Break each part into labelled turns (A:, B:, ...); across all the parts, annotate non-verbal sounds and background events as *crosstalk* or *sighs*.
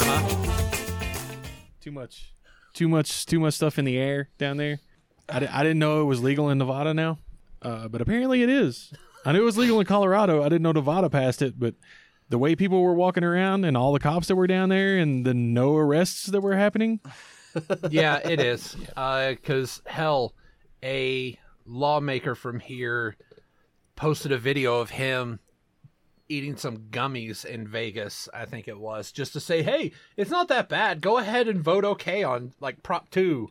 A: Uh-huh.
B: too much, too much, too much stuff in the air down there. I, di- I didn't know it was legal in Nevada now, uh, but apparently it is. I knew it was legal in Colorado. I didn't know Nevada passed it, but the way people were walking around and all the cops that were down there and the no arrests that were happening,
A: yeah, it is. Because hell, a lawmaker from here posted a video of him eating some gummies in Vegas. I think it was just to say, hey, it's not that bad. Go ahead and vote okay on like Prop Two.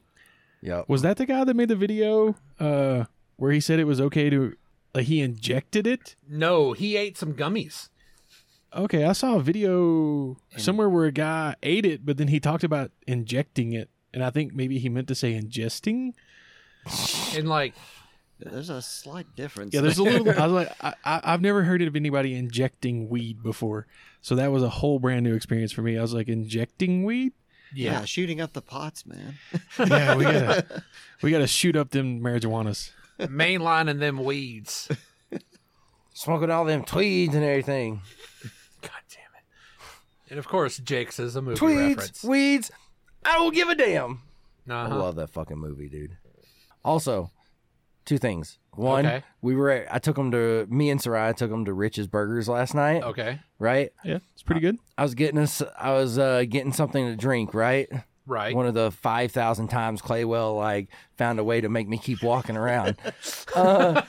C: Yep.
B: was that the guy that made the video uh, where he said it was okay to like he injected it?
A: No, he ate some gummies.
B: Okay, I saw a video somewhere where a guy ate it, but then he talked about injecting it, and I think maybe he meant to say ingesting.
A: And like,
C: There's a slight difference.
B: Yeah, *laughs* there's a little.
C: *laughs*
B: I was like, I, I, I've never heard of anybody injecting weed before, so that was a whole brand new experience for me. I was like, injecting weed?
C: yeah.
A: yeah,
C: shooting up the pots, man.
B: *laughs* Yeah, we gotta, *laughs* we gotta shoot up them marijuanas.
A: mainlining them
D: *laughs*
A: weeds.
D: Smoking all them tweeds and everything.
A: God damn it. And of course, Jake's is a movie
D: Tweeds,
A: reference.
D: weeds. I don't give a damn.
A: Uh-huh.
D: I love that fucking movie, dude. Also, two things. One,
A: Okay.
D: we were at, I took him to me and Sarai took him to Rich's Burgers last night,
A: Okay.
D: right?
B: Yeah, it's pretty good.
D: I was getting us I was uh, getting something to drink, right?
A: Right.
D: One of the 5,000 times Claywell like found a way to make me keep walking
A: *laughs*
D: around. uh,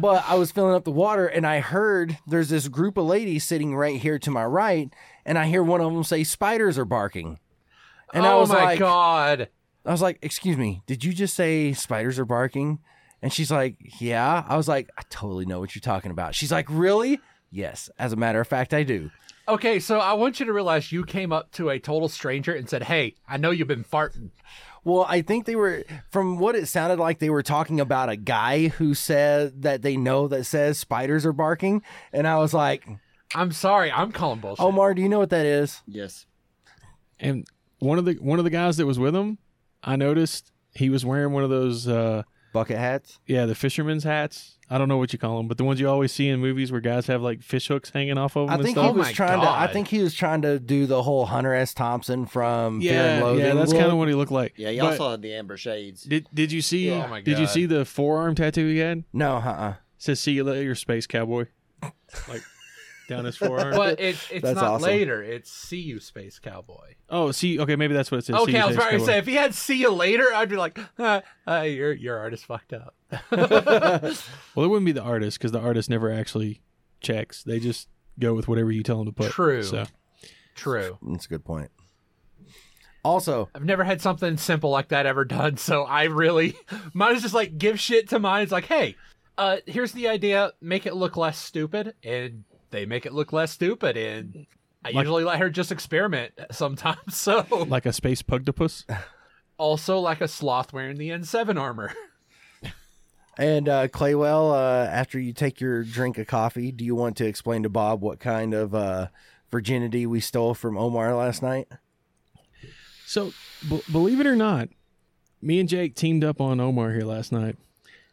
D: but I was filling up the water and I heard there's this group of ladies sitting right here to my right and I hear one of them say spiders are barking. And
A: oh
D: I was
A: my
D: like,
A: god.
D: I was like, "Excuse me, did you just say spiders are barking?" And she's like, "Yeah." I was like, "I totally know what you're talking about." She's like, "Really?" Yes. As a matter of fact, I do.
A: Okay, so I want you to realize you came up to a total stranger and said, "Hey, I know you've been farting."
D: Well, I think they were from what it sounded like they were talking about a guy who said that they know that says spiders are barking, and I was like,
A: I'm sorry, I'm calling bullshit.
B: Oh
D: "Omar, do you know what that is?"
C: Yes.
B: And one of the one of the guys that was with him, I noticed he was wearing one of those. Uh,
D: Bucket hats.
B: Yeah, the fisherman's hats. I don't know what you call them, but the ones you always see in movies where guys have like fish hooks hanging off of them.
D: I
B: and
D: think he
B: stuff.
A: Oh
D: was
A: my
D: trying to. I
A: God.
D: think he was trying to do the whole Hunter S. Thompson from Fear and Loathing.
B: yeah, that's kind of
D: look.
B: what he looked like.
C: Yeah, y'all
B: But
C: saw the Amber Shades.
B: Did Did you see?
A: Oh my
B: Did you
A: God.
B: see the forearm tattoo he had? It
D: no, uh-uh.
B: says "See you later, space cowboy," like down his forearm.
A: but it, it's
D: That's
A: not
D: awesome.
A: later. It's see you, space cowboy.
B: Oh, see, okay, maybe that's what it says. "See
A: okay,
B: you,
A: I was
B: space
A: about to
B: cowboy."
A: say if he had see you later, I'd be like, *laughs* uh, uh, "Your your art is fucked up."
B: Well, it wouldn't be the artist because the artist never actually checks. They just go with whatever you tell them to put.
A: True.
B: So
A: True.
D: That's a good point. Also,
A: I've never had something simple like that ever done, so I really *laughs* mine is just like give shit to mine. It's like, hey, uh, here's the idea, make it look less stupid, and they make it look less stupid, and I
B: Like-
A: usually let her just experiment sometimes. *laughs* So
B: like a space pugdopus.
A: also like a sloth wearing the N7 armor. *laughs*
D: and uh, Claywell, uh, after you take your drink of coffee, do you want to explain to Bob what kind of uh, virginity we stole from Omar last night?
B: So, b- believe it or not, me and Jake teamed up on Omar here last night.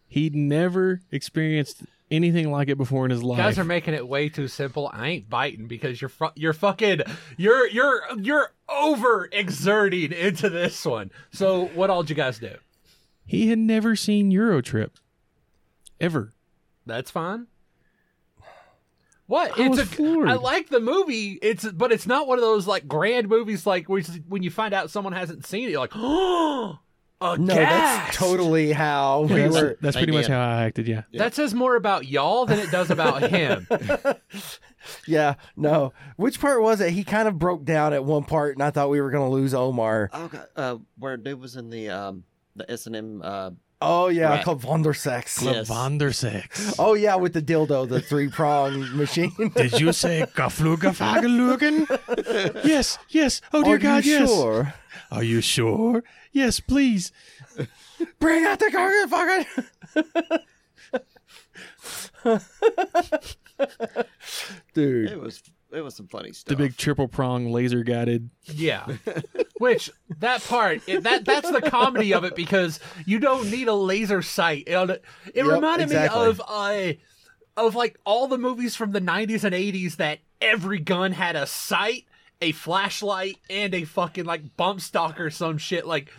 B: He'd never experienced anything like it before in his life.
A: Guys are making it way too simple. I ain't biting because you're fu- you're fucking you're you're you're over exerting into this one. So what all would you guys do?
B: he had never seen Eurotrip ever.
A: That's fine. What?
B: I
A: it's
B: was
A: a. I
B: floored.
A: like the movie. It's but it's not one of those like grand movies like where you- when you find out someone hasn't seen it, you're like, *gasps* oh, a
D: No, that's totally how we
B: Yeah,
D: were.
B: that's, that's pretty much
C: Idea.
B: how I acted. Yeah,
A: That says more about y'all than it does
B: *laughs*
A: about him.
D: Yeah, no. Which part was it? He kind of broke down at one part, and I thought we were going to lose Omar.
C: Oh god, uh, where dude was in the um the S and M. Uh,
D: Oh yeah,
C: Right.
D: called Vondersex.
C: Yeah. Yes.
B: Lavandersex.
D: Oh yeah, with the dildo, the three prong *laughs* machine.
B: Did you say Gaflugafagelugen? yes, yes. Oh dear
D: Are
B: God,
D: you
B: yes.
D: sure?
B: Are you sure? Yes, please.
D: Bring out the cargo fucking. *laughs* Dude,
C: it was it was some funny stuff.
B: The big triple prong laser guided.
D: *laughs*
A: yeah, which that part it, that that's the comedy of it because you don't need a laser sight. It, it reminded
D: exactly.
A: me of uh, of like all the movies from the '90s and '80s that every gun had a sight. a flashlight and a fucking like bump stock or some shit like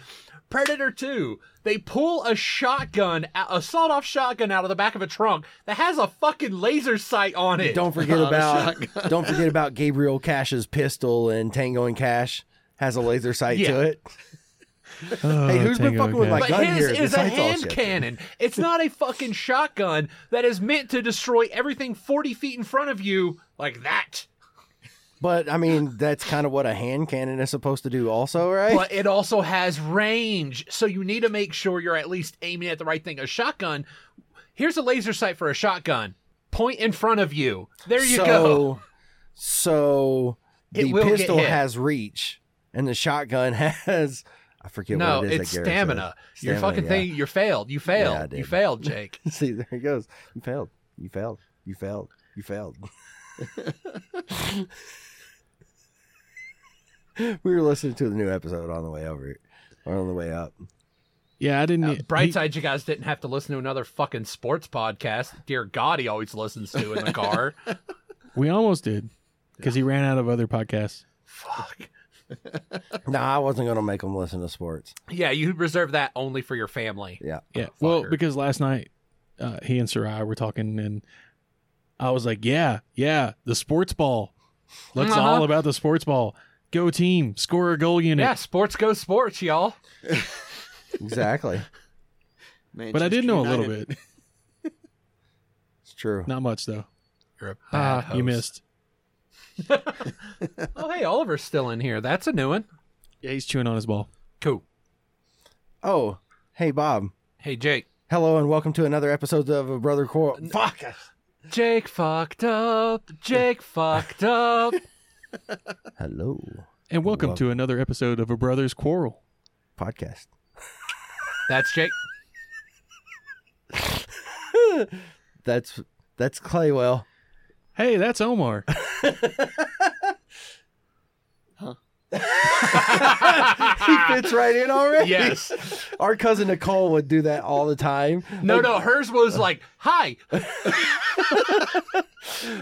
A: Predator 2. They pull a shotgun, a sawed off shotgun out of the back of a trunk that has a fucking laser sight on it.
D: Don't forget
C: Not a
D: about don't forget about Gabriel Cash's pistol and Tango and Cash has a laser sight
A: Yeah.
D: to it.
B: hey,
D: who's been fucking with my
A: But
D: gun
A: his
D: here,
A: is
D: the
A: a
D: sight's all
A: hand
D: shifted.
A: cannon. It's not a fucking shotgun that is meant to destroy everything 40 feet in front of you like that.
D: But I mean, that's kind of what a hand cannon is supposed to do, also, right?
A: But it also has range, so you need to make sure you're at least aiming at the right thing. A shotgun, here's a laser sight for a shotgun. Point in front of you. There you
D: so,
A: go.
D: So
A: It
D: the
A: will get
D: pistol
A: hit.
D: has reach, and the shotgun *laughs* has I forget
A: No,
D: what it is.
A: it's
D: that Garrett said.
A: stamina. Your
D: Stamina,
A: fucking
D: yeah.
A: thing, you failed. You failed.
D: Yeah, I
A: you
D: did.
A: failed, Jake.
D: *laughs* See, there he goes. You failed. You failed. You failed. You failed. *laughs* we were listening to the new episode on the way over, or on the way up.
B: Yeah, I didn't. e-
A: Uh,
B: he-
A: bright side, you guys didn't have to listen to another fucking sports podcast. Dear God, he always listens to in the
D: *laughs*
A: car.
B: we almost did because he ran out of other podcasts.
A: Fuck.
D: No, I wasn't going to make him listen
A: *laughs*
D: to sports.
A: Yeah, you reserve that only for your family.
B: Yeah.
A: Oh,
B: well,
A: fucker.
B: because last night uh, he and Sarai were talking, and I was like, "Yeah, yeah, the sports ball. Let's
A: Uh-huh.
B: all about the sports ball. Go team, score a goal unit."
A: Yeah, sports go sports, y'all.
D: Exactly.
B: But I did know a little
C: United.
B: bit.
D: it's true.
B: Not much though.
A: You're a bad
B: Ah,
A: host.
B: you missed.
A: Oh, hey, Oliver's still in here. That's a new one.
B: Yeah, he's chewing on his ball.
A: Cool.
D: Oh, hey, Bob.
A: Hey, Jake.
D: Hello, and welcome to another episode of A Brother Quarrel. Fuck.
A: Jake fucked up. Jake fucked up.
D: Hello,
B: And welcome
D: Love
B: to another episode of A Brother's Quarrel.
D: podcast.
A: That's Jake.
D: That's
A: *laughs*
D: that's Claywell.
B: Hey, that's *laughs* Omar.
D: he fits right in already.
A: Yes.
D: *laughs* Our cousin Nicole would do that all the time.
A: No, no, hers was like, hi. it's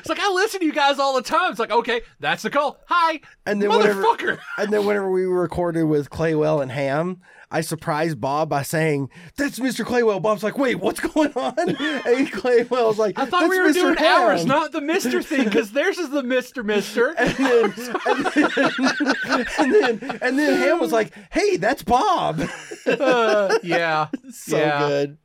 A: like, I listen to you guys all the time. It's like, okay, that's the call. Hi.
D: And then whenever
A: Motherfucker.
D: and then whenever we recorded with Claywell and Ham, I surprised Bob by saying, "That's Mr. Claywell." Bob's like, "Wait, what's going
A: *laughs*
D: on?" And Claywell's like,
A: I thought
D: "That's
A: we were
D: Mr.
A: doing
D: Ham."
A: hours, not the Mister thing, because theirs is the Mister Mister.
D: And then, and then, and then, and then Ham was like, "Hey, that's Bob."
A: Uh,
D: *laughs*
A: yeah,
D: So
A: yeah.
D: good.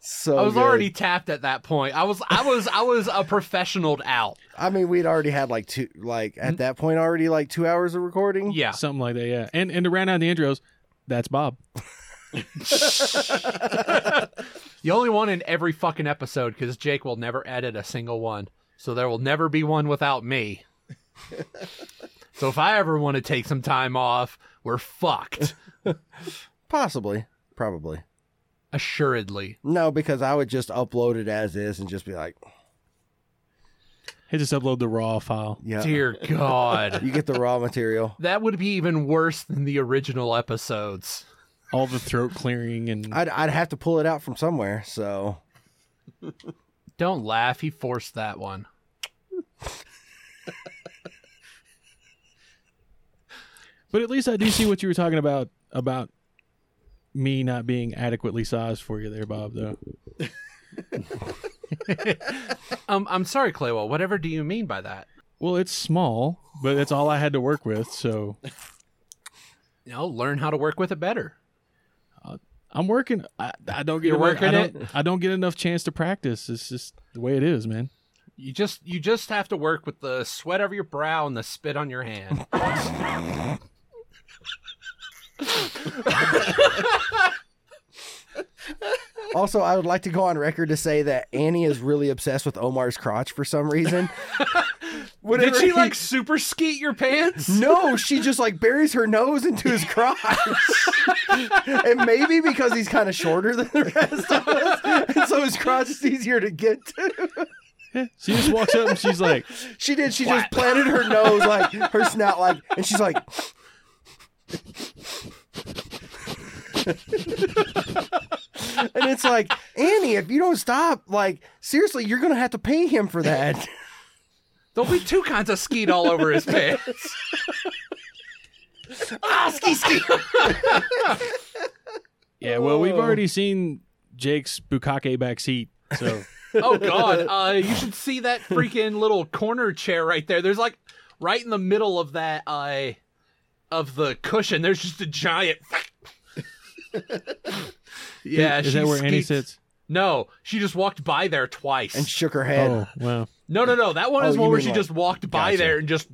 D: So
A: I was
D: good.
A: already tapped at that point. I was, I was, I was a professional out.
D: I mean, we'd already had like two, like at that point already like two hours of recording.
A: Mm-hmm. Yeah,
B: Something like that, yeah. And and to round out the intros, that's Bob.
A: the only one in every fucking episode because Jake will never edit a single one, so there will never be one without
D: *laughs*
A: me. so if I ever want to take some time off, we're fucked,
D: Possibly, probably.
A: assuredly.
D: No, because I would just upload it as is and just be like,
B: He just upload the raw file.
D: yeah, *laughs*
A: Dear God,
D: you get the
A: *laughs*
D: raw material.
A: that would be even worse than the original episodes.
B: All the throat clearing and
D: I'd, I'd have to pull it out from somewhere. So
A: Don't laugh. He forced that one.
B: But at least I do see what you were talking about about me not being adequately sized for you there, Bob. Though
A: Um, I'm sorry, Claywell. Whatever do you mean by that?
B: well, it's small, but it's all I had to work with, so
A: You know, learn how to work with it better.
B: I'm working. I, I don't get
A: You're
B: enough, I
A: working
B: don't, I don't get enough chance to practice. It's just the way it is, man.
A: You just you just have to work with the sweat of your brow and the spit on your
B: *laughs*
A: hand.
D: also, I would like to go on record to say that Annie is really obsessed with Omar's crotch for some reason.
A: Did
D: Whenever
A: she
D: he-
A: like super skeet your pants?
D: No, she just like buries her nose into his crotch. *laughs* and maybe because he's kind of shorter than the rest of us. And so his crotch is easier to get to.
B: She just walks up and she's *laughs* like,
D: She did. She just planted her nose, like her snout, like, and she's like, and it's like, Annie, if you don't stop, like, seriously, you're gonna have to pay him for that.
A: There'll be two kinds of skeet all over
B: *laughs*
A: his pants.
C: ah, ski ski.
B: Yeah, well, we've
D: Oh.
B: already seen Jake's Bukake backseat,
D: *laughs*
B: so
A: Oh God! Uh, you should see that freaking little corner chair right there. There's like right in the middle of that uh, of the cushion. There's just a giant. *laughs* yeah,
B: is, is
A: she
B: that where Annie
A: skeets-
B: sits?
A: No, she just walked by there twice.
D: and shook her head.
B: Oh, wow.
A: no, no, no. That one
D: Oh,
A: is
D: you
A: one where
D: mean
A: she
D: like-
A: just walked by
D: Gotcha.
A: there and just.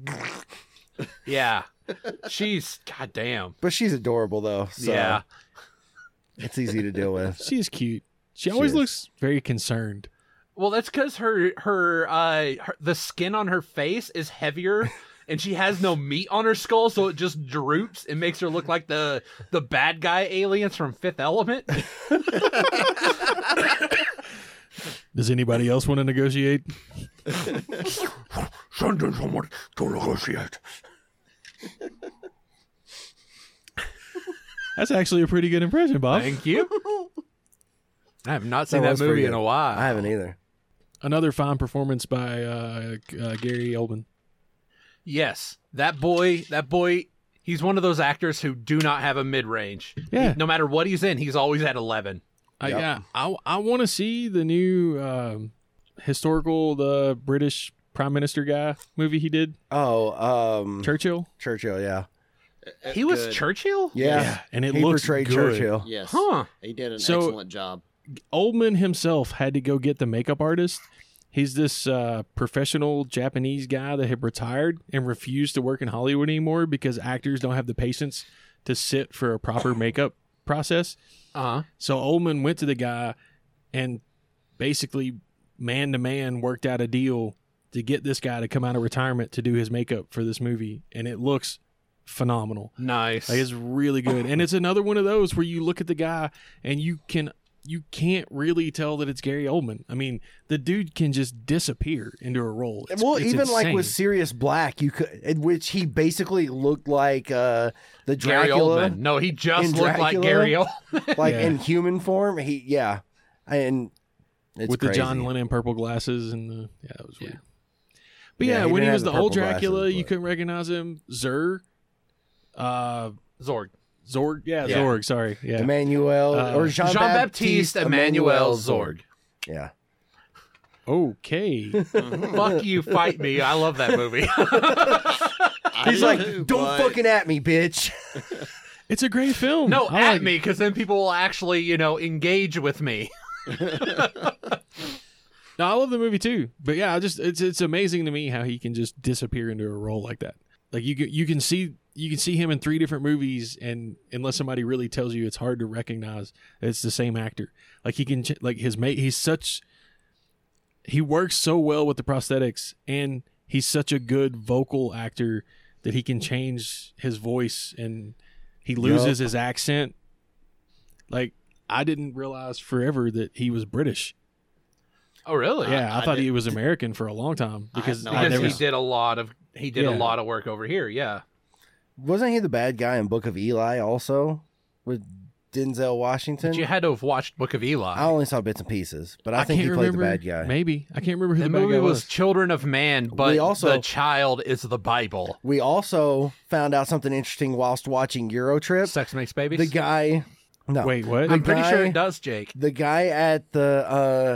A: *laughs* yeah, she's goddamn.
D: But she's adorable though. So
A: Yeah,
D: it's easy to deal with.
B: She's cute. She
D: She
B: always
D: is.
B: looks very concerned.
A: Well, that's because her her uh her, the skin on her face is heavier, and she has no meat on her skull, so it just droops and makes her look like the the bad guy aliens from Fifth Element. *laughs*
B: Does anybody else want to negotiate?
A: Send in someone to negotiate.
B: That's actually a pretty good impression, Bob.
A: Thank you. I have not seen
D: That
A: that,
D: was
A: movie
D: pretty
A: in a
D: good.
A: while.
D: I haven't either.
B: Another fine performance by uh, uh, Gary Oldman.
A: Yes, that boy, that boy, he's one of those actors who do not have a mid range.
B: Yeah.
A: No matter what he's in, he's always at eleven.
B: I,
D: Yep.
B: yeah, I I want to see the new um, historical the British Prime Minister guy movie he did
D: Oh, um
B: Churchill.
D: Churchill, yeah.
A: He was
C: Good.
A: Churchill.
D: Yeah.
B: and it
D: he
B: looks
D: portrayed
B: good.
D: Churchill.
C: Yes,
A: Huh.
C: he did an
B: So- *laughs*
C: excellent job.
B: Oldman himself had to go get the makeup artist. He's this uh, professional Japanese guy that had retired and refused to work in Hollywood anymore because actors don't have the patience to sit for a proper makeup process.
A: Uh huh.
B: So Oldman went to the guy and basically man to man worked out a deal to get this guy to come out of retirement to do his makeup for this movie, and it looks phenomenal.
A: Nice.
B: Like it's really good, and it's another one of those where you look at the guy and you can you can't really tell that it's Gary Oldman. I mean, the dude can just disappear into a role. It's,
D: well,
B: it's
D: even like with
B: insane.
D: Sirius Black, you could, in which he basically looked like uh the
A: Gary
D: Dracula,
A: Oldman. No, he just
D: in
A: looked like
D: Dracula?
A: Gary Oldman.
D: *laughs* like
B: Yeah.
D: in human form. He, yeah, and it's
B: with the
D: crazy.
B: John Lennon purple glasses and the yeah, it was weird. But
D: Yeah,
B: yeah,
D: he
B: when
D: didn't
B: he
D: have
B: was
D: the
B: the, old
D: purple glasses,
B: Dracula, you
D: but-
B: couldn't recognize him. Zer, uh,
A: *laughs* Zorg.
B: Zorg, yeah,
A: Yeah.
B: Zorg. Sorry, yeah,
D: Emmanuel
B: Uh,
D: or Jean Baptiste Emmanuel Zorg. Yeah,
B: okay.
D: *laughs*
A: Fuck you, fight me. I love that movie. *laughs*
C: I
D: he's
B: *laughs*
C: do
D: like,
C: too,
D: "Don't
C: but
D: fucking at me, bitch." *laughs*
B: it's a great film.
A: no,
B: I
A: at
B: like it.
A: me, because then people will actually, you know, engage with me.
B: No, I love the movie too. But yeah, I just it's it's amazing to me how he can just disappear into a role like that. Like you can- you can see you can see him in three different movies, and unless somebody really tells you, it's hard to recognize that it's the same actor. Like he can ch- like his mate. He's such he works so well with the prosthetics, and he's such a good vocal actor that he can change his voice and he loses his accent. Like I didn't realize forever that he was British.
A: Oh, really?
B: Yeah, I,
C: I
B: thought
C: did-
B: he was American for a long time
C: I
B: because
C: had no
B: I
A: Because
B: never.
A: he did a lot of he did
B: Yeah.
A: a lot of work over here. Yeah.
D: Wasn't he the bad guy in Book of Eli also with Denzel Washington?
A: But you had to have watched Book of Eli.
D: I only saw bits and pieces, but I,
B: I
D: think
B: can't
D: he played
B: remember.
D: the bad guy.
B: Maybe I can't remember who
A: the
B: the bad
A: movie
B: guy
A: was
B: was.
A: Children of Man, but
D: also-
A: the child is the Bible.
D: We also found out something interesting whilst watching Eurotrip.
A: Sex makes babies.
D: The guy, no,
B: Wait, what?
A: I'm pretty sure
D: guy-
A: it does, Jake.
D: the guy at the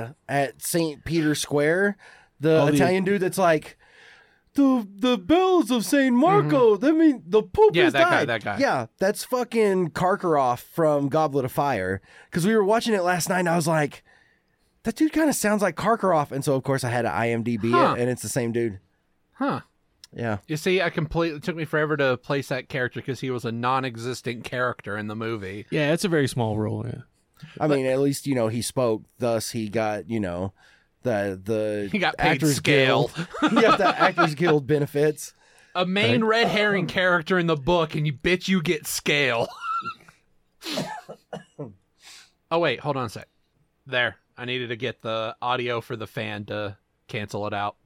D: uh at St. Peter's Square, the
B: Oh, the-
D: Italian dude that's like the the bells of St. Marco. I mean, the Pope
A: Mm-hmm. Yeah,
D: has
A: that guy,
D: died.
A: that guy.
D: Yeah, that's fucking Karkaroff from Goblet of Fire. Because we were watching it last night, and I was like, that dude kind of sounds like Karkaroff. And so, of course, I had to IMDb
A: Huh.
D: it, and it's the same dude.
A: Huh.
D: Yeah,
A: You see, I completely it took me forever to place that character because he was a non-existent character in the movie.
B: yeah, it's a very small role. Yeah.
D: I mean, at least you know he spoke. Thus, he got you know the the
A: *laughs* He got paid
D: Actors
A: scale.
D: Guild.
A: *laughs*
D: yeah, the Actors Guild benefits.
A: A main red herring character in the book, and you bitch you get scale. *laughs* oh wait, hold on a sec. There, I needed to get the audio for the fan to cancel it out.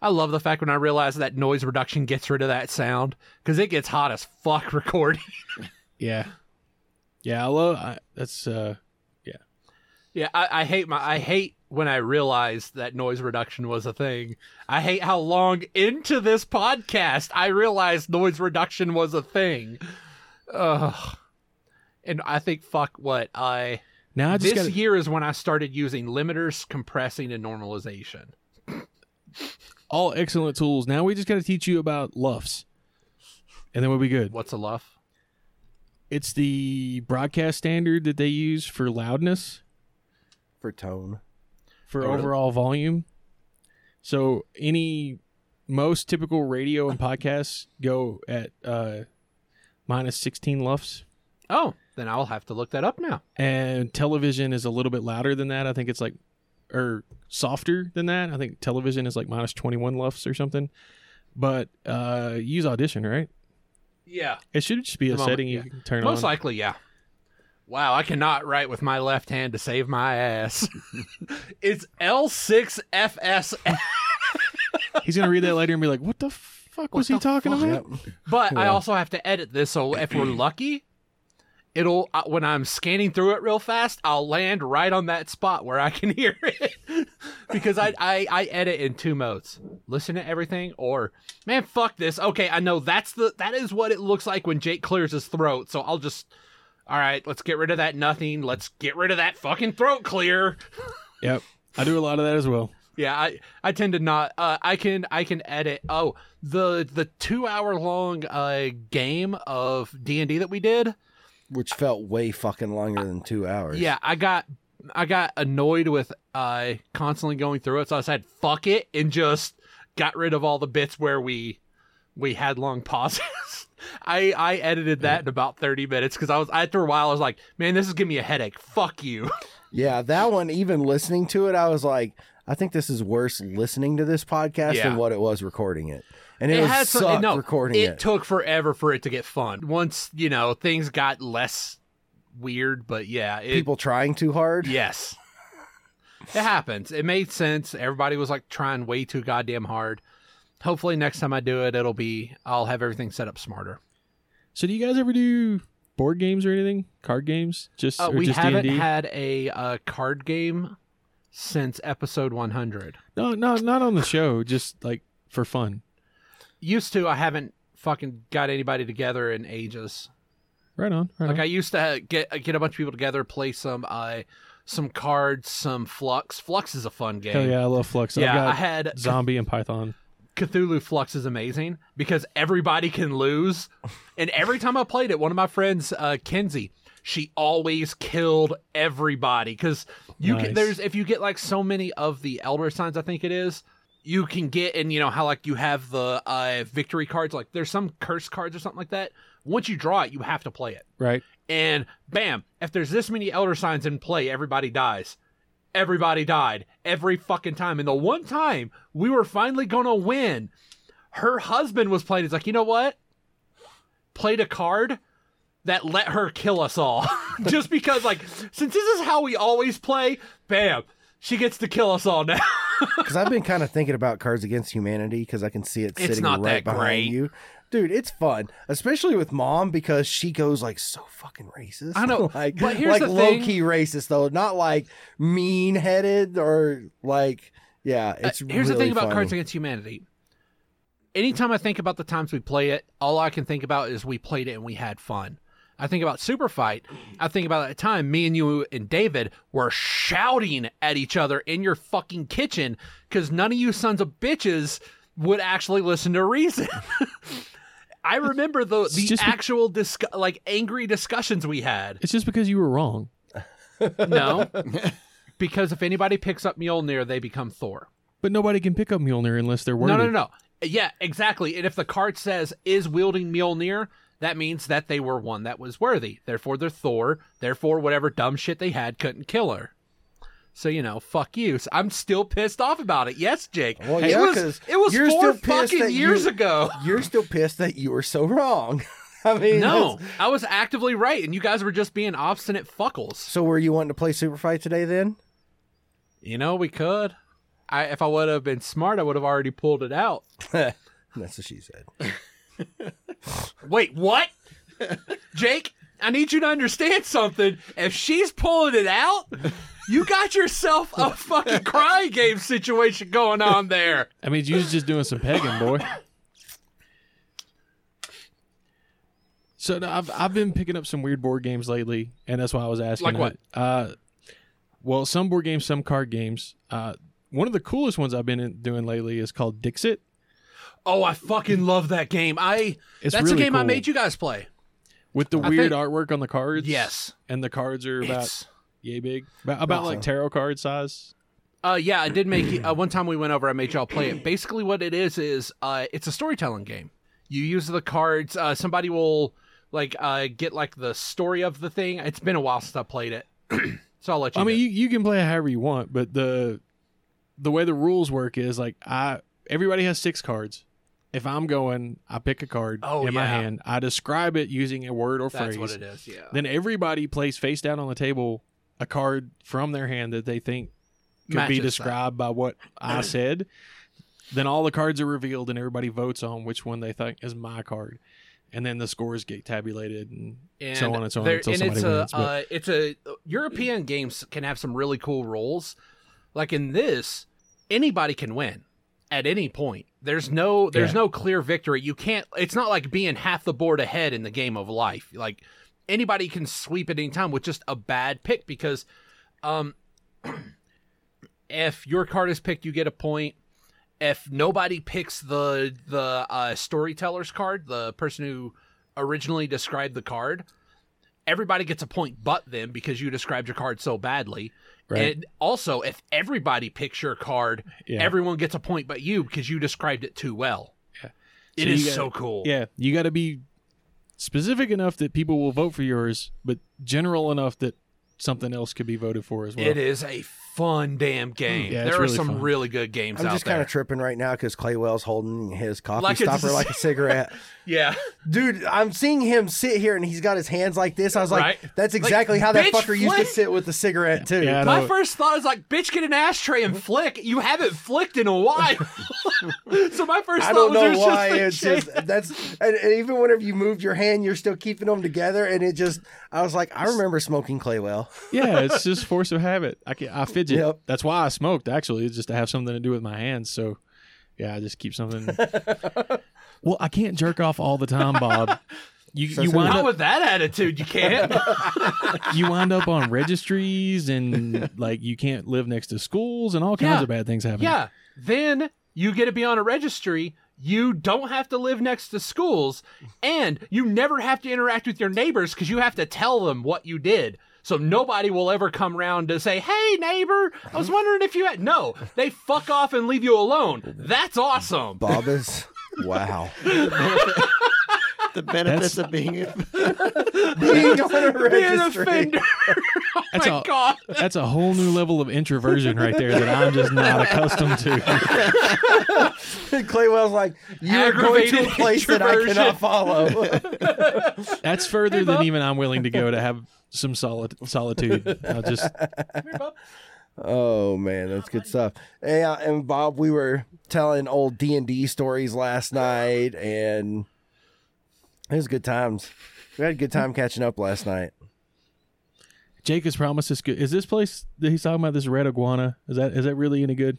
A: I love the fact when I realize that noise reduction gets rid of that sound because it gets hot as fuck *laughs* recording.
B: yeah, yeah. I love I, that's. uh
A: yeah, I, I hate my I hate when I realized that noise reduction was a thing. I hate how long into this podcast I realized noise reduction was a thing. Ugh. And I think fuck what I
B: Now I
A: this
B: just got
A: year is when I started using limiters, compressing, and normalization.
B: all excellent tools. Now we just got to teach you about luffs, and then we'll be good.
A: What's a luff?
B: It's the broadcast standard that they use for loudness.
D: for tone.
B: for
A: Oh, really?
B: overall volume. So any most typical radio and podcasts go at uh, minus sixteen lufs,
A: Oh, then I'll have to look that up now.
B: and television is a little bit louder than that. I think it's like or softer than that. I think television is like minus twenty one lufs or something. But uh, you use Audition, right?
A: Yeah.
B: It should just be a
A: The moment,
B: setting you
A: yeah.
B: can turn
A: Most
B: on.
A: likely, yeah. Wow, I cannot write with my left hand to save my ass. *laughs* it's L6FS,
B: He's gonna read that later and be like, "What the fuck was he talking about?"
D: Yep.
A: but I
D: Yeah.
A: also have to edit this. So if we're lucky, it'll uh, when I'm scanning through it real fast, I'll land right on that spot where I can *laughs* hear it because I, I I edit in two modes: listen to everything or man, fuck this. Okay, I know that's the that is what it looks like when Jake clears his throat. So I'll just. All right, let's get rid of that nothing. Let's get rid of that fucking throat clear.
B: Yep, I do a lot of that as well.
A: Yeah, I, I tend to not. Uh, I can I can edit. Oh, the the two hour long uh, game of D and D that we did.
D: Which felt way fucking longer than two hours.
A: Yeah, I got I got annoyed with uh, constantly going through it, so I said fuck it and just got rid of all the bits where we we had long *laughs* pauses. I I edited that in about thirty minutes because I was after a while I was like, man, this is giving me a headache. Fuck you.
D: Yeah, that one, even listening to it, I was like, I think this is worse listening to this podcast
A: Yeah.
D: than what it was recording it. And it, was
A: had some-
D: sucked
A: no,
D: recording
A: it,
D: it.
A: took forever for it to get fun. Once you know things got less weird, but yeah, it,
D: People trying too hard.
A: Yes, it happens. It made sense. Everybody was like trying way too goddamn hard. Hopefully, next time I do it, it'll be I'll have everything set up smarter.
B: So do you guys ever do board games or anything? Card games? Just
A: Uh,
B: or
A: we
B: just
A: haven't
B: D&D?
A: had a uh, card game since episode 100.
B: No, no, not on the show. Just like for fun,
A: Used to, I haven't fucking got anybody together in ages.
B: right on. Right
A: Like I
B: on.
A: used to get uh, get a bunch of people together, play some uh, some cards, some Flux. Flux is a fun game.
B: Hell yeah, I love Flux.
A: Yeah,
B: I've got
A: I had
B: Zombie and Python.
A: Cthulhu Flux is amazing because everybody can lose. And every time I played it, one of my friends, uh, Kenzie, she always killed everybody because you
B: Nice.
A: can, there's if you get like so many of the elder signs, I think it is. You can get and you know how like you have the uh, victory cards, like there's some curse cards or something like that. Once you draw it, you have to play it.
B: Right.
A: And bam, if there's this many elder signs in play, everybody dies everybody died every fucking time. And the one time we were finally gonna win, her husband was playing. He's like, you know what? Played a card that let her kill us all, *laughs* just because like since this is how we always play, bam, she gets to kill us all now.
D: Because I've been kind of thinking about Cards Against Humanity because I can see it
A: It's
D: sitting
A: not
D: right
A: that
D: behind
A: great.
D: you. Dude, it's fun, especially with mom because she goes like so fucking racist.
A: I know,
D: *laughs* like,
A: but here's
D: like
A: the
D: low
A: thing-
D: key racist though, not like mean headed or like yeah. It's
A: Uh, here's the
D: really
A: thing about
D: funny.
A: Cards Against Humanity. Anytime I think about the times we play it, all I can think about is we played it and we had fun. I think about Super Fight. I think about that time me and you and David were shouting at each other in your fucking kitchen because none of you sons of bitches would actually listen to reason. *laughs* I remember the the
B: just be-
A: actual discu- like angry discussions we had.
B: *laughs* It's just because you were wrong.
A: No, because if anybody picks up Mjolnir, they become Thor.
B: But nobody can pick up Mjolnir unless they're worded.
A: No, no, no. Yeah, exactly. And if the card says is wielding Mjolnir, that means that they were one that was worthy. Therefore, they're Thor. Therefore, whatever dumb shit they had couldn't kill her. So you know, fuck you. So I'm still pissed off about it. Yes, Jake.
D: Well,
A: it
D: yeah,
A: was
D: 'cause
A: it was
D: you're
A: four
D: still pissed
A: fucking
D: that
A: years
D: you-
A: ago.
D: *laughs* You're still pissed that you were so wrong. *laughs* I mean,
A: No,
D: that's-
A: I was actively right, and you guys were just being obstinate fuckles.
D: So were you wanting to play Super Fight today then?
A: You know, we could. I, if I would have been smart, I would have already pulled it out.
D: That's what she said.
A: Wait, what? Jake, I need you to understand something. If she's pulling it out, You got yourself a fucking cry game situation going on there.
B: I mean, you was just doing some pegging, boy. So no, I've I've been picking up some weird board games lately, and that's why I was asking.
A: Like what?
B: that. Uh, well, some board games, some card games. Uh, one of the coolest ones I've been in, doing lately is called Dixit.
A: Oh, I fucking love that game. I
B: It's
A: that's
B: really
A: a game I
B: cool.
A: made you guys play.
B: with the
A: I
B: weird
A: think-
B: artwork on the cards.
A: Yes.
B: and the cards are about
A: It's-
B: yay big, about, about like
D: Awesome.
B: tarot card size.
A: Uh, yeah, I did make you- uh, one time we went over. I made y'all play it. Basically, what it is is uh, it's a storytelling game. You use the cards. Uh, somebody will like uh, get like the story of the thing. It's been a while since I played it, *clears throat* so I'll let you.
B: I mean,
A: know.
B: you, you can play it however you want, but the the way the rules work is like I everybody has six cards. If I'm going, I pick a card
A: Oh,
B: in my
A: yeah.
B: hand. I describe it using a word or
A: that's
B: phrase.
A: what it is. Yeah,
B: Then everybody plays face down on the table a card from their hand that they think could
A: Matches
B: be
A: that.
B: described by what
A: *clears throat*
B: I said. Then all the cards are revealed and everybody votes on which one they think is my card. And then the scores get tabulated and,
A: and
B: so on and so on
A: there-
B: until
A: and
B: somebody
A: it's
B: wins.
A: a,
B: but-
A: uh, it's a European games can have some really cool rules. Like in this, anybody can win at any point. There's no there's
B: Yeah.
A: no clear victory. You can't. It's not like being half the board ahead in the game of life. Like anybody can sweep at any time with just a bad pick because, um, *clears throat* if your card is picked, you get a point. If nobody picks the the uh, storyteller's card, the person who originally described the card, everybody gets a point but them because you described your card so badly.
B: Right.
A: And also, if everybody picks your card,
B: yeah.
A: everyone gets a point but you because you described it too well.
B: Yeah.
A: It
B: So you
A: is
B: gotta-
A: so cool.
B: yeah, you got to be specific enough that people will vote for yours, but general enough that something else could be voted for as well.
A: It is a fun damn game.
B: Yeah,
A: there
B: it's
A: are
B: really
A: some
B: fun.
A: really good games
D: I'm
A: out
D: just
A: there.
D: kind of tripping right now because Claywell's holding his coffee
A: Like it's *laughs*
D: stopper
A: a-
D: like a cigarette.
B: *laughs*
A: yeah.
D: Dude, I'm seeing him sit here and he's got his hands like this. I was like,
A: Right.
D: that's
A: Like,
D: exactly how that
A: bitch,
D: fucker used to
A: flick.
D: sit with the cigarette, too.
B: Yeah, I
A: My
B: know.
A: first thought is like, bitch, get an ashtray and flick. You haven't flicked in a
B: *laughs*
A: while. *laughs* so my first
D: I
A: thought
D: don't
A: was
D: know
A: there's
D: why it's
A: just, a
D: just that's and, and even whenever you moved your hand, you're still keeping them together, and it just I was like, I remember smoking Claywell.
B: *laughs* yeah, it's just force of habit. I can I fidget.
D: Yep.
B: That's why I smoked actually, it's just to have something to do with my hands. So yeah, I just
A: *laughs*
B: keep something. well, I can't jerk off all the time,
A: *laughs*
B: Bob. You
D: So
B: you
D: soon-
B: wind
A: Not
B: up
A: with that attitude, you
B: *laughs*
A: can't.
B: you wind up on registries and like you can't live next to schools and all kinds
A: Yeah.
B: of bad things happen.
A: yeah. Then you get to be on a registry. You don't have to live next to schools, and you never have to interact with your neighbors because you have to tell them what you did. So nobody will ever come round to say, "Hey, neighbor, I was wondering if you had." No, they fuck off and leave you alone. That's awesome.
D: Bob is wow.
B: *laughs*
C: *laughs* The benefits of being
D: *laughs* Being on a
A: Be an
D: registry.
A: offender. oh
B: That's
A: my
B: all-
A: god.
B: That's a whole new level of introversion right there that I'm just not accustomed
A: *laughs*
B: to.
D: Claywell's like, you are going to a
A: Aggravated
D: place that I
A: introversion. *laughs*
D: cannot follow.
B: That's further than even I'm willing to go to have some solid solitude. I'll just
D: Oh man, that's good stuff. Yeah, and Bob, we were telling old D and D stories last night, and it was good times. We had a good time catching up last night.
B: Jake has promised us good. Is this place that he's talking about this red iguana? Is that is that really any good?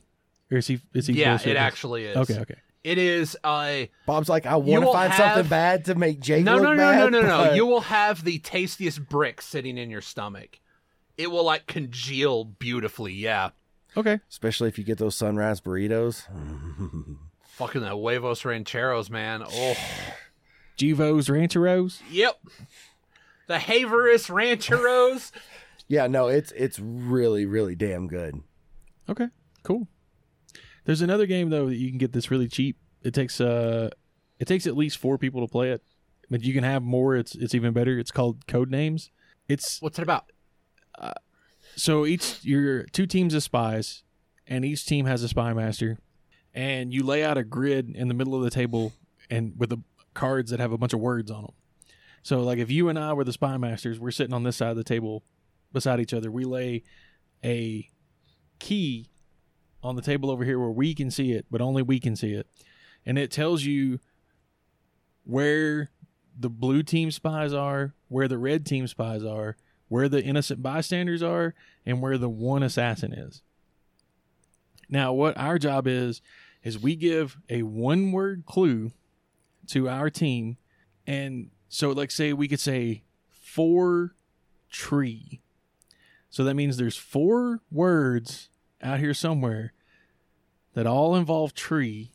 B: Or is he is he
A: Yeah,
B: bullshitting
A: it
B: us?
A: actually is.
B: Okay, okay.
A: It is. Uh,
D: Bob's like, I want to
A: will
D: find
A: have-
D: something bad to make Jake
A: no,
D: look
A: no, no,
D: bad.
A: no, no, no.
D: but-
A: You will have the tastiest brick sitting in your stomach. It will like congeal beautifully. Yeah,
B: Okay.
D: especially if you get those sunrise burritos. *laughs*
A: fucking the huevos rancheros, man. Oh,
B: Jivos Rancheros.
A: yep. The Haveris rancheros.
D: Yeah, no, it's it's really really damn good.
B: Okay, cool. There's another game though that you can get that's really cheap. It takes uh, it takes at least four people to play it, but you can have more. It's it's even better. It's called Code Names. It's
A: *laughs* What's it about?
B: so each your two teams of spies, and each team has a spy master, and you lay out a grid in the middle of the table and with the cards that have a bunch of words on them. So like if you and I were the spy masters, we're sitting on this side of the table beside each other. We lay a key on the table over here where we can see it, but only we can see it. And it tells you where the blue team spies are, where the red team spies are, where the innocent bystanders are and where the one assassin is. Now, what our job is is we give a one-word clue to our team, and so like say we could say four tree. So that means there's four words out here somewhere that all involve tree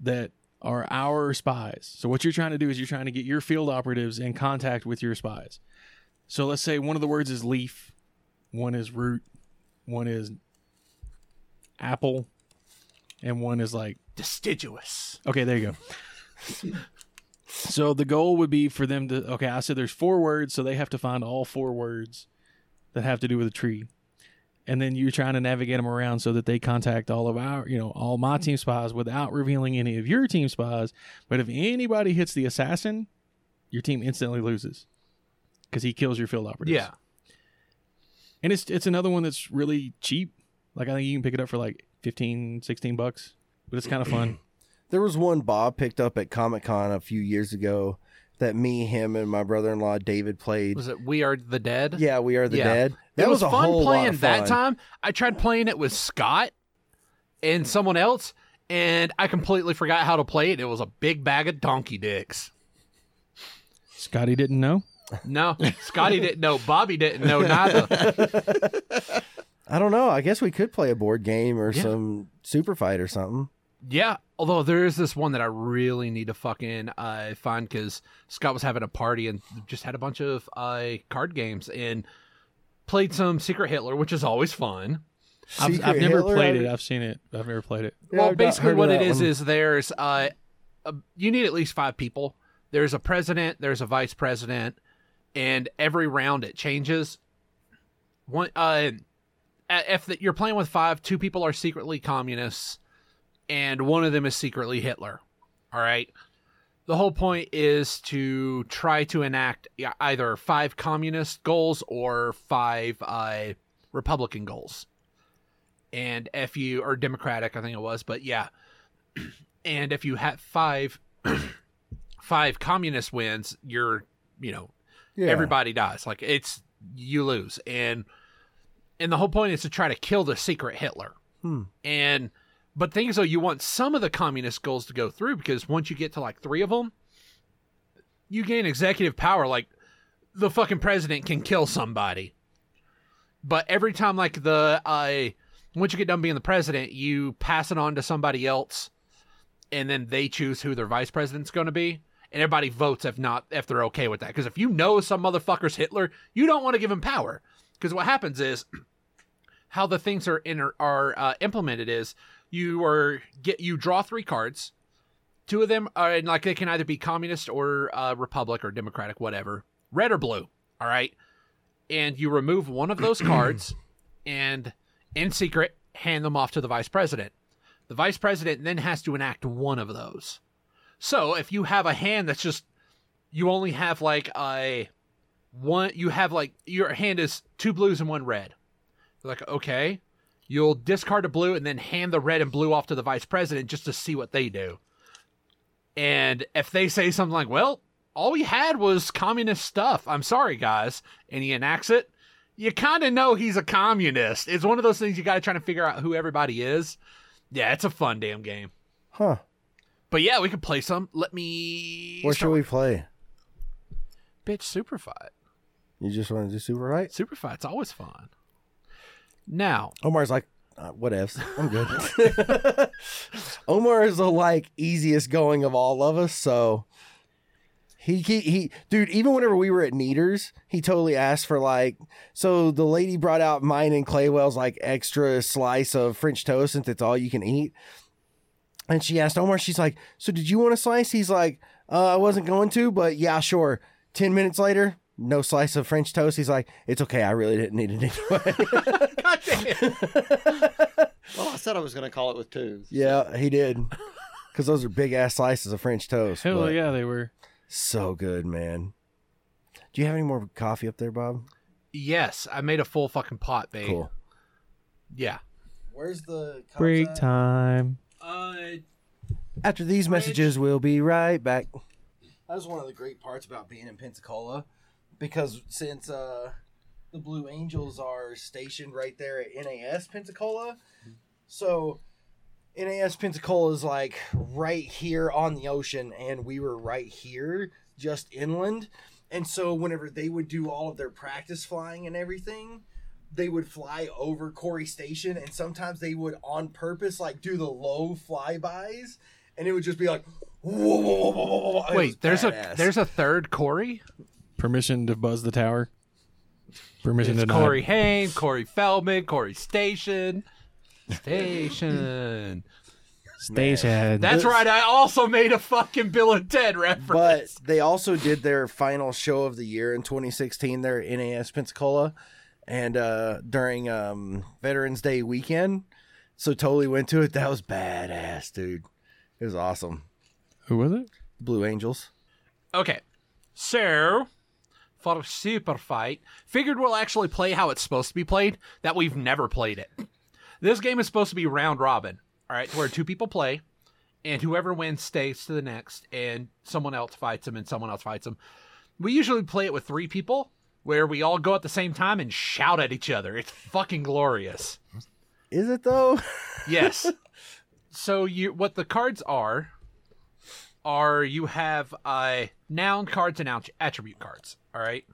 B: that are our spies. So what you're trying to do is you're trying to get your field operatives in contact with your spies. So let's say one of the words is leaf, one is root, one is apple, and one is like
A: Distiduous.
B: Okay, there you go. so the goal would be for them to okay, I said there's four words, so they have to find all four words that have to do with a tree. And then you're trying to navigate them around so that they contact all of our, you know, all my team spies without revealing any of your team spies. But if anybody hits the assassin, your team instantly loses because he kills your field operatives.
A: Yeah.
B: And it's it's another one that's really cheap. Like I think you can pick it up for like 15, 16 bucks, but it's kind of fun.
D: There was one Bob picked up at Comic Con a few years ago that me, him, and my brother in law David played.
A: Was it We Are the Dead?
D: yeah, we are the
A: Yeah.
D: dead. That
A: it was,
D: a
A: fun
D: whole
A: playing
D: lot of
A: that
D: fun.
A: time. I tried playing it with Scott and someone else, and I completely forgot how to play it. It was a big bag of donkey dicks.
B: Scotty didn't know.
D: *laughs*
A: No, Scotty didn't know. Bobby didn't know neither.
D: I don't know. I guess we could play a board game or
A: Yeah.
D: some super fight or something.
A: Yeah, although there is this one that I really need to fucking uh, find because Scott was having a party and just had a bunch of uh, card games and played some Secret Hitler, which is always fun.
B: I've, I've
D: Secret
B: never
D: Hitler,
B: played
D: I-
B: it. I've seen it. I've never played it.
D: Yeah,
A: well,
D: I've not heard
A: basically,
D: of
A: what it
D: that
A: is
D: one.
A: is there's uh, a, you need at least five people. There's a president, there's a vice president, and every round it changes. One, uh, a- if that you're playing with five, two people are secretly communists, and one of them is secretly Hitler. All right. The whole point is to try to enact e- either five communist goals or five uh, Republican goals and if you or democratic i think it was but yeah *clears throat* and if you have five *clears throat* five communist wins you're you know
D: Yeah.
A: everybody dies like it's you lose and and the whole point is to try to kill the secret hitler
D: Hmm.
A: and but things though you want some of the communist goals to go through because once you get to like three of them you gain executive power like the fucking president can kill somebody but every time like the uh once you get done being the president you pass it on to somebody else and then they choose who their vice president's going to be and everybody votes if not if they're okay with that because if you know some motherfucker's hitler you don't want to give him power because what happens is *clears throat* how the things are inter- are uh, implemented is you are get you draw three cards two of them are and like they can either be communist or uh, republic or democratic whatever red or blue all right and you remove one of those cards and in secret hand them off to the vice president the vice president then has to enact one of those so if you have a hand that's just you only have like a one you have like your hand is two blues and one red like okay you'll discard a blue and then hand the red and blue off to the vice president just to see what they do and if they say something like well all we had was communist stuff i'm sorry guys and he enacts it you kind of know he's a communist it's one of those things you gotta try to figure out who everybody is yeah it's a fun damn game
D: Huh.
A: but yeah we could play some let me
D: What should
A: start
D: we play?
A: Bitch, Superfight.
D: You just want to do super fight?
A: Superfight's always fun. Now,
D: Omar's like, uh, what ifs? I'm good. *laughs* Omar is the like easiest going of all of us, so he, he he dude. Even whenever we were at Neaters, he totally asked for like. So the lady brought out mine and Claywell's like extra slice of French toast since it's all you can eat, and she asked Omar. She's like, so did you want a slice? He's like, uh, I wasn't going to, but yeah, sure. Ten minutes later. No slice of French toast. He's like, it's okay. I really didn't need it anyway.
A: God damn.
C: *laughs* Well, I said I was going to call it with two.
D: Yeah, he did. Because those are big ass slices of French toast.
B: Hell
D: but
B: yeah, they were.
D: So good, man. Do you have any more coffee up there, Bob?
A: yes, I made a full fucking pot, babe.
D: Cool.
A: Yeah.
D: Where's the
B: time.
A: Uh,
D: After these messages, we'll be right back. That was one of the great parts about being in Pensacola because since uh, the Blue Angels are stationed right there at NAS Pensacola. So NAS Pensacola is like right here on the ocean, and we were right here, just inland. And so whenever they would do all of their practice flying and everything, they would fly over Corey Station, and sometimes they would on purpose like do the low flybys, and it would just be like, whoa, whoa, whoa, whoa, whoa, whoa. It was
A: Wait, there's
D: badass.
A: a there's a third Corey.
B: Permission to buzz the tower. Permission
A: It's
B: to
D: *laughs*
A: Corey Haim, Corey Feldman, Corey Station.
D: *laughs*
A: Station.
B: station.
A: That's right. I also made a fucking Bill and Ted reference.
D: But they also did their final show of the year in 2016 there at NAS Pensacola and uh during um Veterans Day weekend. So totally went to it. That was badass, dude. It was awesome.
B: Who was it?
D: Blue Angels.
A: Okay. So, for Super Fight, figured we'll actually play how it's supposed to be played, that we've never played it. This game is supposed to be round robin, all right, where two people play, and whoever wins stays to the next, and someone else fights them, and someone else fights them. We usually play it with three people, where we all go at the same time and shout at each other. It's fucking glorious.
D: Is it though? *laughs*
A: Yes. so you what the cards are are you have uh, noun cards and ouch- attribute cards. All right.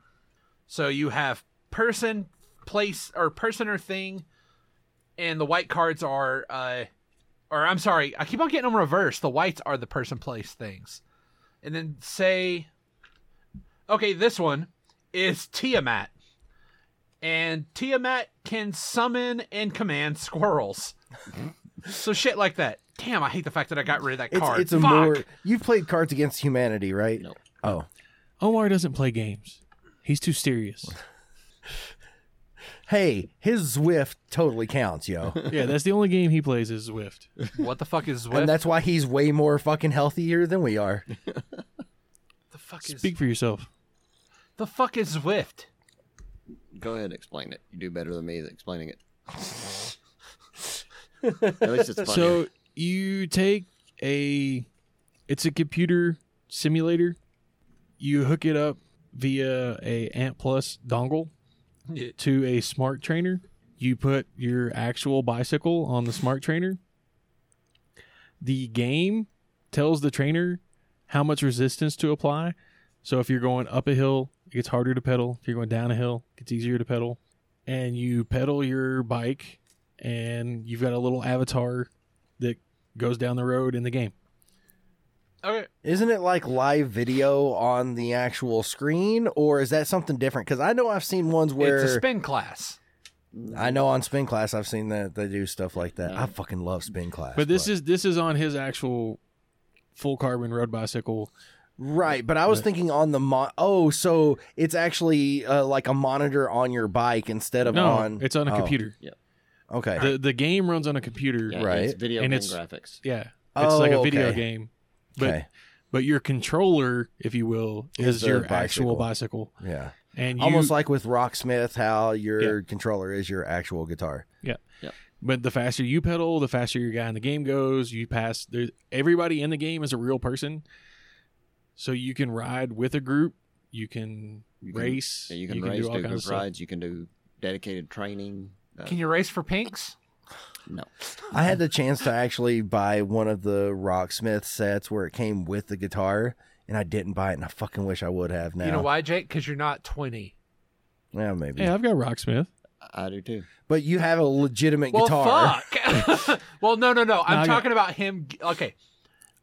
A: So you have person, place, or person or thing, and the white cards are, uh, or I'm sorry, I keep on getting them reversed. The whites are the person, place, things, and then say, okay, this one is Tiamat, and Tiamat can summon and command squirrels.
D: *laughs*
A: So shit like that. Damn, I hate the fact that I got rid of that
D: It's
A: card.
D: it's a
A: Fuck!
D: more You've played Cards Against Humanity, right?
C: No.
D: Oh.
B: Omar doesn't play games. He's too serious.
D: Hey, his Zwift totally counts, yo.
B: yeah, that's the only game he plays is Zwift.
A: What the fuck is
D: and
A: Zwift?
D: that's why he's way more fucking healthier than we are.
A: The fuck is
B: Speak for yourself.
A: the fuck is Zwift?
C: Go ahead, and explain it. You do better than me at
B: *laughs*
C: explaining it. At least it's funny.
B: So you take a it's a computer simulator. You hook it up via a Ant Plus dongle to a smart trainer. You put your actual bicycle on the smart trainer. The game tells the trainer how much resistance to apply. So if you're going up a hill, it gets harder to pedal. If you're going down a hill, it gets easier to pedal. And you pedal your bike, and you've got a little avatar that goes down the road in the game.
A: Okay.
D: Isn't it like live video on the actual screen, or is that something different? Because I know I've seen ones
A: It's a
D: where
A: spin class.
D: I know on Spin Class I've seen that they do stuff like that.
C: No.
D: I fucking love Spin Class.
B: But this is this is on his actual full carbon road bicycle.
D: right. But I was
B: But-
D: thinking on the mon. Oh, so it's actually uh, like a monitor on your bike instead of
B: No,
D: on.
B: it's on a
D: oh,
B: computer.
D: Okay.
B: The the game runs on a computer.
C: Yeah,
D: right.
C: It's video
B: And
C: game
B: it's-
C: graphics.
B: Yeah. It's
D: Oh,
B: like a video
D: okay.
B: game. But
D: okay.
B: but your controller, if you will,
D: Is
B: is,
D: the
B: your
D: bicycle.
B: actual bicycle.
D: Yeah.
B: And you,
D: Almost like with Rocksmith, how your controller is your actual guitar.
B: but the faster you pedal, the faster your guy in the game goes. You pass there everybody in the game is a real person. So you can ride with a group, you can
C: You can-
B: race,
C: Yeah, you can race,
B: do all
C: do,
B: kinds of
C: group
B: stuff.
C: rides. You can do dedicated training. Uh,
A: Can you race for pinks?
C: no,
D: I had the chance to actually buy one of the Rocksmith sets where it came with the guitar, and I didn't buy it, and I fucking wish I would have now.
A: You know why, Jake? Because you're not 20.
D: Yeah, maybe.
B: Yeah, I've got Rocksmith.
C: I do too.
D: But you have a legitimate
A: Well,
D: guitar. *laughs*
A: fuck. *laughs* well, no, no, no. I'm
B: No, I got-
A: talking about him. g- Okay.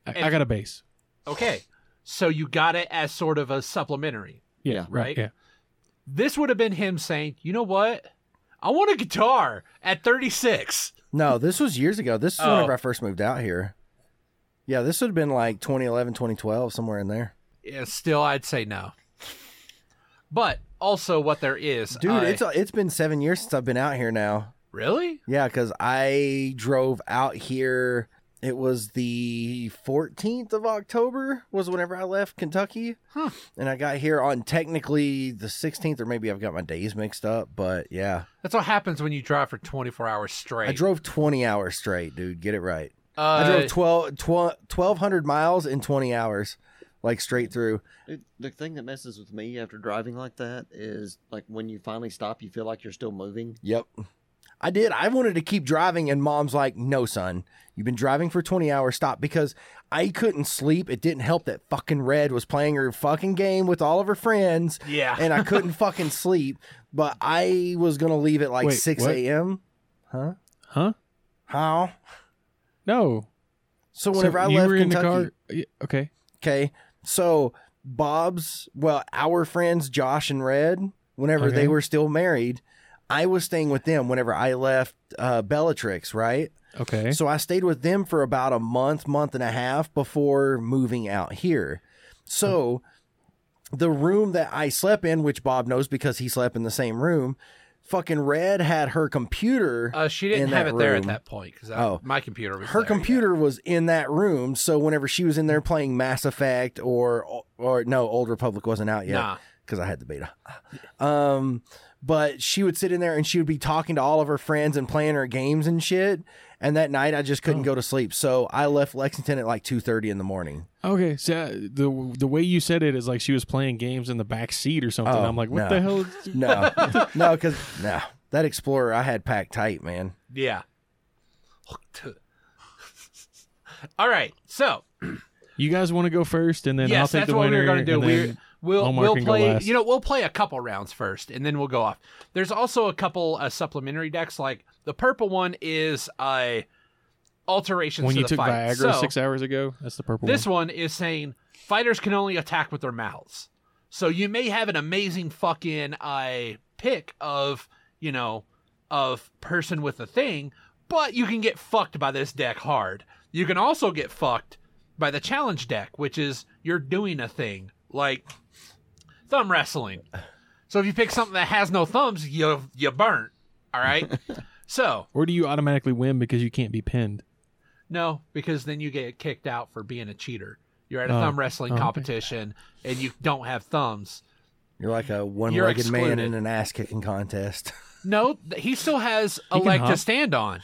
B: I,
A: And-
B: I got a bass.
A: Okay. So you got it as sort of a supplementary.
B: Yeah,
C: Yeah.
B: right.
A: Right?
B: Yeah.
A: This would have been him saying, you know what? I want a guitar at 36.
D: No, this was years ago. This is
A: Oh.
D: whenever I first moved out here. Yeah, this would have been like 2011, 2012, somewhere in there.
A: Yeah, still, I'd say no. But also, what there is.
D: Dude,
A: I-
D: it's it's been seven years since I've been out here now.
A: Really?
D: Yeah, because I drove out here. It was the 14th of October was whenever I left Kentucky,
A: Huh.
D: and I got here on technically the 16th, or maybe I've got my days mixed up. But yeah,
A: That's what happens when you drive for 24 hours straight.
D: I drove 20 hours straight, dude. Get it right.
A: Uh,
D: I drove 12, 12 1,200 miles in 20 hours. like straight through.
C: Dude, the thing that messes with me after driving like that is like when you finally stop, you feel like you're still moving.
D: Yep. I did. I wanted to keep driving, and mom's like, no, son, you've been driving for 20 hours. Stop because I couldn't sleep. It didn't help that fucking Red was playing her fucking game with all of her friends,
A: Yeah.
D: and I
B: *laughs*
D: couldn't fucking sleep. But I was going to leave at like
B: Wait,
D: 6
B: what?
D: a.m. Huh?
B: Huh?
D: How?
B: No.
D: So
B: So
D: whenever I
B: you
D: left
B: were in
D: Kentucky,
B: the car. y- Okay.
D: Okay. So Bob's, well, our friends Josh and Red, whenever
B: Okay.
D: they were still married, I was staying with them whenever I left uh, Bellatrix, right?
B: Okay.
D: So I stayed with them for about a month, month and a half before moving out here. So the room that I slept in, which Bob knows because he slept in the same room, fucking Red had her computer.
A: Uh, she didn't
D: in
A: have
D: that
A: it there at
D: room.
A: that point because
D: Oh.
A: my computer was
D: her
A: there,
D: computer was in that room, so whenever she was in there playing Mass Effect or or no, Old Republic wasn't out
A: Yeah.
D: yet
A: Nah.
D: because I had the beta. Um, but she would sit in there and she would be talking to all of her friends and playing her games and shit. And that night, I just couldn't
B: Oh.
D: go to sleep, so I left Lexington at like two thirty in the morning.
B: Okay. So uh, the the way you said it is like she was playing games in the back seat or something.
D: Oh,
B: I'm like, what
D: no.
B: the hell? is-
D: No,
A: *laughs*
D: no, because no, that Explorer I had packed tight, man.
A: Yeah. *laughs* All right. So
B: You guys want to go first, and then I'll
A: yes,
B: take
A: that's
B: the
A: what
B: winner.
A: we were going to do.
B: and
A: We
B: then-
A: we'll
B: Omar
A: we'll
B: can go
A: play.
B: last.
A: You know, we'll play a couple rounds first, and then we'll go off. There's also a couple uh, supplementary decks. Like the purple one is uh, alterations
B: when
A: to
B: you
A: the
B: took
A: fight.
B: Viagra
A: So,
B: six hours ago, that's the purple
A: This
B: one.
A: one is saying fighters can only attack with their mouths. So you may have an amazing fucking uh, pick of, you know, of person with a thing, but you can get fucked by this deck hard. You can also get fucked by the challenge deck, which is you're doing a thing like thumb wrestling. So if you pick something that has no thumbs, you you burn. All right. so
B: Or do you automatically win because you can't be pinned?
A: no, because then you get kicked out for being a cheater. You're at a
B: Oh.
A: thumb wrestling
B: Oh, okay.
A: competition and you don't have thumbs.
D: You're like a one-legged man
A: excluded.
D: in an ass kicking
A: *laughs*
D: contest.
A: No, th- he still has a
B: can
A: leg to
B: hop.
A: stand on.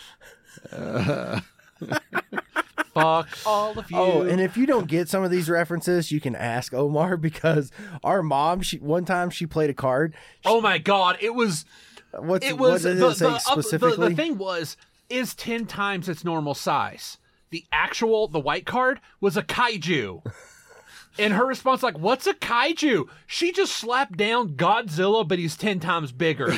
A: Fuck all of you.
D: Oh, and if you don't get some of these references, you can ask Omar *laughs* because our mom, she one time she played a card.
A: Oh my god, it was
D: What's
A: it was
D: what did
A: the,
D: it say
A: the, up- the-
D: specifically?
A: the thing was is 10 times its normal size. The actual the white card was a
B: *laughs*
A: kaiju. And her response like, "What's a kaiju?" She just slapped down Godzilla but he's 10 times bigger.
B: *laughs*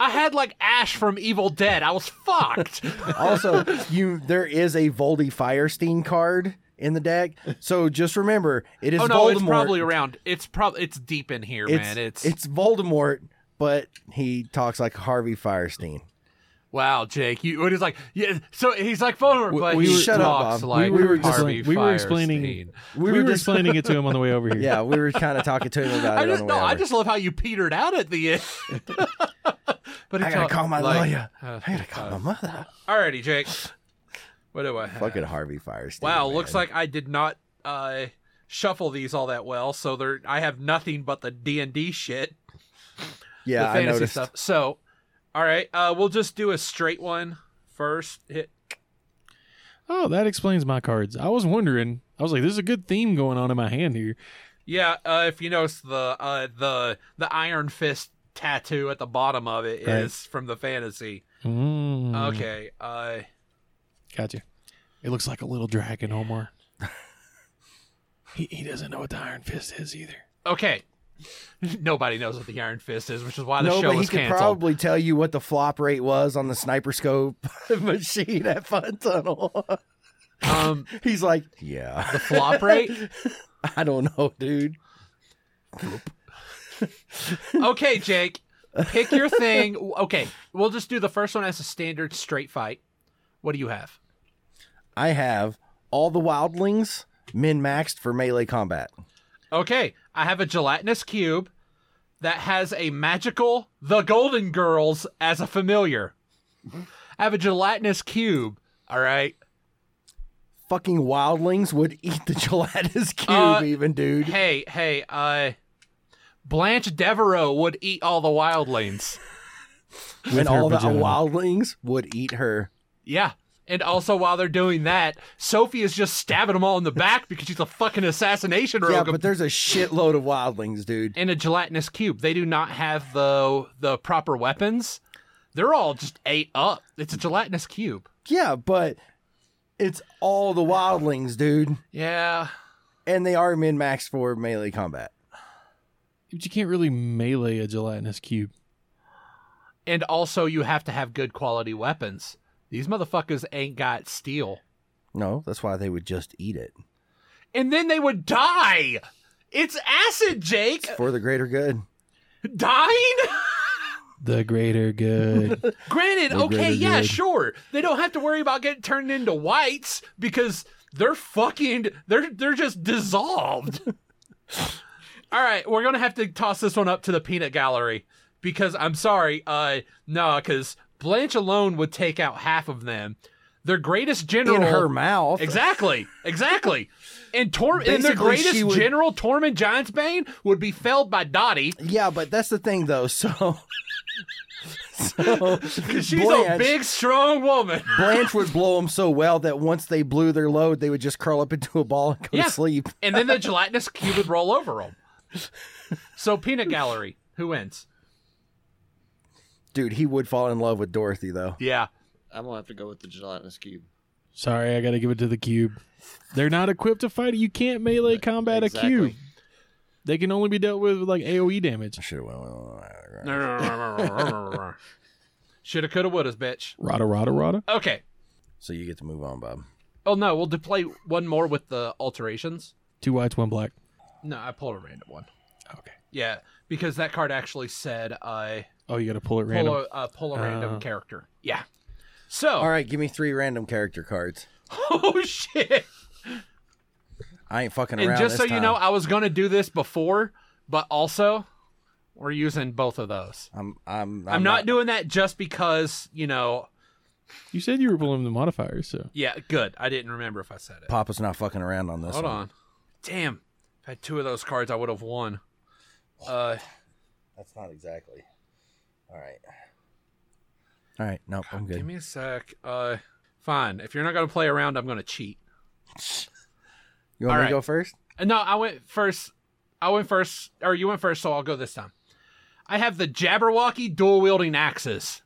A: I had like Ash from Evil Dead. I was
B: *laughs*
A: fucked.
D: also, you there is a Voldy Firestein card in the deck, so just remember it is
A: oh no,
D: Voldemort.
A: it's probably around. It's probably it's deep in here,
D: it's,
A: man. It's,
D: it's Voldemort, but he talks like Harvey Firestein.
A: wow, Jake. You it is like yeah. So he's like Voldemort,
B: We-
A: but
B: we
A: he
B: were-
D: Shut up,
A: talks
D: Bob.
A: like
B: we were just
A: Harvey
B: like- we were explaining-
A: Fierstein.
B: We, were,
D: just-
B: explaining it to him on the way
D: *laughs*
B: over here.
D: yeah, we
A: *laughs*
D: were kind of talking to him about
A: I
D: it.
A: just
D: on the
A: no,
D: way
A: I
D: over.
A: just love how you petered out at the
D: *laughs*
A: end. but
D: I
A: it's
D: gotta
A: all-
D: call my lawyer.
A: uh,
D: I gotta call
A: *laughs*
D: my mother.
A: alrighty, Jake. What do I have?
D: Fucking Harvey Firestein.
A: wow,
D: man.
A: looks like I did not uh, shuffle these all that well, so there I have nothing but the D and D shit,
D: yeah,
A: the
D: I
A: fantasy
D: noticed.
A: stuff. So, all right, uh, we'll just do a straight one first. Hit
B: Oh, that explains my cards. I was wondering. I was like, there's a good theme going on in my hand here.
A: Yeah, uh, if you notice the uh, the the Iron Fist tattoo at the bottom of it is
B: Right.
A: from the fantasy.
B: Mm,
A: Okay, uh,
B: Gotcha. It looks like a little dragon, Omar. *laughs* he, he doesn't know what the Iron Fist is either.
A: okay. *laughs* Nobody knows what the Iron Fist is, which is why the
D: no,
A: show
D: but he
A: was
D: could
A: canceled.
D: probably tell you what the flop rate was on the sniper scope *laughs* machine at Fun Tunnel. *laughs*
A: *laughs* Um,
D: He's like, yeah,
A: the
D: *laughs*
A: flop rate.
D: I don't know, dude.
A: Okay, Jake, pick your
D: *laughs*
A: thing. Okay, we'll just do the first one as a standard straight fight. What do you have?
D: I have all the wildlings min maxed for melee combat.
A: Okay, I have a gelatinous cube that has a magical The Golden Girls as a familiar. I have a gelatinous cube. All right.
D: Fucking wildlings would eat the *laughs* gelatinous cube,
A: Uh,
D: even dude.
A: Hey, hey, uh Blanche Devereaux would eat all the wildlings.
D: and
B: her
D: all the
B: vagina.
D: wildlings would eat her.
A: Yeah. And also, while they're doing that, Sophie is just stabbing them all in the back because she's a fucking assassination rogue.
D: Yeah, but there's a shitload of wildlings, dude.
A: and a gelatinous cube. They do not have the the proper weapons. They're all just ate up. It's a gelatinous cube.
D: Yeah, but it's all the wildlings, dude.
A: Yeah.
D: And they are min max for melee combat.
B: But you can't really melee a gelatinous cube.
A: And also you have to have good quality weapons. These motherfuckers ain't got steel.
D: No, that's why they would just eat it
A: And then they would die. It's acid, Jake.
D: for the greater good.
A: Dying? *laughs*
B: The greater good.
A: Granted,
D: They're
A: okay,
D: greater
A: yeah,
D: good.
A: sure. They don't have to worry about getting turned into whites because they're fucking they're they're just dissolved. *laughs* All right, we're gonna have to toss this one up to the peanut gallery because I'm sorry, uh, no, because Blanche alone would take out half of them. Their greatest general
D: In her mouth.
A: Exactly, exactly. And Tor and their
D: Basically, she
A: greatest
D: would-
A: general Tormund Giantsbane would be felled by Dottie
D: Yeah, but that's the thing though. *laughs* So, so
A: because she's a
D: Blanche-
A: big, strong woman.
D: Blanche would blow them so well that once they blew their load, they would just curl up into a ball and go
A: Yeah.
D: to sleep.
A: and then the gelatinous cube would roll over them. So peanut gallery, who wins?
D: Dude, he would fall in love with Dorothy though.
A: Yeah,
C: I'm gonna have to go with the gelatinous cube.
B: Sorry, I got to give it to the cube. They're not equipped to fight it. You can't melee combat
C: Exactly.
B: a cube. They can only be dealt with with like AOE damage.
D: Should have
A: shoulda, coulda, wouldas, bitch.
B: Rada, rada, rada.
A: Okay.
D: So you get to move on, Bob.
A: Oh no, we'll de- play one more with the alterations.
B: Two whites, one black.
A: No, I pulled a random one.
B: Okay.
A: Yeah, because that card actually said I
B: Oh, you got to pull it random.
A: pull a, uh, pull a random
B: Uh.
A: character. Yeah. So,
D: All right, give me three random character cards.
A: *laughs* oh shit.
D: I ain't fucking around.
A: And just so
D: this
A: you
D: time.
A: know, I was gonna do this before, but also we're using both of those.
D: I'm I'm
A: I'm, not, doing that just because, you know,
B: You said you were pulling the modifiers, so
A: yeah, good. I didn't remember if I said it.
D: Papa's not fucking around on this.
A: Hold
D: one.
A: on. Damn. If I had two of those cards, I would have won. Uh,
D: That's not exactly. All right. All right. Nope. I'm good.
A: give me a sec. Uh, fine. If you're not going to play around, I'm going to cheat.
D: you want
A: all
D: me
A: right.
D: to go first?
A: Uh, No, I went first. I went first, or you went first, so I'll go this time. I have the Jabberwocky dual wielding axes.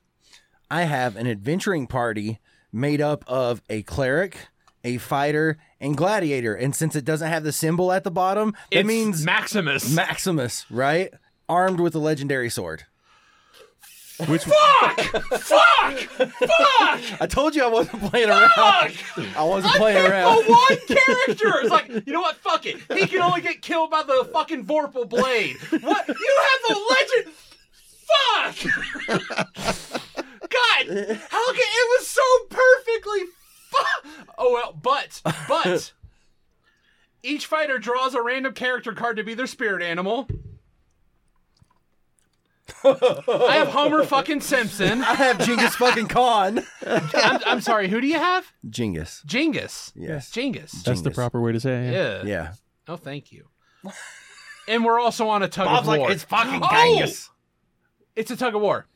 D: I have an adventuring party made up of a cleric, a fighter, and gladiator. And since it doesn't have the symbol at the bottom, that
A: It
D: means
A: Maximus.
D: Maximus, right? Armed with a legendary sword.
B: which
A: fuck! fuck! Fuck!
D: *laughs* I told you I wasn't playing around. I wasn't playing
A: Oh,
D: around.
A: one character. It's like, you know what? Fuck it. He can only get killed by the fucking Vorpal blade. What? You have a legend. Fuck. God, how can it was so perfectly. Fu- oh well, but but each fighter draws a random character card to be their spirit animal. I have Homer fucking Simpson.
D: I have Genghis fucking Khan.
A: I'm, I'm sorry. Who do you have?
D: Genghis.
A: Genghis.
D: Yes.
A: Genghis.
B: that's the
D: Genius.
B: proper way to say it.
A: Yeah.
D: Yeah.
A: Oh, thank you. and we're also on a tug of war.
D: fucking
A: Oh! It's a tug of war.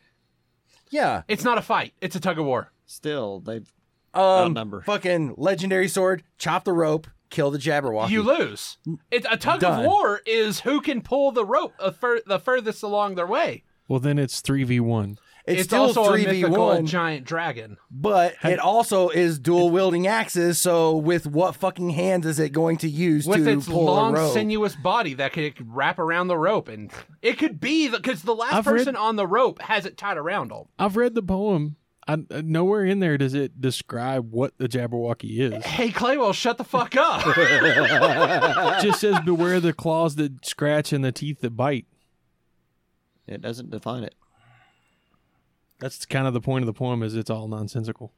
D: Yeah.
A: It's not a fight. It's a tug of war.
C: Still, they've
D: Um,
C: Outnumber.
D: Fucking legendary sword. Chop the rope. Kill the Jabberwocky.
A: You lose. It, a tug
D: Done.
A: of war is who can pull the rope a fur, the furthest along their way.
B: Well, then it's three v one.
D: it's,
A: It's,
D: still
A: also
D: three
A: a
D: v
A: mythical
D: one,
A: giant dragon.
D: but it also is dual wielding axes. So with what fucking hands is it going to use
A: With
D: to
A: its
D: pull
A: long,
D: a rope?
A: sinuous body that could wrap around the rope, and it could be because the last
B: I've read-
A: person on the rope has it tied around them.
B: I've read the poem. I, uh, nowhere in there does it describe what the Jabberwocky is.
A: Hey, Claywell, shut the fuck up.
D: *laughs*
B: It just says beware the claws that scratch and the teeth that bite.
C: it doesn't define it.
B: That's kind of the point of the poem. Is it's all nonsensical.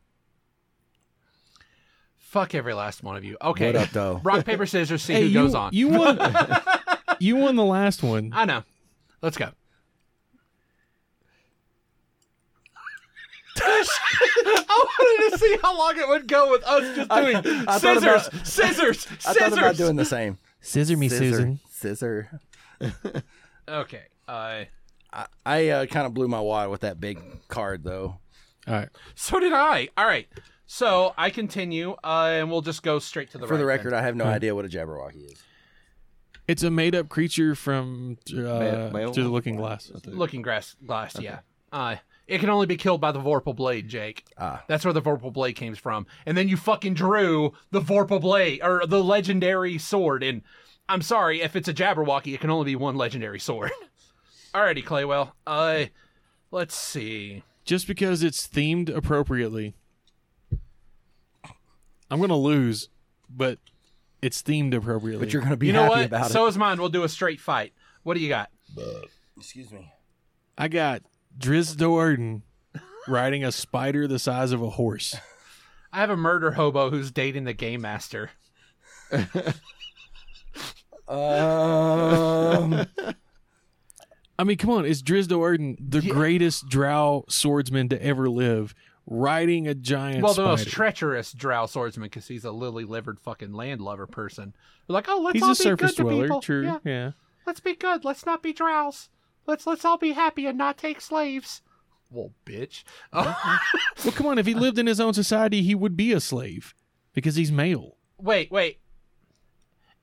A: fuck every last one of you. Okay.
D: What up, though?
A: Rock, paper, scissors, see
B: Hey,
A: who
B: you,
A: goes on. *laughs*
B: You won. you won the last one.
A: I know. Let's go. I wanted to see how long it would go with us just
D: I-
A: doing
D: I thought
A: scissors,
D: about-
A: scissors,
D: *laughs* I
A: scissors.
D: thought about doing
A: *laughs*
D: the same.
B: Scissor me,
D: Scissor,
B: Susan.
D: Scissor.
A: Okay. Uh,
D: I, I uh, kind of blew my wad with that big card though.
B: All right.
A: so did I. All right. So I continue, uh, and we'll just go straight to the
D: For the
A: right
D: record, I have no
B: Hmm.
D: idea what a Jabberwocky is.
B: It's a made up creature from uh,
C: Beowulf?
B: Through the Looking Glass.
C: I
A: then.
C: think.
A: looking grass glass. Yeah, uh, it can only be killed by the Vorpal blade, Jake.
D: Ah.
A: That's where the Vorpal blade came from. And then you fucking drew the Vorpal blade or the legendary sword. And I'm sorry if it's a Jabberwocky, it can only be one legendary
B: *laughs*
A: sword. Alrighty, Claywell. Uh, let's see.
B: Just because it's themed appropriately, I'm gonna lose, but it's themed appropriately.
D: But you're going to be
A: you know
D: happy
A: what?
D: about
A: So
D: it.
A: is mine. We'll do a straight fight. What do you got?
D: Excuse me.
B: I got Driz Doerden riding a spider the size of a horse.
A: I have a murder hobo who's dating the game master.
D: Um, *laughs*
B: I mean, come on, it's Driz Doerden, the
A: Yeah.
B: greatest drow swordsman to ever live, riding a giant
A: well, the
B: spider.
A: most treacherous drow swordsman because he's a lily-livered fucking landlubber person. Like, oh, let's
B: He's
A: all
B: a
A: be
B: surface
A: good to
B: dweller,
A: people.
B: true.
A: Yeah.
B: yeah.
A: let's be good. Let's not be drows. Let's let's all be happy and not take slaves. Well, bitch. Uh,
B: Well, come on. If he lived in his own society, he would be a slave because he's male.
A: *laughs* wait, wait.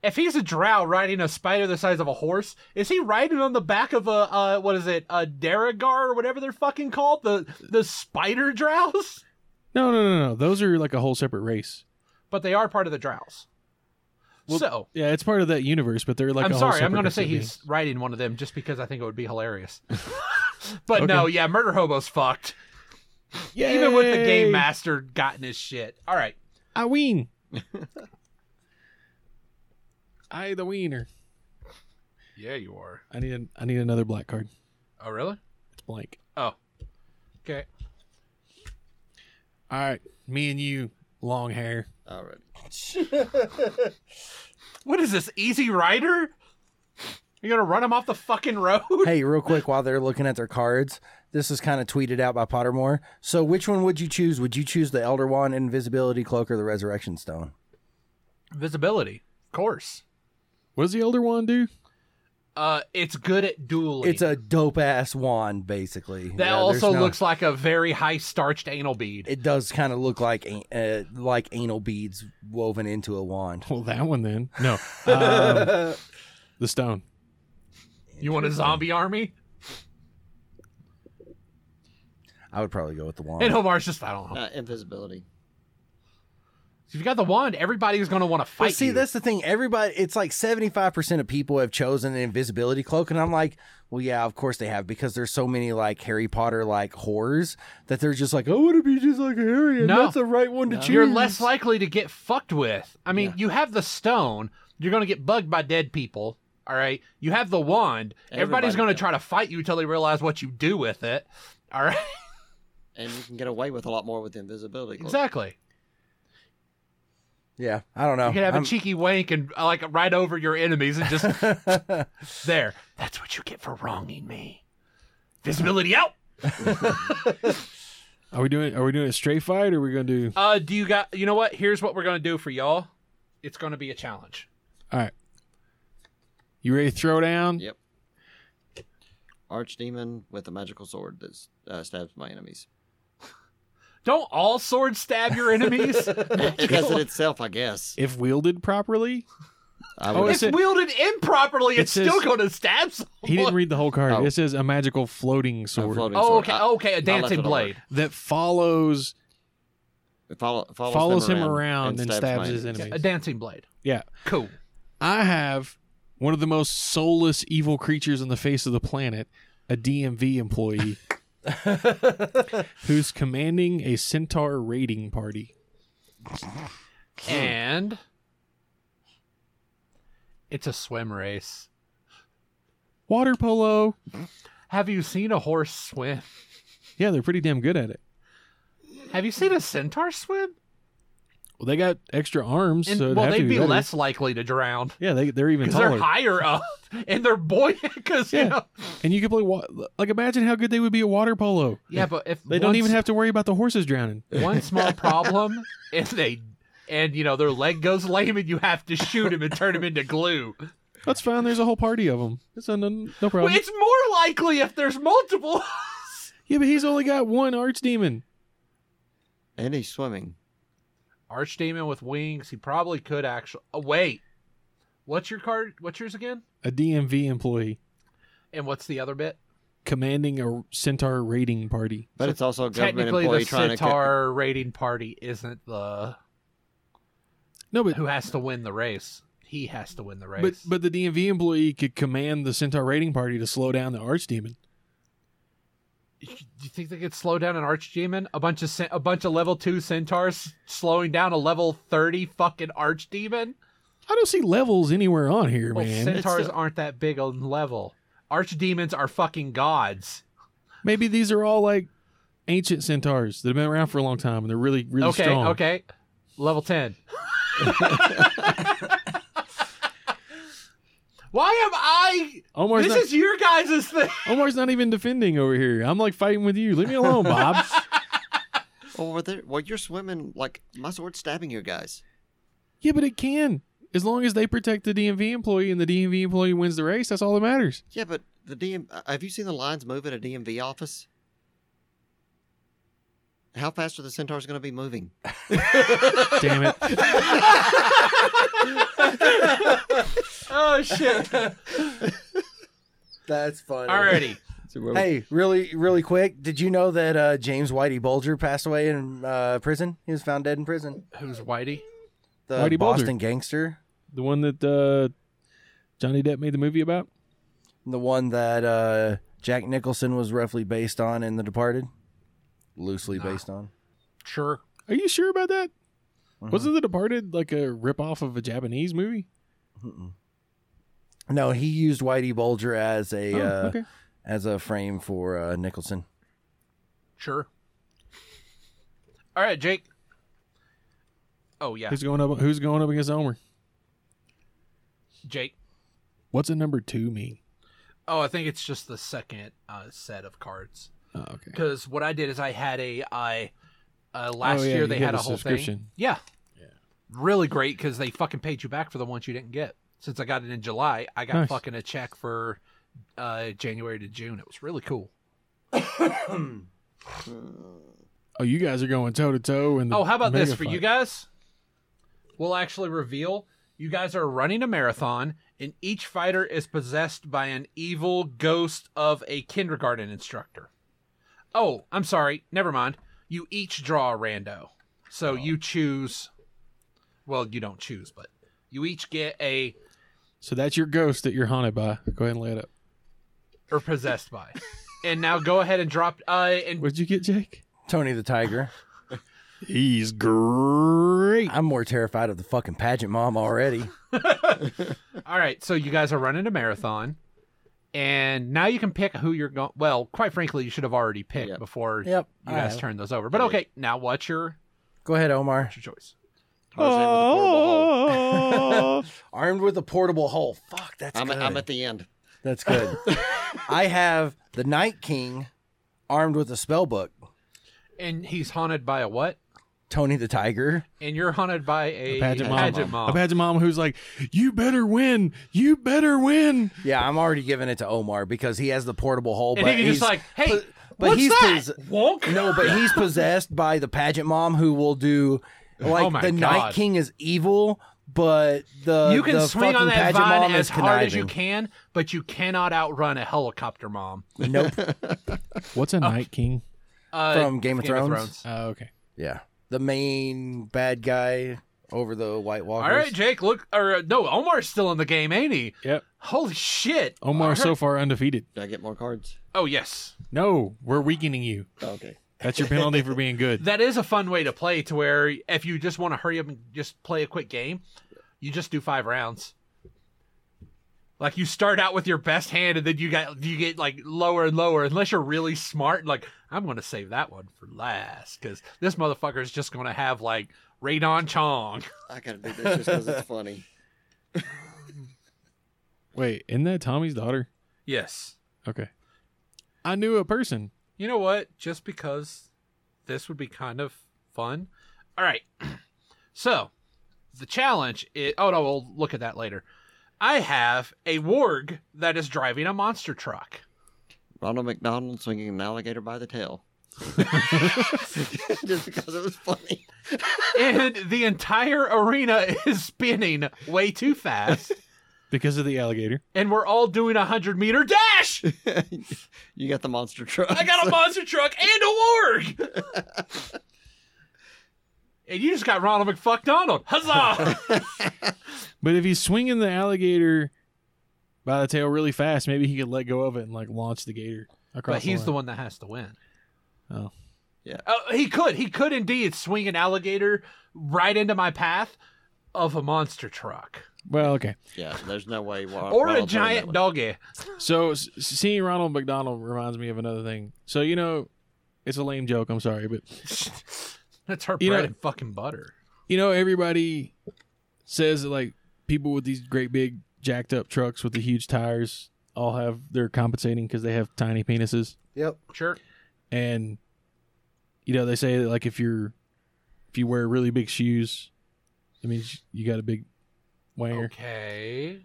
A: If he's a drow riding a spider the size of a horse, is he riding on the back of a uh, what is it, a Daragar or whatever they're fucking called, the the spider drows?
B: No, no, no, no. Those are like a whole separate race.
A: But they are part of the drows.
B: Well,
A: so
B: Yeah, it's part of that universe, but they're like.
A: I'm
B: a
A: sorry, I'm
B: going
A: gonna
B: to
A: say he's riding one of them just because I think it would be
B: *laughs*
A: hilarious. *laughs* but no,
B: Okay.
A: yeah, murder hobo's fucked. Even with the game master gotten his shit. All right. *laughs*
B: I ween. I the wiener.
A: Yeah, you are.
B: I need an, I need another black card.
A: Oh, really?
B: It's blank.
A: Okay.
B: All right, me and you, long hair.
C: All right.
A: What is this, Easy Rider? You're gonna run him off the fucking road?
D: hey, real quick, while they're looking at their cards, this is kind of tweeted out by Pottermore. So, which one would you choose? Would you choose the Elder Wand, Invisibility Cloak, or the Resurrection Stone?
A: *laughs* Visibility, of course.
B: What does the elder one do?
A: Uh, it's good at dueling.
D: It's a dope ass wand, basically.
A: that
D: Yeah, there's
A: also
D: no-
A: looks like a very high starched anal bead.
D: It does kind of look like an- uh, like anal beads woven into a wand.
B: *laughs* Well, that one then. *laughs* No, um,
C: Uh,
B: the stone.
A: You want a zombie army?
D: I would probably go with the wand.
A: And Homar's just I don't know.
C: Uh, invisibility.
A: If you got the wand, everybody's gonna want to
D: But
A: fight.
D: see,
A: you.
D: that's the thing. Everybody, it's like seventy-five percent of people have chosen an invisibility cloak, and I'm like, well, yeah, of course they have, because there's so many like Harry Potter like horrors that they're just like, I want to be just like Harry, and
A: No.
D: that's the right one to choose.
A: You're less likely to get fucked with. I mean, you have the stone. You're gonna get bugged by dead people. All right. You have the wand. Everybody's
C: Everybody
A: gonna
C: can.
A: try to fight you till they realize what you do with it. All right.
C: And you can get away with a lot more with invisibility. Cloak.
A: Exactly.
D: Yeah, I don't know.
B: Oh,
A: You can have
D: I'm-
A: a cheeky wank and uh, like right over your enemies and
B: *laughs*
A: just there. That's what you get for wronging me. Visibility out.
B: Are we doing? Are we doing a straight fight? Or are we going to do?
A: Uh, do you got? You know what? Here's what we're gonna do for y'all. It's gonna be a challenge.
B: All right. You ready to throw down?
C: Yep. Archdemon with a magical sword that s- uh, stabs my enemies.
A: Don't all swords stab your
B: *laughs*
A: enemies?
C: *laughs* It
A: *laughs*
C: does it itself, I guess.
B: If wielded properly,
C: I
B: Oh,
C: would-
B: it's-
A: if wielded improperly,
B: It
A: it's
B: says-
A: still gonna stab someone.
B: he didn't read the whole card.
C: Oh.
B: It says a magical floating
C: a
B: sword
C: floating
A: Oh,
C: sword.
A: okay,
C: I-
B: uh,
A: okay, a
C: left it
A: dancing
C: alone.
A: blade.
B: that follow-
C: it follow, follows,
B: follows, him around and stabs,
C: my
B: his enemies.
A: A dancing blade.
B: Yeah.
A: Cool.
B: I have one of the most soulless evil creatures on the face of the planet, a DMV
C: *laughs*
B: employee who's commanding a centaur raiding party.
A: And it's a swim race.
B: Water polo.
A: Have you seen a horse swim?
B: Yeah, they're pretty damn good at it.
A: Have you seen a centaur swim?
B: Well, they got extra arms,
A: And,
B: so it'd
A: well,
B: have to
A: they'd be
B: better.
A: less likely to drown
B: Yeah, they, they're even
A: because they're
B: taller.
A: higher up *laughs* and they're buoyant. Because
B: Yeah.
A: you know,
B: And you can play wa- like imagine how good they would be at water polo.
A: yeah, but if
B: They don't
A: one
B: even
A: s-
B: have to worry about the horses drowning.
A: *laughs* one small problem, if they and you know their leg goes lame and you have to shoot him and turn him into glue.
B: That's fine. There's a whole party of them. It's a, no, no problem.
A: Well, it's more likely if there's multiple. *laughs*
B: yeah, but he's only got one archdemon.
C: And he's swimming.
A: Archdemon with wings. He probably could actually. Oh wait, what's your card? What's yours again?
B: A DMV employee
A: And what's the other bit?
B: commanding a centaur raiding party.
C: But it's also a government
A: Technically,
C: employee
A: the
C: trying to. co-
A: Centaur raiding party isn't the
B: No, but
A: who has to win the race. He has to win the race.
B: but but the DMV employee could command the centaur raiding party to slow down the archdemon.
A: do you think they could slow down an archdemon? A bunch of cen- a bunch of level two centaurs slowing down a level thirty fucking archdemon.
B: I don't see levels anywhere on here,
A: Well,
B: man.
A: centaurs
C: It's a-
A: aren't that big on level. Archdemons are fucking gods.
B: Maybe these are all like ancient centaurs that have been around for a long time and they're really really
A: okay,
B: strong.
A: okay. Level
B: *laughs*
A: 10. Why am I.
B: Omar's
A: this
B: not,
A: is your guys' thing.
B: *laughs* Omar's not even defending over here. I'm like fighting with you. Leave me
A: *laughs*
B: alone, Bob.
C: Oh, were there, well, you're swimming like my sword's stabbing you guys.
B: yeah, but it can. As long as they protect the DMV employee and the DMV employee wins the race, that's all that matters.
C: Yeah, but the DM. uh, Have you seen the lines move at a DMV office? How fast are the centaurs going to be moving?
B: Damn
A: *laughs*
B: it.
A: Oh, shit.
D: *laughs* That's funny.
A: *laughs* Alrighty.
D: Hey, really, really quick. Did you know that uh, James Whitey Bulger passed away in uh, prison? He was found dead in prison.
A: Who's Whitey?
D: The
B: Whitey Bulger.
D: Boston gangster,
B: The one that uh, Johnny Depp made the movie about?
D: the one that uh, Jack Nicholson was roughly based on in The Departed, loosely based on.
A: Sure.
B: Are you sure about that?
D: Mhm.
B: Wasn't The Departed like a ripoff of a Japanese movie?
D: Mm-mm. No, he used Whitey Bulger as a
B: Oh,
D: uh,
B: okay.
D: as a frame for uh, Nicholson.
A: Sure. All right, Jake. Oh, yeah.
B: Who's going up who's going up against Omer?
A: Jake.
B: What's a number two mean?
A: Oh, I think it's just the second uh, set of cards.
B: Oh, okay.
A: Because what I did is I had a I uh, last
B: Oh, yeah,
A: year
B: you
A: they
B: get
A: had
B: a
A: a, whole thing.
B: subscription.
A: Yeah. Really great because they fucking paid you back for the ones you didn't get. Since I got it in July, I got
B: Nice.
A: fucking a check for uh, January to June. It was really cool.
B: Oh, you guys are going toe to toe and
A: Oh, how about this for you guys? We'll actually reveal you guys are running a marathon, and each fighter is possessed by an evil ghost of a kindergarten instructor. Oh, I'm sorry. Never mind. You each draw a rando. So you choose. Well, you don't choose, but you each get a.
B: So that's your ghost that you're haunted by. Go ahead and lay it up.
A: or possessed by. and now go ahead and drop. Uh, and
B: What'd you get, Jake?
D: Tony the Tiger.
B: He's great.
D: I'm more terrified of the fucking pageant
B: *laughs*
D: mom already.
A: All right, so you guys are running a marathon, and now you can pick who you're going. Well, quite frankly, you should have already picked
C: Yep.
A: before
D: Yep.
A: you guys
D: Alright.
A: turn those over. But okay, now what's your
D: Go ahead, Omar.
A: what's your choice?
C: Tarzan with a portable
B: Oh,
C: hole.
D: Armed with a portable hole. Fuck, that's
C: I'm,
D: good.
C: at, I'm at the end.
D: That's good. *laughs* I have the Night King armed with a spell book.
A: And he's haunted by a what?
D: Tony the Tiger.
A: And you're haunted by a,
B: A *laughs* pageant mom.
A: pageant mom.
B: A pageant mom who's like, "You better win. You better win."
D: Yeah, I'm already giving it to Omar because he has the portable hole.
A: and
D: but
A: he can just
D: he's-
A: like, hey,
D: but, but
A: what's
D: he's
A: that?
D: pos-
A: Wonk?
D: *laughs* no, but he's possessed by the pageant mom who will do like
A: Oh my
D: the
A: God.
D: Night King is evil, but the
A: you can
D: uh, the
A: swing on
D: fucking
A: that
D: pageant
A: vine
D: mom
A: as
D: is
A: hard as you can,
D: conniving.
A: but you cannot outrun a helicopter mom.
D: Nope.
A: *laughs*
B: What's
A: Oh.
B: a night king?
A: Uh,
D: From Game of Thrones?
B: Oh, okay.
D: Yeah. The main bad guy over the White Walkers.
A: All right, Jake. Look, or uh, no, Omar's still in the game, ain't he?
B: Yep.
A: Holy shit!
B: Omar
A: Alright.
B: so far undefeated.
C: Do I get more cards?
A: Oh yes,
B: No, we're weakening you. *laughs*
C: Okay.
B: That's your penalty for
A: *laughs*
B: being good.
A: that is a fun way to play. To where if you just want to hurry up and just play a quick game, you just do five rounds. Like you start out with your best hand, and then you got you get like lower and lower. Unless you're really smart, and like I'm gonna save that one for last because this motherfucker is just gonna have like Radon Chong. *laughs*
C: I gotta do this just because it's funny. *laughs*
B: Wait, isn't that Tommy's daughter?
A: Yes.
B: Okay. I knew a person.
A: You know what? Just because this would be kind of fun. All right. *clears throat* So, the challenge is oh no, we'll look at that later. I have a warg that is driving a monster truck. *laughs*
C: Ronald McDonald swinging an alligator by the tail. just because it was funny.
A: and the entire arena is spinning way too fast,
B: because of the alligator.
A: and we're all doing a hundred meter dash.
C: *laughs* you got the monster truck.
A: I got a monster truck and a warg. and you just got Ronald McFuckdonald. Huzzah!
B: But if he's swinging the alligator by the tail really fast, maybe he could let go of it and like launch the gator across.
A: but he's
B: the
A: the
B: line.
A: one that has to win.
B: Oh.
C: Yeah.
A: Uh, he could. He could indeed swing an alligator right into my path of a monster truck
B: Well, okay.
C: *laughs* Yeah, there's no way. Wa-
A: or a
C: Ronald's winning that
A: giant
C: one.
A: doggy. *laughs*
B: So s- seeing Ronald McDonald reminds me of another thing. So you know, it's a lame joke. I'm sorry, but
A: That's her
B: You
A: bread
B: know-
A: and fucking butter.
B: you know everybody says that like people with these great big jacked up trucks with the huge tires all have they're compensating because they have tiny penises.
D: Yep.
A: Sure.
B: and you know they say that like if you're if you wear really big shoes it means you got a big wanger
A: Okay.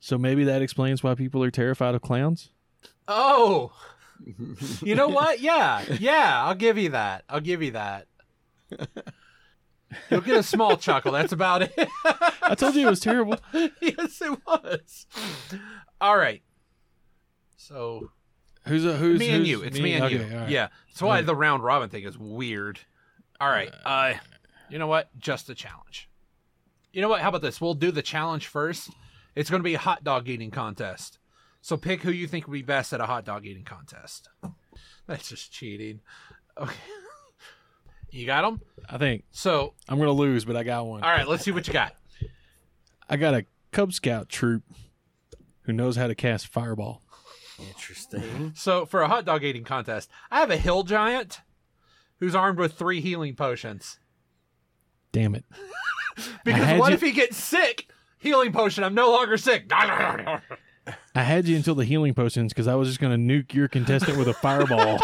B: so maybe that explains why people are terrified of clowns
A: Oh, you know what? Yeah, yeah. I'll give you that. I'll give you that. You'll get a small chuckle. That's about it. *laughs*
B: i told you it was terrible
A: yes, it was. All right. So
B: *laughs* who's a who's
A: me and
B: who's-
A: you. It's me and
B: okay,
A: you.
B: all right.
A: Yeah. That's why
B: Alright.
A: the round robin thing is weird. All right. Uh, you know what? Just a challenge. You know what? How about this? We'll do the challenge first. It's going to be a hot dog eating contest. So pick who you think would be best at a hot dog eating contest. That's just cheating. Okay. *laughs* You got them?
B: i think
A: So,
B: i'm gonna lose but i got one
A: all right, let's see what you got.
B: i got a cub scout troop who knows how to cast fireball
D: Interesting.
A: So, for a hot dog eating contest, I have a hill giant who's armed with three healing potions.
B: damn it
A: Because
B: had
A: what
B: you-
A: if he gets sick? Healing potion. I'm no longer sick. *laughs*
B: i had you until the healing potions because i was just gonna nuke your contestant with a fireball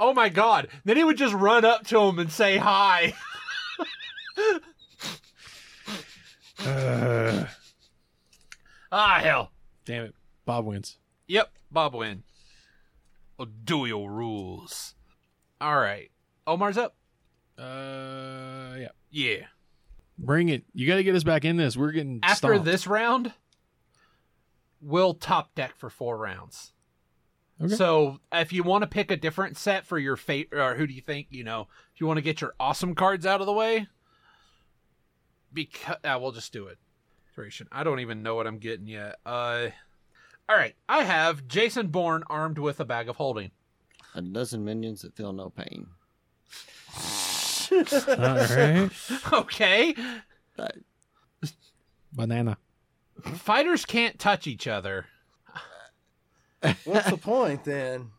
A: oh my god. Then he would just run up to him and say hi. *laughs*
B: Ugh.
A: ah hell.
B: *laughs* damn it bob wins
A: Yep, Bob win. Oh, dual rules. All right. Omar's up.
B: uh yeah
A: Yeah.
B: Bring it. You got to get us back in this. We're getting
A: After
B: stomped.
A: this round, we'll top deck for four rounds.
B: Okay.
A: So if you want to pick a different set for your fate, or who do you think you know? If you want to get your awesome cards out of the way, because uh, we'll just do it. Duration. I don't even know what I'm getting yet. Uh, all right. I have Jason Bourne armed with a bag of holding. *laughs*
C: A dozen minions that feel no pain.
B: All
A: *laughs*
B: right.
A: okay.
B: Banana.
A: Fighters can't touch each other.
D: What's the point then?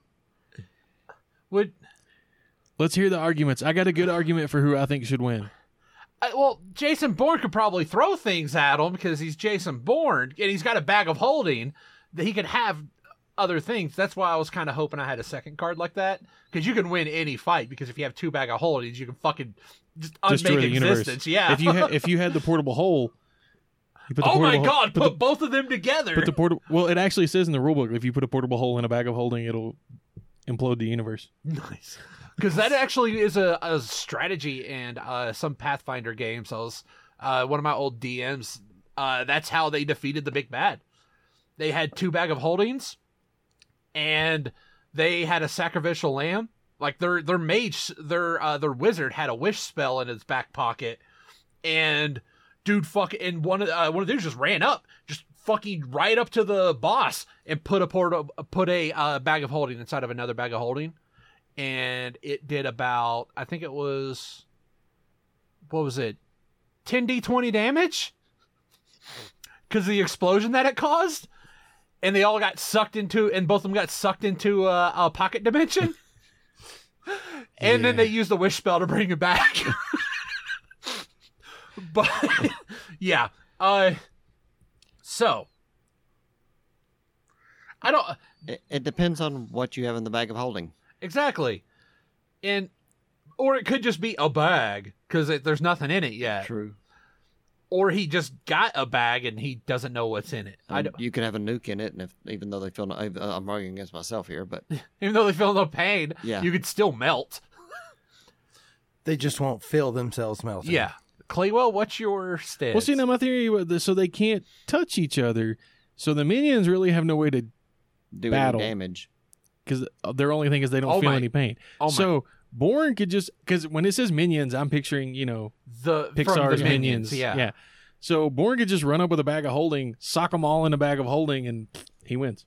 A: Would
B: Let's hear the arguments. I got a good argument for who I think should win.
A: I, Uh, well, Jason Bourne could probably throw things at him because he's Jason Bourne and he's got a bag of holding that he could have other things. That's why I was kind of hoping I had a second card like that because you can win any fight because if you have two bag of holdings, you can fucking just
B: Destroy the
A: unmake
B: universe.
A: existence. Yeah. *laughs*
B: If you ha- if you had the portable hole, you put the
A: oh my
B: portable hole-
A: god, put,
B: put,
A: both of them
B: the,
A: together.
B: put the portable. Well, it actually says in the rulebook if you put a portable hole in a bag of holding, it'll implode the universe.
A: Nice. *laughs* Because that actually is a, a strategy and uh, some Pathfinder games. I was uh, one of my old DMs. Uh, that's how they defeated the big bad. They had two bag of holdings, and they had a sacrificial lamb. Like their their mage, their uh, their wizard had a wish spell in his back pocket, and dude, fuck, and one of uh, one of the dudes just ran up, just fucking right up to the boss and put a port put a uh, bag of holding inside of another bag of holding and it did about I think it was what was it 10d20 damage because the explosion that it caused and they all got sucked into and both of them got sucked into a, a pocket dimension and then
B: Yeah.
A: they used the wish spell to bring it back *laughs* but yeah uh so I don't
C: It, it depends on what you have in the bag of holding.
A: Exactly. And or it could just be a bag because there's nothing in it yet.
C: True.
A: or he just got a bag and he doesn't know what's in it. I
C: Um,
A: don't,
C: you can have a nuke in it, and if even though they feel no, I, I'm arguing against myself here, but
A: even though they feel no pain,
C: Yeah.
A: you could still melt.
D: They just won't feel themselves melting.
A: Yeah, Claywell, what's your stance?
B: Well, see, now my theory was that- so they can't touch each other, so the minions really have no way to
C: do
B: Battle.
C: any damage.
B: because their only thing is they don't
A: Oh
B: feel
A: my-
B: any pain.
A: oh my,
B: so Bourne could just because when it says minions, I'm picturing you know
A: the from
B: Pixar's
A: the
B: minions.
A: Yeah,
B: yeah. So Bourne could just run up with a bag of holding, sock them all in a bag of holding, and he wins.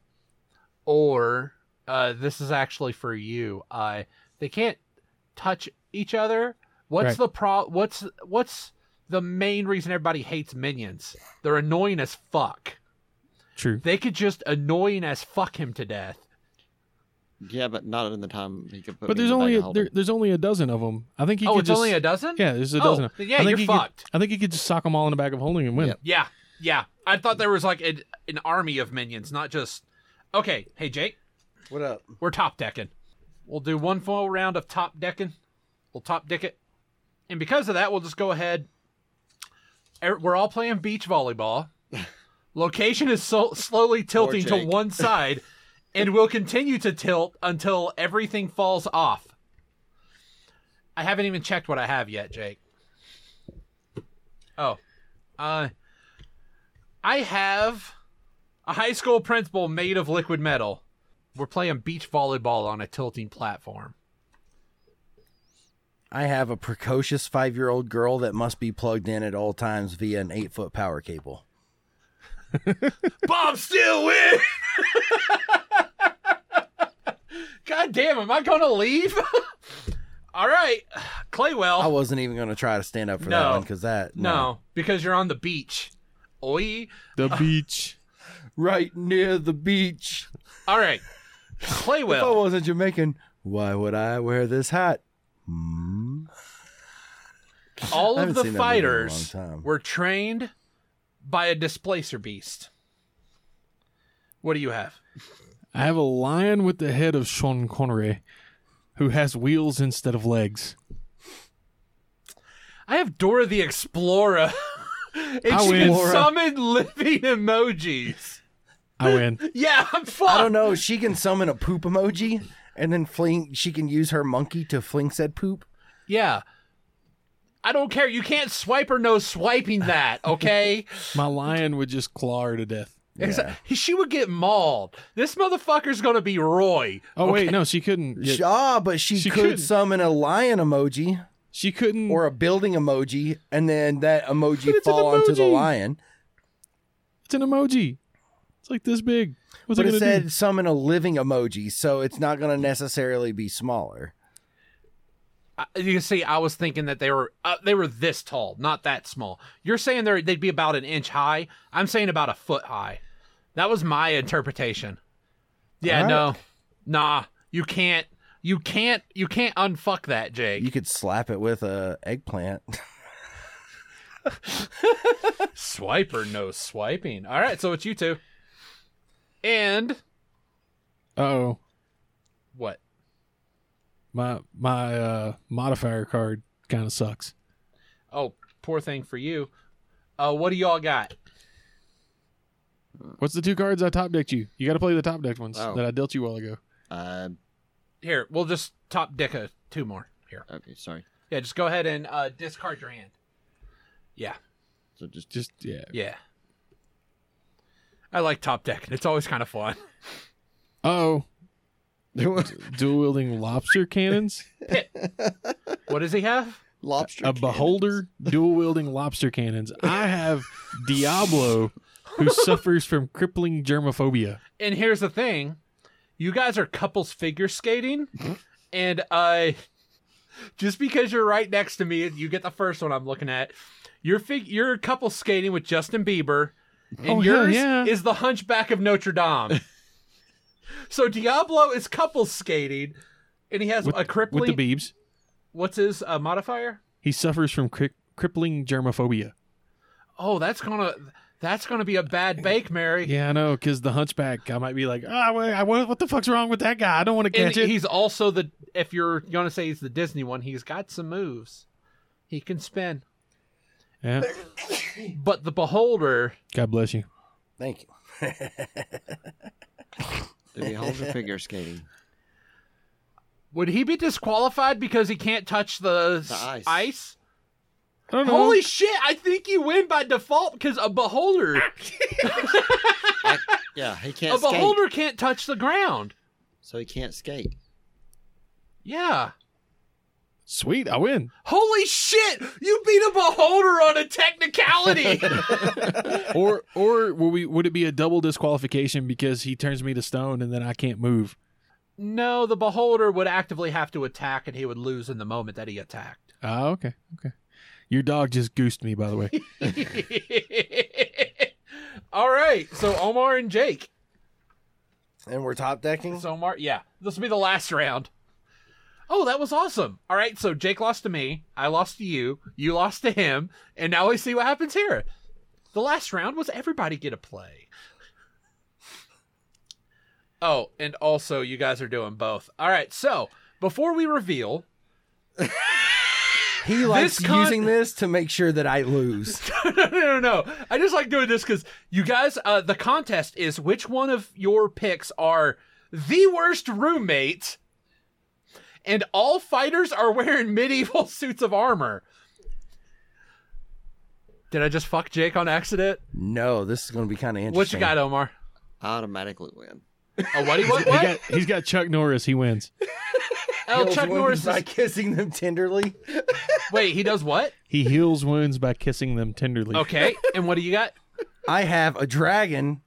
A: or uh, this is actually for you. I they can't touch each other. What's
B: Right.
A: the pro? What's what's the main reason everybody hates minions? They're annoying as fuck.
B: True.
A: They could just annoying as fuck him to death.
C: Yeah, but not in the time he could. Put
B: But
C: me
B: there's
C: in the bag
B: only
C: of
B: a,
C: holding.
B: there, there's only a dozen of them. I think he
A: oh,
B: could
A: it's
B: just
A: only a dozen.
B: yeah. There's a
A: Oh,
B: dozen. of 'em.
A: then yeah,
B: I think
A: you're
B: he could-
A: fucked.
B: I think he could just sock them all in a bag of holding and win.
C: Yep.
A: Yeah, yeah. I thought there was like an, an army of minions, not just. Okay, hey Jake,
D: What up?
A: we're top decking. We'll do one full round of top decking. We'll top deck it, and because of that, we'll just go ahead. Er- We're all playing beach volleyball. Location is so- slowly tilting to
C: Jake.
A: one side, and will continue to tilt until everything falls off. I haven't even checked what I have yet, Jake. Oh, uh, I have a high school principal made of liquid metal. We're playing beach volleyball on a tilting platform.
D: I have a precocious five year old girl that must be plugged in at all times via an eight foot power cable.
A: Bob still win. *laughs* God damn, am I gonna leave? *laughs* All right, Claywell.
D: I wasn't even going to try to stand up for
A: No.
D: that one because that.
A: no. because you're on the beach. Oi.
B: The beach.
D: Right near the beach.
A: All right,
D: If I *laughs*
A: Claywell.
D: wasn't Jamaican, why would I wear this hat? Hmm.
A: All
D: I
A: of
D: haven't
A: the
D: seen that movie in a long
A: fighters
D: time.
A: were trained by a displacer beast. What do you have?
B: I have a lion with the head of Sean Connery, who has wheels instead of legs.
A: I have Dora the Explorer. *laughs* and she can
B: win.
A: summon living emojis.
B: I win.
A: Yeah, *laughs* I'm fucked.
D: I don't know. She can summon a poop emoji and then fling. She can use her monkey to fling said poop.
A: Yeah. I don't care. You can't swipe or no swiping *laughs* that, okay?
B: My lion would just claw her to death.
A: Exa- She would get mauled. This motherfucker's going to be Roy.
B: Oh wait, no, she couldn't. get-
D: Sh- Ah, but she,
B: She
D: could,
B: could.
D: summon a lion emoji
B: She couldn't.
D: or a building emoji, and then that emoji
B: But it's an
D: fall onto the
B: emoji.
D: lion.
B: it's an emoji. It's like this big. What's
D: but
B: it gonna
D: it said
B: do?
D: summon a living emoji, so it's not going to necessarily be smaller.
A: I- You see, I was thinking that they were uh, they were this tall, not that small. You're saying they're, they'd be about an inch high. I'm saying about a foot high. That was my interpretation. Yeah,
D: All
A: no, nah, you can't, you can't, you can't unfuck that, Jake.
D: You could slap it with a eggplant. *laughs*
A: Swipe or no swiping. All right, so it's you two. And
B: Oh,
A: what?
B: my my uh, modifier card kind of sucks.
A: Oh, poor thing for you. Uh, what do y'all got?
B: What's the two cards I top decked you? You got to play the top decked ones
C: Oh.
B: that I dealt you a while ago.
C: Uh,
A: Here, we'll just top deck a two more. Here,
C: okay, sorry.
A: yeah, just go ahead and uh, discard your hand. Yeah,
C: So just *laughs*
B: Just yeah.
A: yeah. I like top deck. It's always kind of fun. *laughs*
B: Oh, dual wielding lobster *laughs* cannons.
A: What does he have?
C: lobster.
B: a beholder dual wielding lobster cannons. I have Diablo, who suffers from crippling germophobia.
A: And here's the thing: you guys are couples figure skating,
B: Mm-hmm.
A: and uh, just because you're right next to me, you get the first one I'm looking at. You're fig- you're couple skating with Justin Bieber, and
B: Oh, hell
A: yours
B: yeah.
A: is the Hunchback of Notre
B: *laughs*
A: Dame. so Diablo is couple skating, and he has
B: With-
A: a crippling.
B: With the Beebs,
A: what's his uh, modifier?
B: he suffers from cri- crippling germophobia.
A: Oh, that's gonna that's gonna be a bad bake, Mary.
B: Yeah, I know, because the hunchback, I might be like, ah, wait, I, what, what the fuck's wrong with that guy? I don't want to
A: And
B: catch it.
A: he's also the if you're gonna say he's the Disney one, he's got some moves. He can spin.
B: Yeah.
A: But the beholder,
B: God bless you.
D: Thank you. *laughs*
C: The beholder figure skating.
A: would he be disqualified because he can't touch the, s-
C: ice.
A: ice?
B: I don't know.
A: Holy shit! I think you win by default because a beholder,
C: I- yeah, he can't
A: a
C: skate.
A: beholder can't touch the ground.
C: So he can't skate.
A: Yeah.
B: Sweet, I win.
A: Holy shit! You beat a beholder on a technicality.
B: Or or will we would it be a double disqualification because he turns me to stone and then I can't move?
A: no, the beholder would actively have to attack, and he would lose in the moment that he attacked.
B: Ah, okay. Okay. Your dog just goosed me, by the *laughs* way.
A: *laughs* All right, so Omar and Jake.
D: and we're top decking.
A: So Omar, yeah, this will be the last round. Oh, that was awesome. All right, so Jake lost to me, I lost to you, you lost to him, and now we see what happens here. The last round was everybody get a play. Oh, and also you guys are doing both. All right, so before we reveal,
D: He likes
A: This con-
D: using this to make sure that I lose.
A: *laughs* no, no, no, no. I just like doing this because you guys, uh, the contest is which one of your picks are the worst roommate, and all fighters are *laughs* wearing medieval suits of armor. Did I just fuck Jake on accident?
D: No, this is going to be kind of interesting.
A: What you got, Omar?
C: I automatically win.
A: Oh, what? What?
B: *laughs* He
A: what?
B: got, he's got Chuck Norris. He wins.
A: oh, Chuck Norris.
D: by
A: Is,
D: kissing them tenderly.
A: wait, he does what?
B: He heals wounds by kissing them tenderly.
A: Okay, and what do you
B: *laughs*
A: got?
D: I have a dragon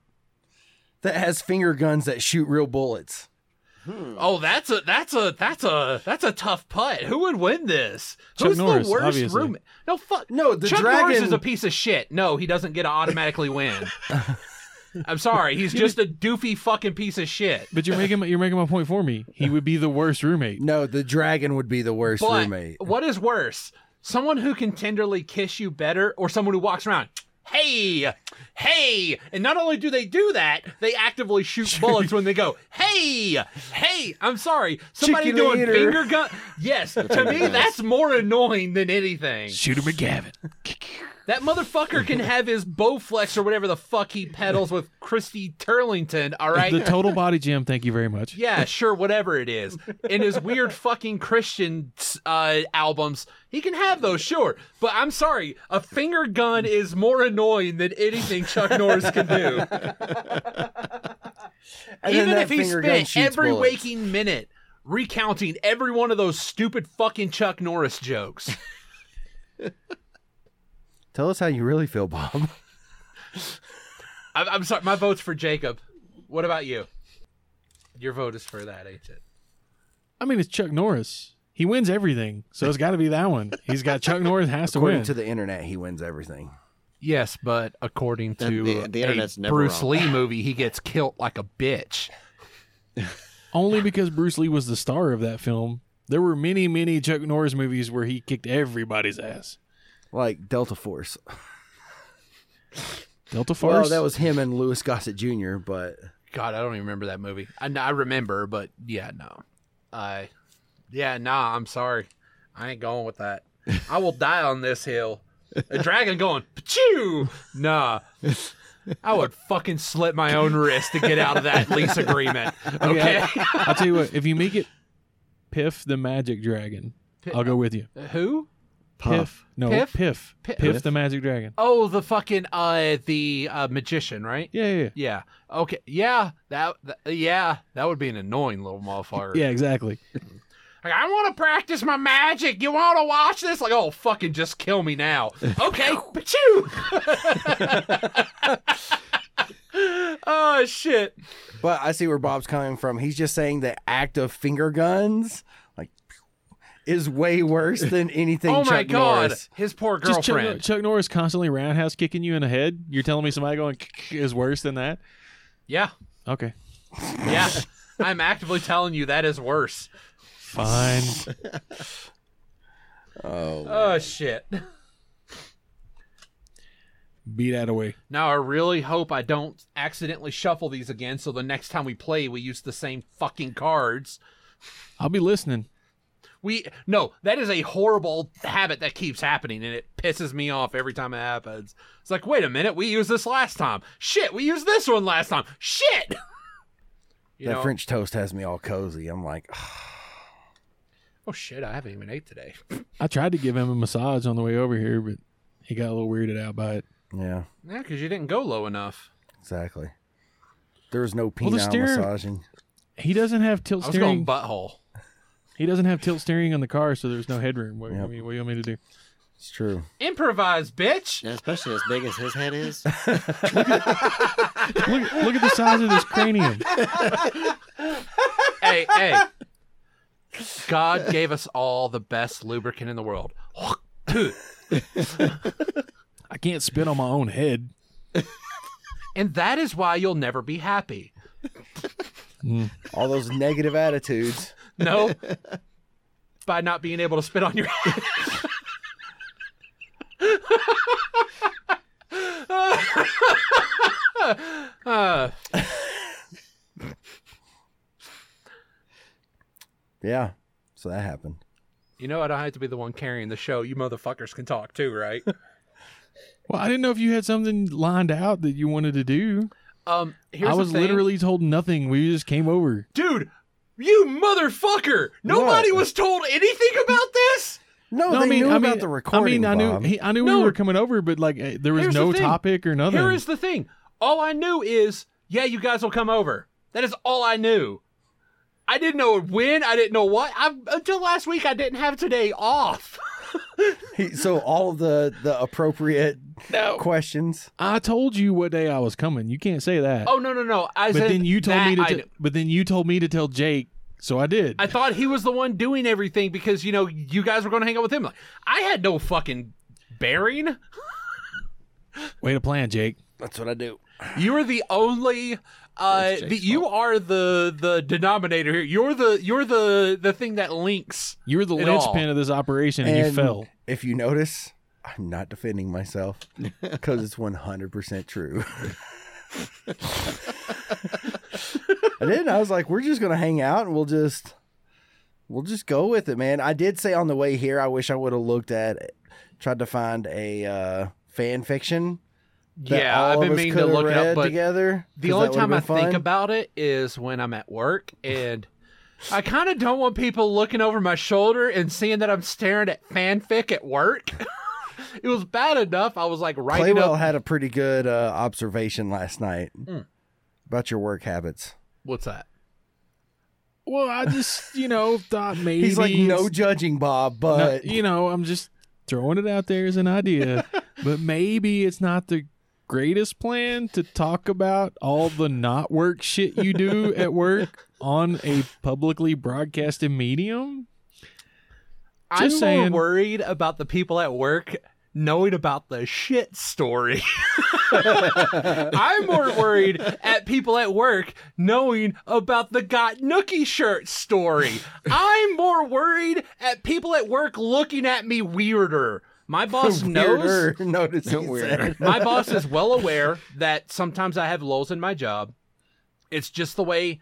D: that has finger guns that shoot real bullets.
A: Oh, that's a that's a that's a that's a tough putt. Who would win this?
B: Chuck
A: Who's
B: Norris,
A: the worst
B: obviously.
A: roommate? No fuck.
D: No, the
A: Chuck Norris
D: dragon-
A: is a piece of shit. No, he doesn't get to automatically
D: *laughs*
A: win. I'm sorry, he's just a doofy fucking piece of shit.
B: But you're making my, you're making my point for me. He would be the worst roommate.
D: No, the dragon would be the worst
A: But
D: roommate.
A: what is worse, someone who can tenderly kiss you better, or someone who walks around? Hey, hey! And not only do they do that, they actively shoot bullets when they
D: *laughs*
A: go, hey, hey! I'm sorry, somebody
D: Chicken
A: doing
D: eater.
A: finger gun. Yes, to me that's more annoying than anything.
B: Shoot him McGavin.
A: That motherfucker
D: *laughs*
A: can have his Bowflex or whatever the fuck he pedals with Christy Turlington. All right,
B: The total body gym. Thank you very much.
A: yeah, sure, whatever it is. In his weird fucking Christian uh, albums, he can have those, sure. But I'm sorry, a finger gun is more annoying than anything
D: *laughs*
A: Chuck Norris can do.
D: And then
A: Even
D: that
A: if he
D: finger gun
A: spent
D: shoots
A: every
D: bullets.
A: waking minute recounting every one of those stupid fucking Chuck Norris
D: *laughs*
A: jokes.
D: Tell us how you really feel, Bob.
A: I'm, I'm sorry, my vote's for Jacob. What about you? Your vote is for that, ain't it?
B: I mean, it's Chuck Norris. He wins everything, so it's got to be that one. He's got Chuck Norris has to
D: According
B: win.
D: to the internet, he wins everything.
A: Yes, but according
C: The-
A: to
C: the- the
A: a
C: internet's never
A: Bruce
C: wrong.
A: Lee
C: *laughs*
A: movie, he gets killed like a bitch.
B: Only because Bruce Lee was the star of that film. There were many, many Chuck Norris movies where he kicked everybody's ass.
D: Like Delta Force.
B: Delta Force.
D: Well, that was him and Lewis Gossett Jr., but
A: God, I don't even remember that movie. I, I remember, but yeah, no. I, yeah, nah, I'm sorry. I ain't going with that. I
C: *laughs*
A: will die on this hill. A dragon going, pachoo! Nah. I would fucking slit my own wrist to get out of that lease
C: *laughs*
A: agreement. Okay.
B: *laughs* I'll tell you what. If you make it Piff the Magic Dragon, I'll go with you.
A: *laughs* Who?
B: Piff. No,
A: Piff?
B: Piff. Piff,
A: Piff.
B: the Magic Dragon.
A: Oh, the fucking, uh, the uh, magician, right?
B: Yeah, yeah, yeah.
A: Yeah. Okay. Yeah. That, th- yeah. That would be an annoying little motherfucker.
B: Yeah, exactly.
A: Like, I want to practice my magic. You want to watch this? Like, oh, fucking just kill me
B: *laughs*
A: now. Okay, but you. *laughs* oh, shit.
D: but I see where Bob's coming from. He's just saying the act of finger guns, like, is way worse *laughs* than anything.
A: oh, my
D: Chuck
A: God.
D: Norris.
A: His poor
B: Just Chuck,
A: girlfriend.
B: Chuck Norris constantly roundhouse kicking you in the head. You're telling me somebody going is worse than that?
A: yeah.
B: Okay,
A: Yeah. I'm actively telling you that is worse.
D: *laughs*
B: fine.
D: Oh,
A: Oh, shit.
B: Beat that away.
A: Now, I really hope I don't accidentally shuffle these again so the next time we play, we use the same fucking cards.
B: I'll be listening.
A: We no, that is a horrible habit that keeps happening, and it pisses me off every time it happens. It's like, wait a minute, we used this last time. Shit, we used this one last time. Shit. *laughs* you
D: that
A: know,
D: French toast has me all cozy. I'm like,
A: oh shit, I haven't even ate today. *laughs*
B: I tried to give him a massage on the way over here, but he got a little weirded out by it.
D: yeah,
A: Yeah, because you didn't go low enough.
D: exactly. There was no
B: Well,
D: penile
B: the steering-
D: massaging.
B: He doesn't have tilt
A: I was going
B: steering.
A: butthole.
B: he doesn't have tilt steering on the car, so there's no headroom. What, I
D: Yep.
B: mean, what do you want me to do?
D: It's true.
A: Improvise, bitch.
C: Yeah, especially as big as his head is.
B: Look, look at the size of this cranium.
A: *laughs* hey, hey. God gave us all the best lubricant in the world. *laughs*
B: I can't spit on my own head.
A: And that is why you'll never be happy. Hmm.
D: All those negative attitudes.
A: No. By not being able to spit on your head. *laughs* Uh,
D: Yeah. So that happened.
A: you know, I don't have to be the one carrying the show. You motherfuckers can talk too, right?
B: Well, I didn't know if you had something lined out that you wanted to do.
A: Um, here's
B: I
A: the
B: was
A: thing.
B: literally told nothing. We just came over.
A: dude, you motherfucker! Nobody
D: What?
A: was told anything about this.
D: No, they
B: I mean,
D: knew
B: I mean,
D: about the recording.
B: I mean, I
D: Bob.
B: knew he, I knew
A: No.
B: we were coming over, but like eh, there was
A: Here's the
B: no
A: thing.
B: topic or nothing.
A: Here is the thing. All I knew is, yeah, you guys will come over. That is all I knew. I didn't know when. I didn't know what. I, until last week, I didn't have today off. *laughs*
D: He- so all the the appropriate Oh. questions.
B: I told you what day I was coming. You can't say that.
A: Oh no, no, no! I
B: but
A: said
B: then you told
A: that
B: me to.
A: I
B: t-
A: knew.
B: but then you told me to tell Jake, so I did.
A: I thought he was the one doing everything because you know you guys were going to hang out with him. Like I had no fucking bearing.
B: Way to plan, Jake.
D: That's what I do.
A: You are the only. Uh,
C: That's
A: the,
C: Jake's
A: you are the the denominator here. You're the you're the the thing that links.
B: You were the
A: It
B: linchpin
A: all.
B: of this operation, and, you fell.
D: If you notice, I'm not defending myself because it's 100% true. *laughs* I did. I was like, we're just going to hang out and we'll just we'll just go with it, man. I did say on the way here I wish I would have looked at tried to find a uh fan fiction that
A: Yeah,
D: all
A: I've
D: of
A: been
D: us
A: meaning to
D: coulda
A: look it up,
D: read
A: but
D: together.
A: The
D: 'cause
A: only
D: that would've
A: time I
D: been
A: think
D: fun.
A: about it is when I'm at work and I kind of don't want people looking over my shoulder and seeing that I'm staring at fanfic at work. *laughs* it was bad enough. I was like writing
D: Claywell
A: up. Hmm.
D: had a pretty good uh, observation last night about your work habits.
A: What's that?
B: Well, I just you know thought maybe
D: He's like, no
B: it's-
D: judging, Bob,
B: no,
D: but
B: you know, I'm just throwing it out there as an idea, but maybe it's not the greatest plan to talk about all the not work shit you do at work on a publicly broadcasted medium.
A: I'm
B: Just saying.
A: more worried about the people at work knowing about the shit story. *laughs* I'm more worried at people at work knowing about the got nookie shirt story. I'm more worried at people at work looking at me weirder. My
B: *laughs*
D: *laughs*
A: boss knows
D: weirder. Notice he
C: Weirder.
A: *laughs*
D: said.
A: my boss is well aware that sometimes I have lulls in my job. It's just the way,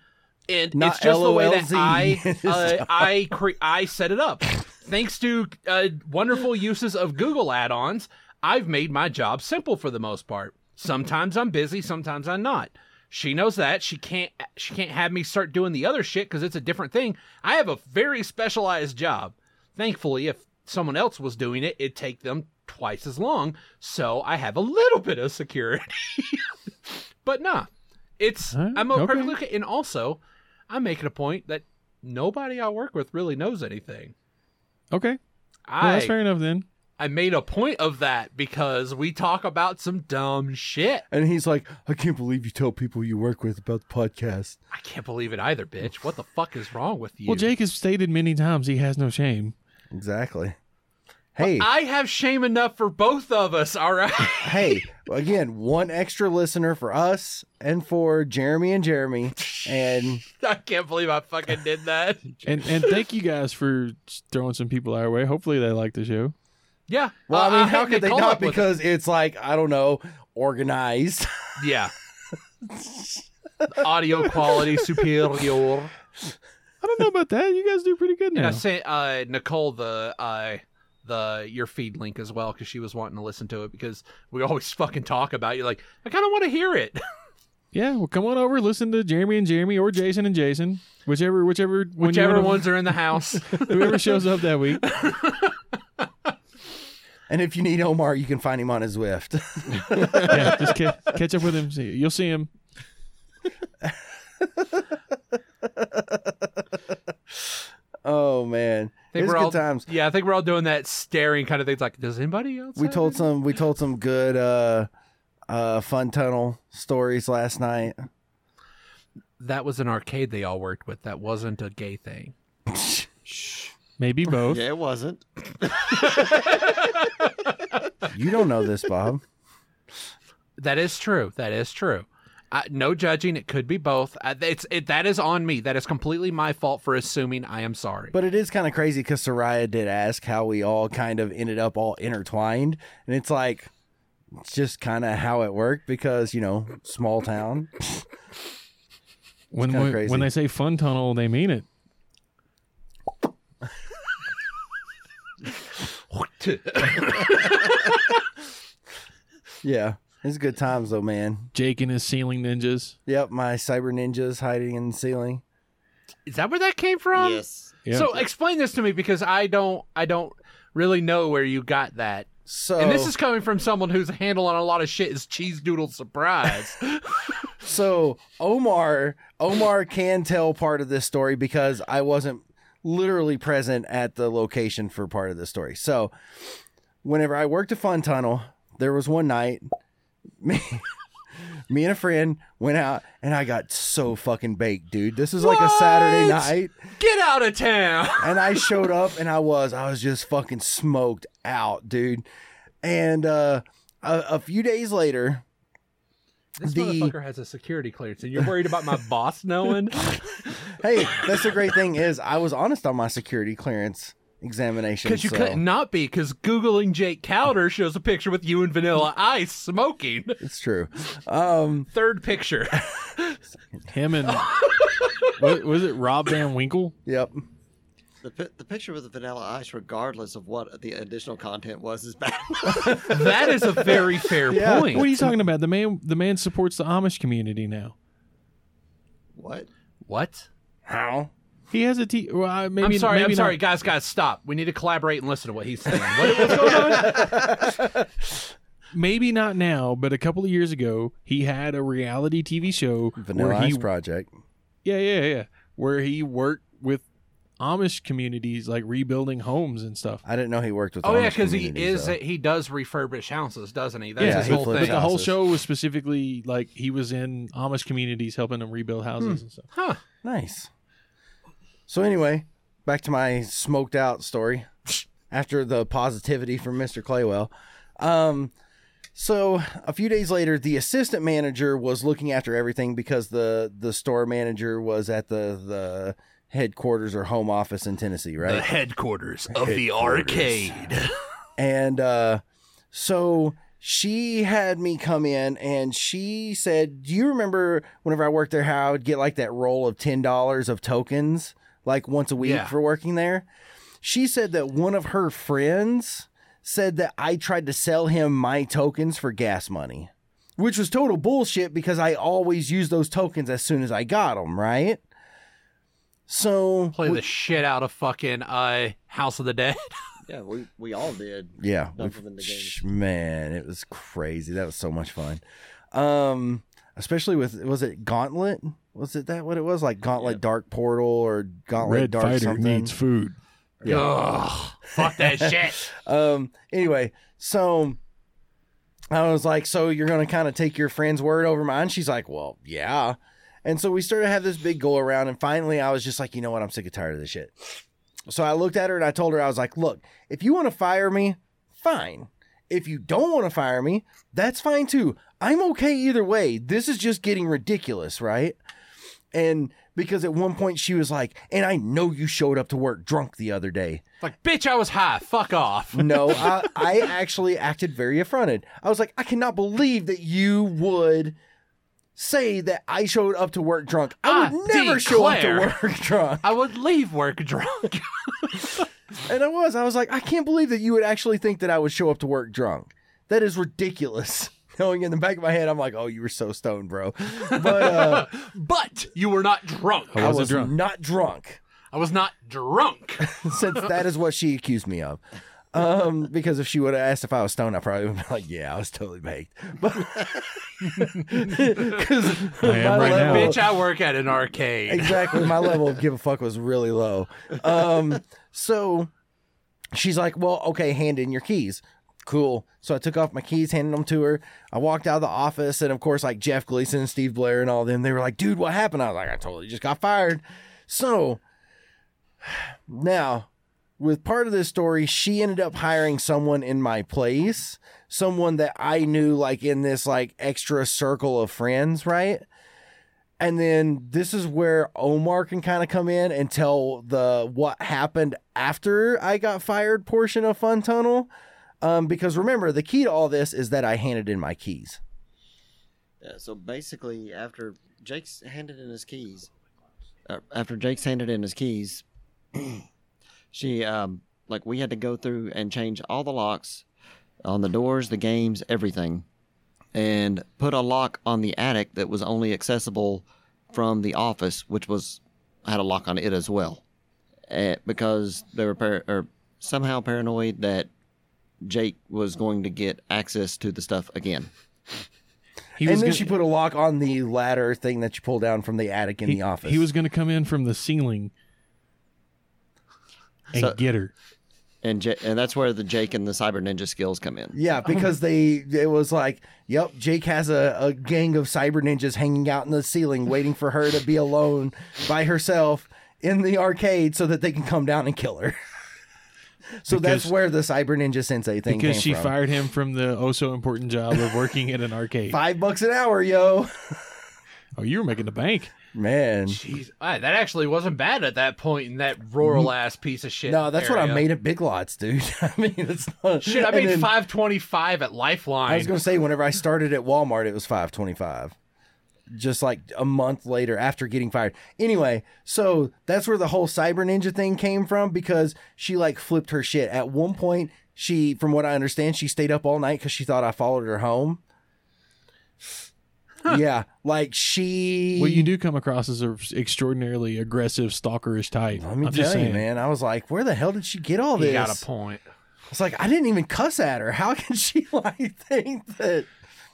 A: and
D: Not
A: it's just the way that
D: LOLZ.
A: I uh, I cre- I set it up. Thanks to uh, wonderful uses of Google add-ons, I've made my job simple for the most part. Sometimes I'm busy, sometimes I'm not. She knows that she can't she can't have me start doing the other shit because it's a different thing. I have a very specialized job. Thankfully, if someone else was doing it, it'd take them twice as long. So I have a little bit of security. *laughs* but nah, it's
B: Huh?
A: I'm
B: Okay.
A: okay. perfectly okay. And also, I'm making a point that nobody I work with really knows anything.
B: Okay, well,
A: I
B: that's fair enough then.
A: I made a point of that because we talk about some dumb shit.
D: *laughs* And he's like, I can't believe you tell people you work with about the podcast.
A: I can't believe it either, bitch. What the fuck is wrong with you?
B: Well, Jake has stated many times he has no shame.
D: Exactly. Hey,
A: I have shame enough for both of us, all right? *laughs*
D: hey, again, one extra listener for us and for Jeremy and Jeremy. And
A: I can't believe I fucking did that.
B: *laughs* And and thank you guys for throwing some people our way. Hopefully they like the show.
A: Yeah.
D: well, I
A: uh,
D: mean, how
A: had
D: could
A: to
D: they
A: call
D: not?
A: up with it.
D: Because it's like, I don't know, organized. *laughs*
A: Yeah. Audio quality superior.
B: I don't know about that. You guys do pretty good
A: And
B: now.
A: I sent uh, Nicole the uh, the your feed link as well because she was wanting to listen to it because we always *laughs* fucking talk about you. Like I kind of want to hear it. *laughs*
B: Yeah, well, come on over. Listen to Jeremy and Jeremy, or Jason and Jason, whichever, whichever, one you
A: Whichever
B: wanna-
A: ones are in the house.
B: whoever shows up that
A: *laughs*
B: week.
D: And if you need Omar, you can find him on his Zwift. *laughs*
B: Yeah, just ca- catch up with him. See- You'll see him.
D: oh man, it was good
A: all,
D: times.
A: Yeah, I think we're all doing that staring kind of thing. It's Like, does anybody else?
D: We
A: have
D: told
A: it?
D: some we told some good uh uh fun tunnel stories last night. *laughs*
A: that was an arcade they all worked with. That wasn't a gay thing.
B: Maybe both.
C: Yeah, it wasn't.
D: You don't know this, Bob.
A: That is true. That is true. I, no judging. It could be both. I, it's it, that is on me. That is completely my fault for assuming. I am sorry.
D: But it is kind of crazy because Soraya did ask how we all kind of ended up all intertwined, and it's like it's just kind of how it worked because you know small town.
B: When
D: kinda
B: when,
D: crazy.
B: when they say fun tunnel, they mean it.
D: yeah, it's good times though, man.
B: Jake and his ceiling ninjas.
D: Yep, my cyber ninjas hiding in the ceiling.
A: *laughs* is that where that came from?
C: yes.
B: Yeah.
A: So explain this to me because I don't I don't really know where you got that.
D: So
A: And this is coming from someone whose handle on a lot of shit is cheese doodle surprise. *laughs*
D: So Omar, Omar can tell part of this story because I wasn't literally present at the location for part of the story. So whenever I worked at Fun Tunnel, there was one night me, *laughs* me and a friend went out and I got so fucking baked, dude. This is like a Saturday
A: What?
D: night
A: Get out of town.
D: and I showed up and I was I was just fucking smoked out, dude. And uh a, a few days later,
A: This
D: The-
A: motherfucker has a security clearance and you're worried about my boss knowing?
D: hey, that's the great thing is I was honest on my security clearance examination.
A: Because you
D: so-
A: couldn't not be, because Googling Jake Cowder shows a picture with you and Vanilla Ice smoking.
D: It's true. Um,
A: Third picture. *laughs*
B: him and was, was it Rob Van Winkle?
D: yep.
C: The, pi- the picture with the vanilla ice, regardless of what the additional content was, is bad. *laughs*
A: that is a very fair
D: Yeah.
B: What are
A: point.
B: you talking about? The man the man supports the Amish community now.
C: what?
A: What?
D: How?
B: He has a t. Well, I- maybe,
A: I'm sorry,
B: maybe
A: I'm
B: not.
A: sorry, guys, guys, stop. We need to collaborate and listen to what he's saying. What- what's going on?
B: Maybe not now, but a couple of years ago, he had a reality TV show
D: Vanilla
B: where he
D: Ice Project.
B: Yeah, yeah, yeah. Where he worked with Amish communities, like rebuilding homes and stuff.
D: I didn't know he worked with.
A: Oh yeah,
D: Amish
A: because he
D: communities,
A: is
D: though.
A: he does refurbish houses, doesn't he? That's
D: Yeah,
A: his
D: he
A: whole
D: flips
A: thing.
B: But the whole
D: houses.
B: show was specifically like he was in Amish communities helping them rebuild
D: Hmm.
B: houses and stuff.
A: Huh.
D: nice. So anyway, back to my smoked out story. After the positivity from Mr. Claywell, um, so a few days later, the assistant manager was looking after everything because the the store manager was at the the headquarters or home office in Tennessee, right?
A: headquarters of the arcade.
D: And uh, so she had me come in and she said, Do you remember whenever I worked there how I would get like that roll of $10 of tokens like once a week
A: Yeah.
D: for working there? She said that one of her friends said that I tried to sell him my tokens for gas money, which was total bullshit because I always used those tokens as soon as I got them, right? So,
A: Play the shit out of fucking uh, House of the Dead.
C: Yeah, we, we all did.
D: Yeah.
C: Dump
D: we've-
C: them in the game.
D: sh- Man, it was crazy. That was so much fun. Um, especially with was it Gauntlet? Was it that what it was? Like Gauntlet Dark Portal or Gauntlet Dark something?
B: food.
D: *laughs* Yeah.
A: Ugh, fuck *laughs* that shit.
D: um anyway, so I was like, so you're gonna kind of take your friend's word over mine? She's like, Well, yeah. And so we started to have this big go around, and finally I was just like, you know what, I'm sick and tired of this shit. So I looked at her and I told her, I was like, look, if you want to fire me, fine. If you don't want to fire me, that's fine too. I'm okay either way. This is just getting ridiculous, right? And because at one point she was like, and I know you showed up to work drunk the other day.
A: Like, bitch, I was high. Fuck off.
D: No, I, I actually acted very affronted. I was like, I cannot believe that you would say that I showed up to work drunk. I
A: I
D: would never show up to
A: declare.
D: work *laughs* drunk.
A: I would leave work drunk. *laughs*
D: And I was. I was like, I can't believe that you would actually think that I would show up to work drunk. That is ridiculous. *laughs* Knowing in the back of my head, I'm like, oh, you were so stoned, bro. But uh,
A: but you were not drunk.
B: *laughs* I
D: I
B: wasn't
D: was
B: drunk.
D: not drunk,
A: I was not drunk.
D: *laughs* since that is what she accused me of. Um, because if she would have asked if I was stoned, I probably would have been like, yeah, I was totally baked. *laughs* But because
B: I am right now.
A: Bitch, I work at an arcade.
D: exactly my level of give a fuck was really low um so she's like well okay hand in your keys cool so i took off my keys handed them to her i walked out of the office and of course like jeff gleason steve blair and all them they were like dude what happened i was like i totally just got fired so now with part of this story she ended up hiring someone in my place someone that i knew like in this like extra circle of friends right and then this is where Omar can kind of come in and tell the what happened after I got fired portion of Fun Tunnel. Um, because remember, the key to all this is that I handed in my keys.
C: Yeah, Uh, so basically, after Jake's handed in his keys, uh, after Jake's handed in his keys, *clears throat* she um like we had to go through and change all the locks on the doors, the games, everything, and put a lock on the attic that was only accessible from the office, which was had a lock on it as well, uh, because they were par- or somehow paranoid that Jake was going to get access to the stuff again.
B: He
D: and
B: was
D: then
B: gonna-
D: she put a lock on the ladder thing that you pull down from the attic in
B: he,
D: the office.
B: He was going to come in from the ceiling and
C: So-
B: get her.
C: and J- and that's where the Jake and the cyber ninja skills come in.
D: Yeah, because they it was like, yep, Jake has a, a gang of cyber ninjas hanging out in the ceiling waiting for her to be alone by herself in the arcade so that they can come down and kill her. *laughs* so that's
B: Because-
D: where the cyber ninja sensei thing
B: Because
D: came
B: she
D: from.
B: fired him from the oh so important job of working at an
D: *laughs*
B: arcade.
D: five bucks an hour, yo.
B: Oh, you were making the bank.
D: Man.
A: Jeez, ah, that actually wasn't bad at that point in that rural ass piece of shit.
D: Mm. No, that's what I
A: area.
D: made at Big Lots, dude. *laughs* I mean, it's not
A: Shit, I
D: and
A: made
D: then-
A: five twenty-five at Lifeline.
D: I was gonna say whenever I started at Walmart, it was five twenty-five. Just like a month later, after getting fired. Anyway, so that's where the whole cyber ninja thing came from because she like flipped her shit. At one point, she, from what I understand, she stayed up all night because she thought I followed her home. Yeah, like she.
B: Well, you do come across as an extraordinarily aggressive, stalkerish type.
D: Let me
B: I'm
D: tell
B: just
D: you,
B: saying.
D: man. I was like, where the hell did she get all
A: you
D: this?
A: got a point.
D: It's like I didn't even cuss at her. How can she *laughs* like think that?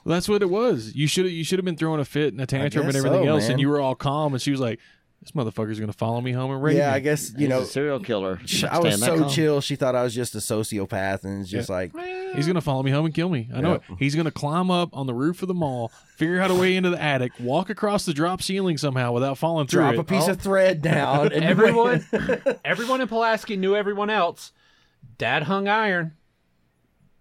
B: Well, that's what it was. You should you should have been throwing a fit and a tantrum and
D: guess
B: everything
D: so,
B: else,
D: man.
B: and you were all calm. And she was like, "This motherfucker's gonna follow me home and rape
D: yeah,
B: me."
D: I guess you
C: He's
D: know
C: a serial killer.
D: Sh-
C: Can't
D: I was
C: stand that
D: so
C: call.
D: chill. She thought I was just a sociopath, and it's just like,
B: He's gonna follow me home and kill me. I know
D: Yep.
B: it. He's gonna climb up on the roof of the mall, figure out a way into the attic, walk across the drop ceiling somehow without falling through
D: drop
B: it.
D: a piece of
A: *laughs*
D: thread down. And
A: Everyone, everyone in Pulaski knew everyone else. Dad hung iron.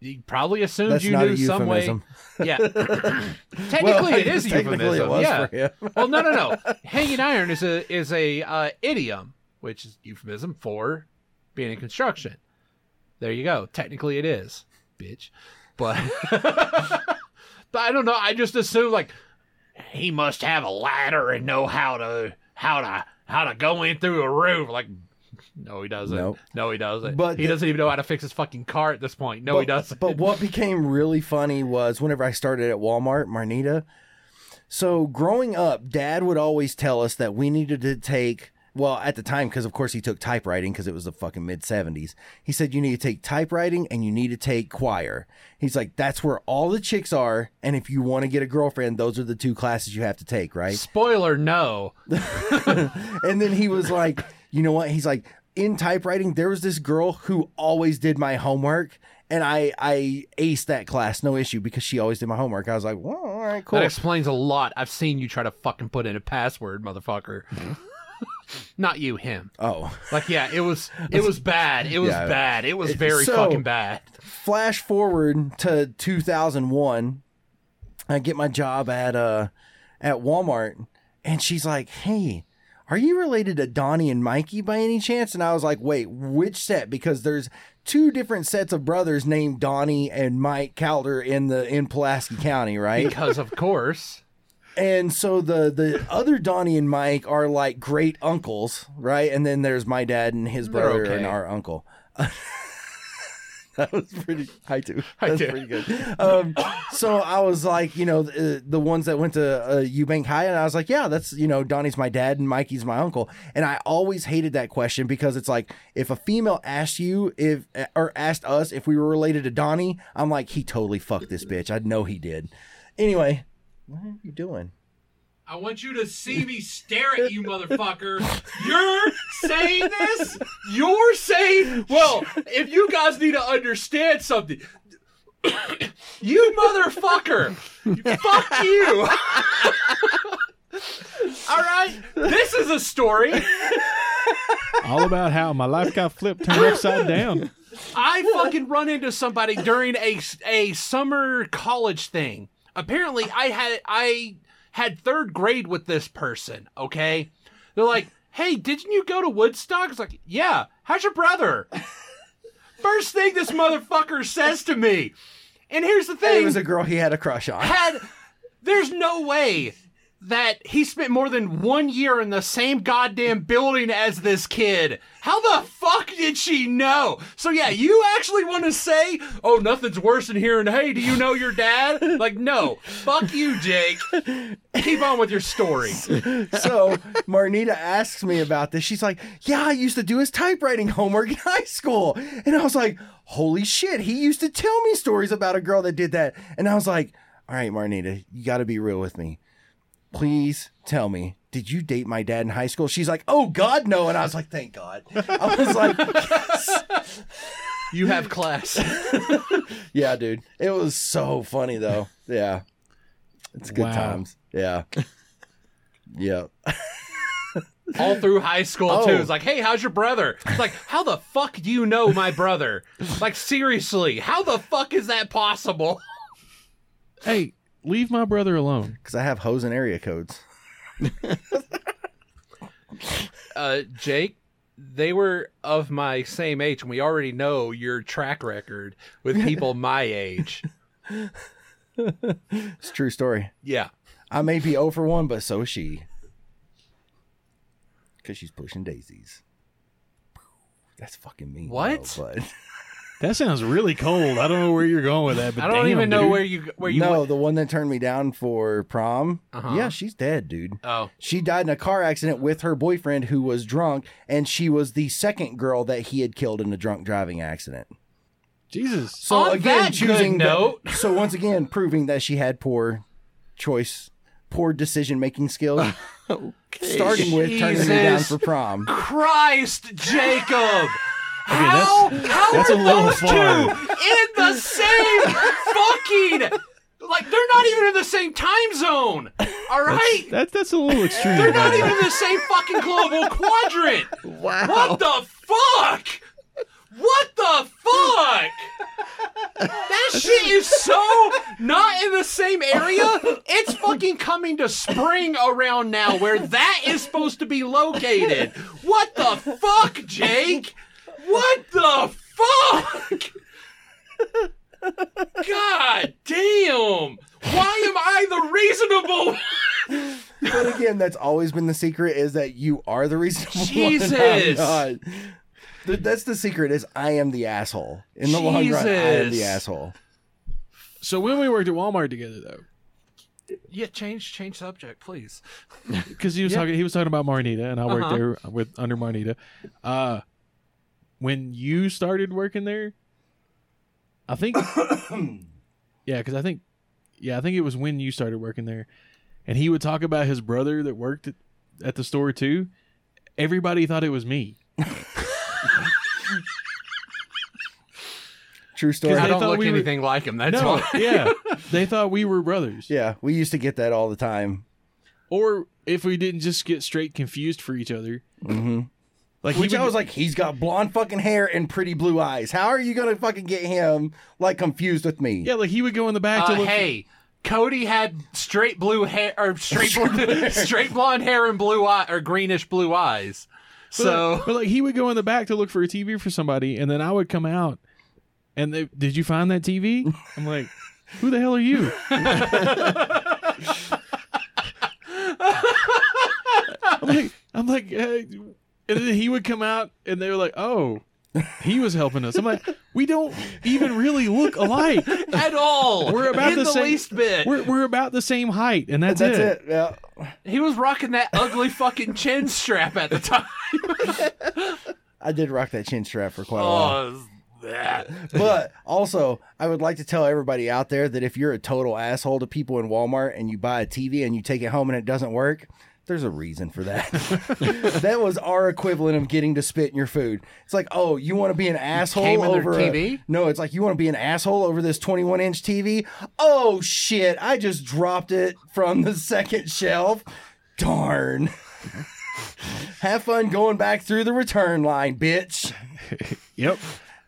A: He probably assumed
D: *laughs* That's
A: you
D: not
A: knew
D: a
A: some way.
D: euphemism.
A: Yeah, *laughs* technically
D: *laughs* Well,
A: it is a
D: *laughs* technically
A: euphemism.
D: it was
A: yeah.
D: for him.
A: well, no, no, no. Hanging iron is a is a uh, idiom, which is euphemism for being in construction. There you go. Technically, it is, bitch. But, *laughs* but I don't know. I just assume like he must have a ladder and know how to how to how to go in through a roof. Like, no, he doesn't.
D: Nope.
A: No, he doesn't.
D: But
A: But he
D: the-
A: doesn't even know how to fix his fucking car at this point. No,
D: but,
A: he doesn't.
D: But what became really funny was whenever I started at Walmart, Marnita. So growing up, Dad would always tell us that we needed to take. Well, at the time, because of course he took typewriting because it was the fucking mid 70s. He said, You need to take typewriting and you need to take choir. He's like, That's where all the chicks are. And if you want to get a girlfriend, those are the two classes you have to take, right?
A: Spoiler: No.
D: and then he was like, you know what? He's like, in typewriting, there was this girl who always did my homework, and I I aced that class, no issue, because she always did my homework. I was like, well, all right, cool.
A: That explains a lot. I've seen you try to fucking put in a password, motherfucker. Not you, him.
D: oh,
A: Like, yeah, it was, it was bad. It was
D: Yeah.
A: bad. It was very
D: so-
A: fucking bad.
D: flash forward to 2001. I get my job at uh at Walmart, and she's like, hey. Are you related to Donnie and Mikey by any chance? And I was like, wait, which set? Because there's two different sets of brothers named Donnie and Mike Calder in the in Pulaski County, right?
A: Because of course,
D: And so the the other Donnie and Mike are like great uncles, right? And then there's my dad and his
A: They're
D: brother
A: okay.
D: and our uncle. *laughs* that was pretty high too.
A: Hi,
D: That's
A: too.
D: pretty good. Um, so I was like, you know, the, the ones that went to uh, Eubank High, and I was like, yeah, that's you know, Donnie's my dad and Mikey's my uncle. And I always hated that question because it's like if a female asked you if uh, or asked us if we were related to Donnie, I'm like, he totally fucked this bitch. I know he did. Anyway, what are you doing?
E: I want you to see me stare at you, motherfucker. You're saying this? You're saying, well, if you guys need to understand something, *coughs*
A: You motherfucker!
E: *laughs*
A: Fuck you! All right, this is a story.
B: All about how my life got flipped, turned upside down.
A: I fucking run into somebody during a a summer college thing. Apparently, I had I had third grade with this person. Okay, they're like, "Hey, didn't you go to Woodstock?" It's like, "Yeah." How's your brother? First thing this motherfucker says to me, and here's the thing:
D: It was a girl he had a crush on.
A: had there's no way that he spent more than one year in the same goddamn building as this kid. How the fuck did she know? So yeah, you actually want to say, "Oh, nothing's worse than hearing, hey, do you know your dad?" Like, no, fuck you, Jake. Keep on with your story.
D: So Marnita asks me about this. She's like, Yeah, I used to do his typewriting homework *laughs* in high school. And I was like, Holy shit, he used to tell me stories about a girl that did that. And I was like, All right, Marnita, you got to be real with me. Please tell me, did you date my dad in high school? She's like, Oh, God, no. And I was like, Thank God. I was like, *laughs* "Yes."
A: You have class.
D: Yeah, dude. It was so funny, though. Yeah. It's good
B: Wow.
D: times. Yeah. *laughs* yeah.
A: All through high school too.
D: Oh.
A: It's like, "Hey, how's your brother?" It's like, "How the fuck do you know my brother?" Like seriously, how the fuck is that possible?
B: Hey, leave my brother alone.
D: Because I have hose and area codes.
A: uh, Jake, they were of my same age, and we already know your track record with people my age.
D: It's a true story.
A: Yeah.
D: I may be 0 for 1, but so is she. Because she's pushing daisies. That's fucking mean.
A: What?
D: though, but-
B: That sounds really cold. I don't know where you're going with that. But
A: I don't
B: damn,
A: even know
B: dude.
A: where you *laughs* where you
D: no,
A: went.
D: the one that turned me down for prom.
A: Uh-huh.
D: Yeah, she's dead, dude.
A: Oh,
D: She died in a car accident with her boyfriend who was drunk, and she was the second girl that he had killed in a drunk driving accident.
B: Jesus.
D: So
A: On
D: again,
A: that good
D: choosing that-
A: note.
D: *laughs* so once again, proving that she had poor choice, poor decision making
A: *laughs*
D: skills. Starting with turning me down
A: Jesus.
D: for prom.
A: Christ, Jacob! How how
B: that's
A: are
B: a little
A: those
B: far.
A: two in the same fucking like they're not even in the same time zone? All
B: *laughs*
A: right,
B: That's that's a little extreme.
A: they're not
B: buddy.
A: even in the same fucking global quadrant.
C: Wow.
A: What the fuck? What the fuck? *laughs* That shit is so not in the same area. It's fucking coming to spring around now where that is supposed to be located. What the fuck, Jake? What the fuck? God damn. Why am I the reasonable one?
D: But again, that's always been the secret is that you are the reasonable one. I'm
A: Jesus.
D: not. Th- That's the secret is I am the asshole. In the long run, I am the
A: Jesus.
D: asshole.
B: So when we worked at Walmart together, though,
A: Yeah, change change subject, please.
B: because he was
A: Yeah.
B: talking he was talking about Marnita, and I worked
A: Uh-huh.
B: there with under Marnita. Uh, when you started working there, I think, *coughs* yeah, because I think, yeah, I think it was when you started working there, and he would talk about his brother that worked at, at the store too. Everybody thought it was me.
D: True story.
B: Because
A: I
B: they
A: don't
B: thought
A: look
B: we were-
A: anything like him. That's
B: No,
A: why. *laughs*
B: yeah, they thought we were brothers.
D: Yeah, we used to get that all the time.
B: Or if we didn't just get straight confused for each other,
D: hmm
B: like
D: Which
B: he would,
D: I was like, he's got blonde fucking hair and pretty blue eyes. How are you gonna fucking get him like confused with me?
B: yeah, like he would go in the back
A: Uh,
B: to look.
A: hey, Cody had straight blue hair or straight
B: *laughs*
A: blonde, straight blonde hair and blue eye or greenish blue eyes.
B: But,
A: So
B: but like he would go in the back to look for a TV for somebody, and then I would come out, and they, did you
A: *laughs*
B: find that TV? I'm like, who the hell are you? I'm like, I'm like, hey. and then he would come out, and they were like, oh, he was helping us. I'm like, we don't even really
A: *laughs*
B: look alike.
A: at all.
B: We're about
A: in
B: the
A: the,
B: same-
A: least bit.
B: We're we're about the same height, and that's,
D: That's
B: it.
D: it. Yeah.
A: He was rocking that ugly fucking chin strap at the time.
D: I did rock that chin strap for quite a
A: *laughs*
D: while.
B: uh,
A: oh, that.
D: But also, I would like to tell everybody out there that if you're a total asshole to people in Walmart and you buy a TV and you take it home and it doesn't work, there's a reason
A: *laughs*
D: for that. that was our equivalent of getting to spit in your food. It's like, oh, you want to be an asshole
A: came in their
D: over a-
A: TV?
D: no, it's like you want to be an asshole over this 21 inch TV. Oh shit! I just dropped it from the second shelf. Darn. *laughs* Have fun going back through the return line, bitch.
B: Yep.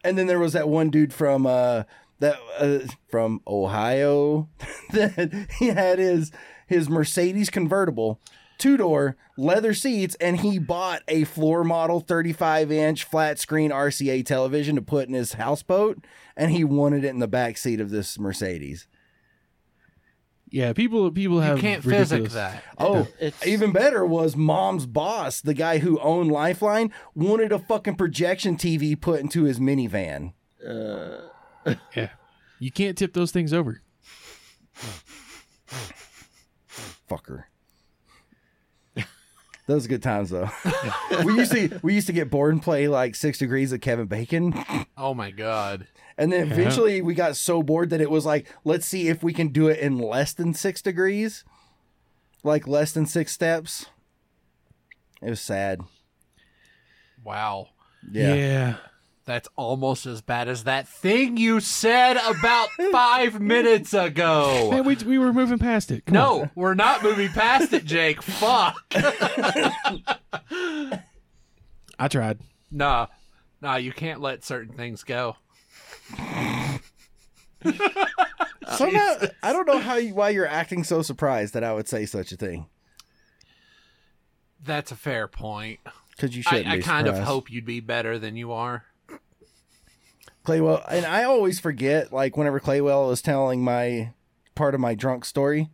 D: And then there was that one dude from uh that uh, from Ohio *laughs* that he had his his Mercedes convertible, two door, leather seats, and he bought a floor model 35 inch flat screen RCA television to put in his houseboat, and he wanted it in the back seat of this Mercedes.
B: Yeah, people people
A: You
B: have
A: can't
B: uh, ridiculous.
A: physic that.
D: Oh,
C: It's-
D: even better was mom's boss, the guy who owned Lifeline, wanted a fucking projection TV put into his minivan.
C: Uh,
B: Yeah, you can't tip those things over.
D: fucker. Those are good times though. *laughs* we used to we used to get bored and play like six degrees of Kevin Bacon,
A: Oh my god.
D: and then eventually we got so bored that it was like, let's see if we can do it in less than six degrees, like less than six steps. It was sad.
A: Wow.
D: Yeah.
A: That's almost as bad as that thing you said
B: *laughs*
A: about five minutes
B: Man,
A: ago.
B: we we were moving past it. Come on.
A: No, we're not moving past it, Jake. Fuck.
B: I tried.
A: Nah. Nah, you can't let certain things go.
D: Somehow I don't know how you, why you're acting so surprised that I would say such a thing
A: That's a fair point.
D: because you
A: I,
D: shouldn't.
A: I
D: be
A: kind of
D: surprised.
A: hope you'd be better than you are.
D: Claywell, and I always forget, like whenever Claywell is telling my part of my drunk story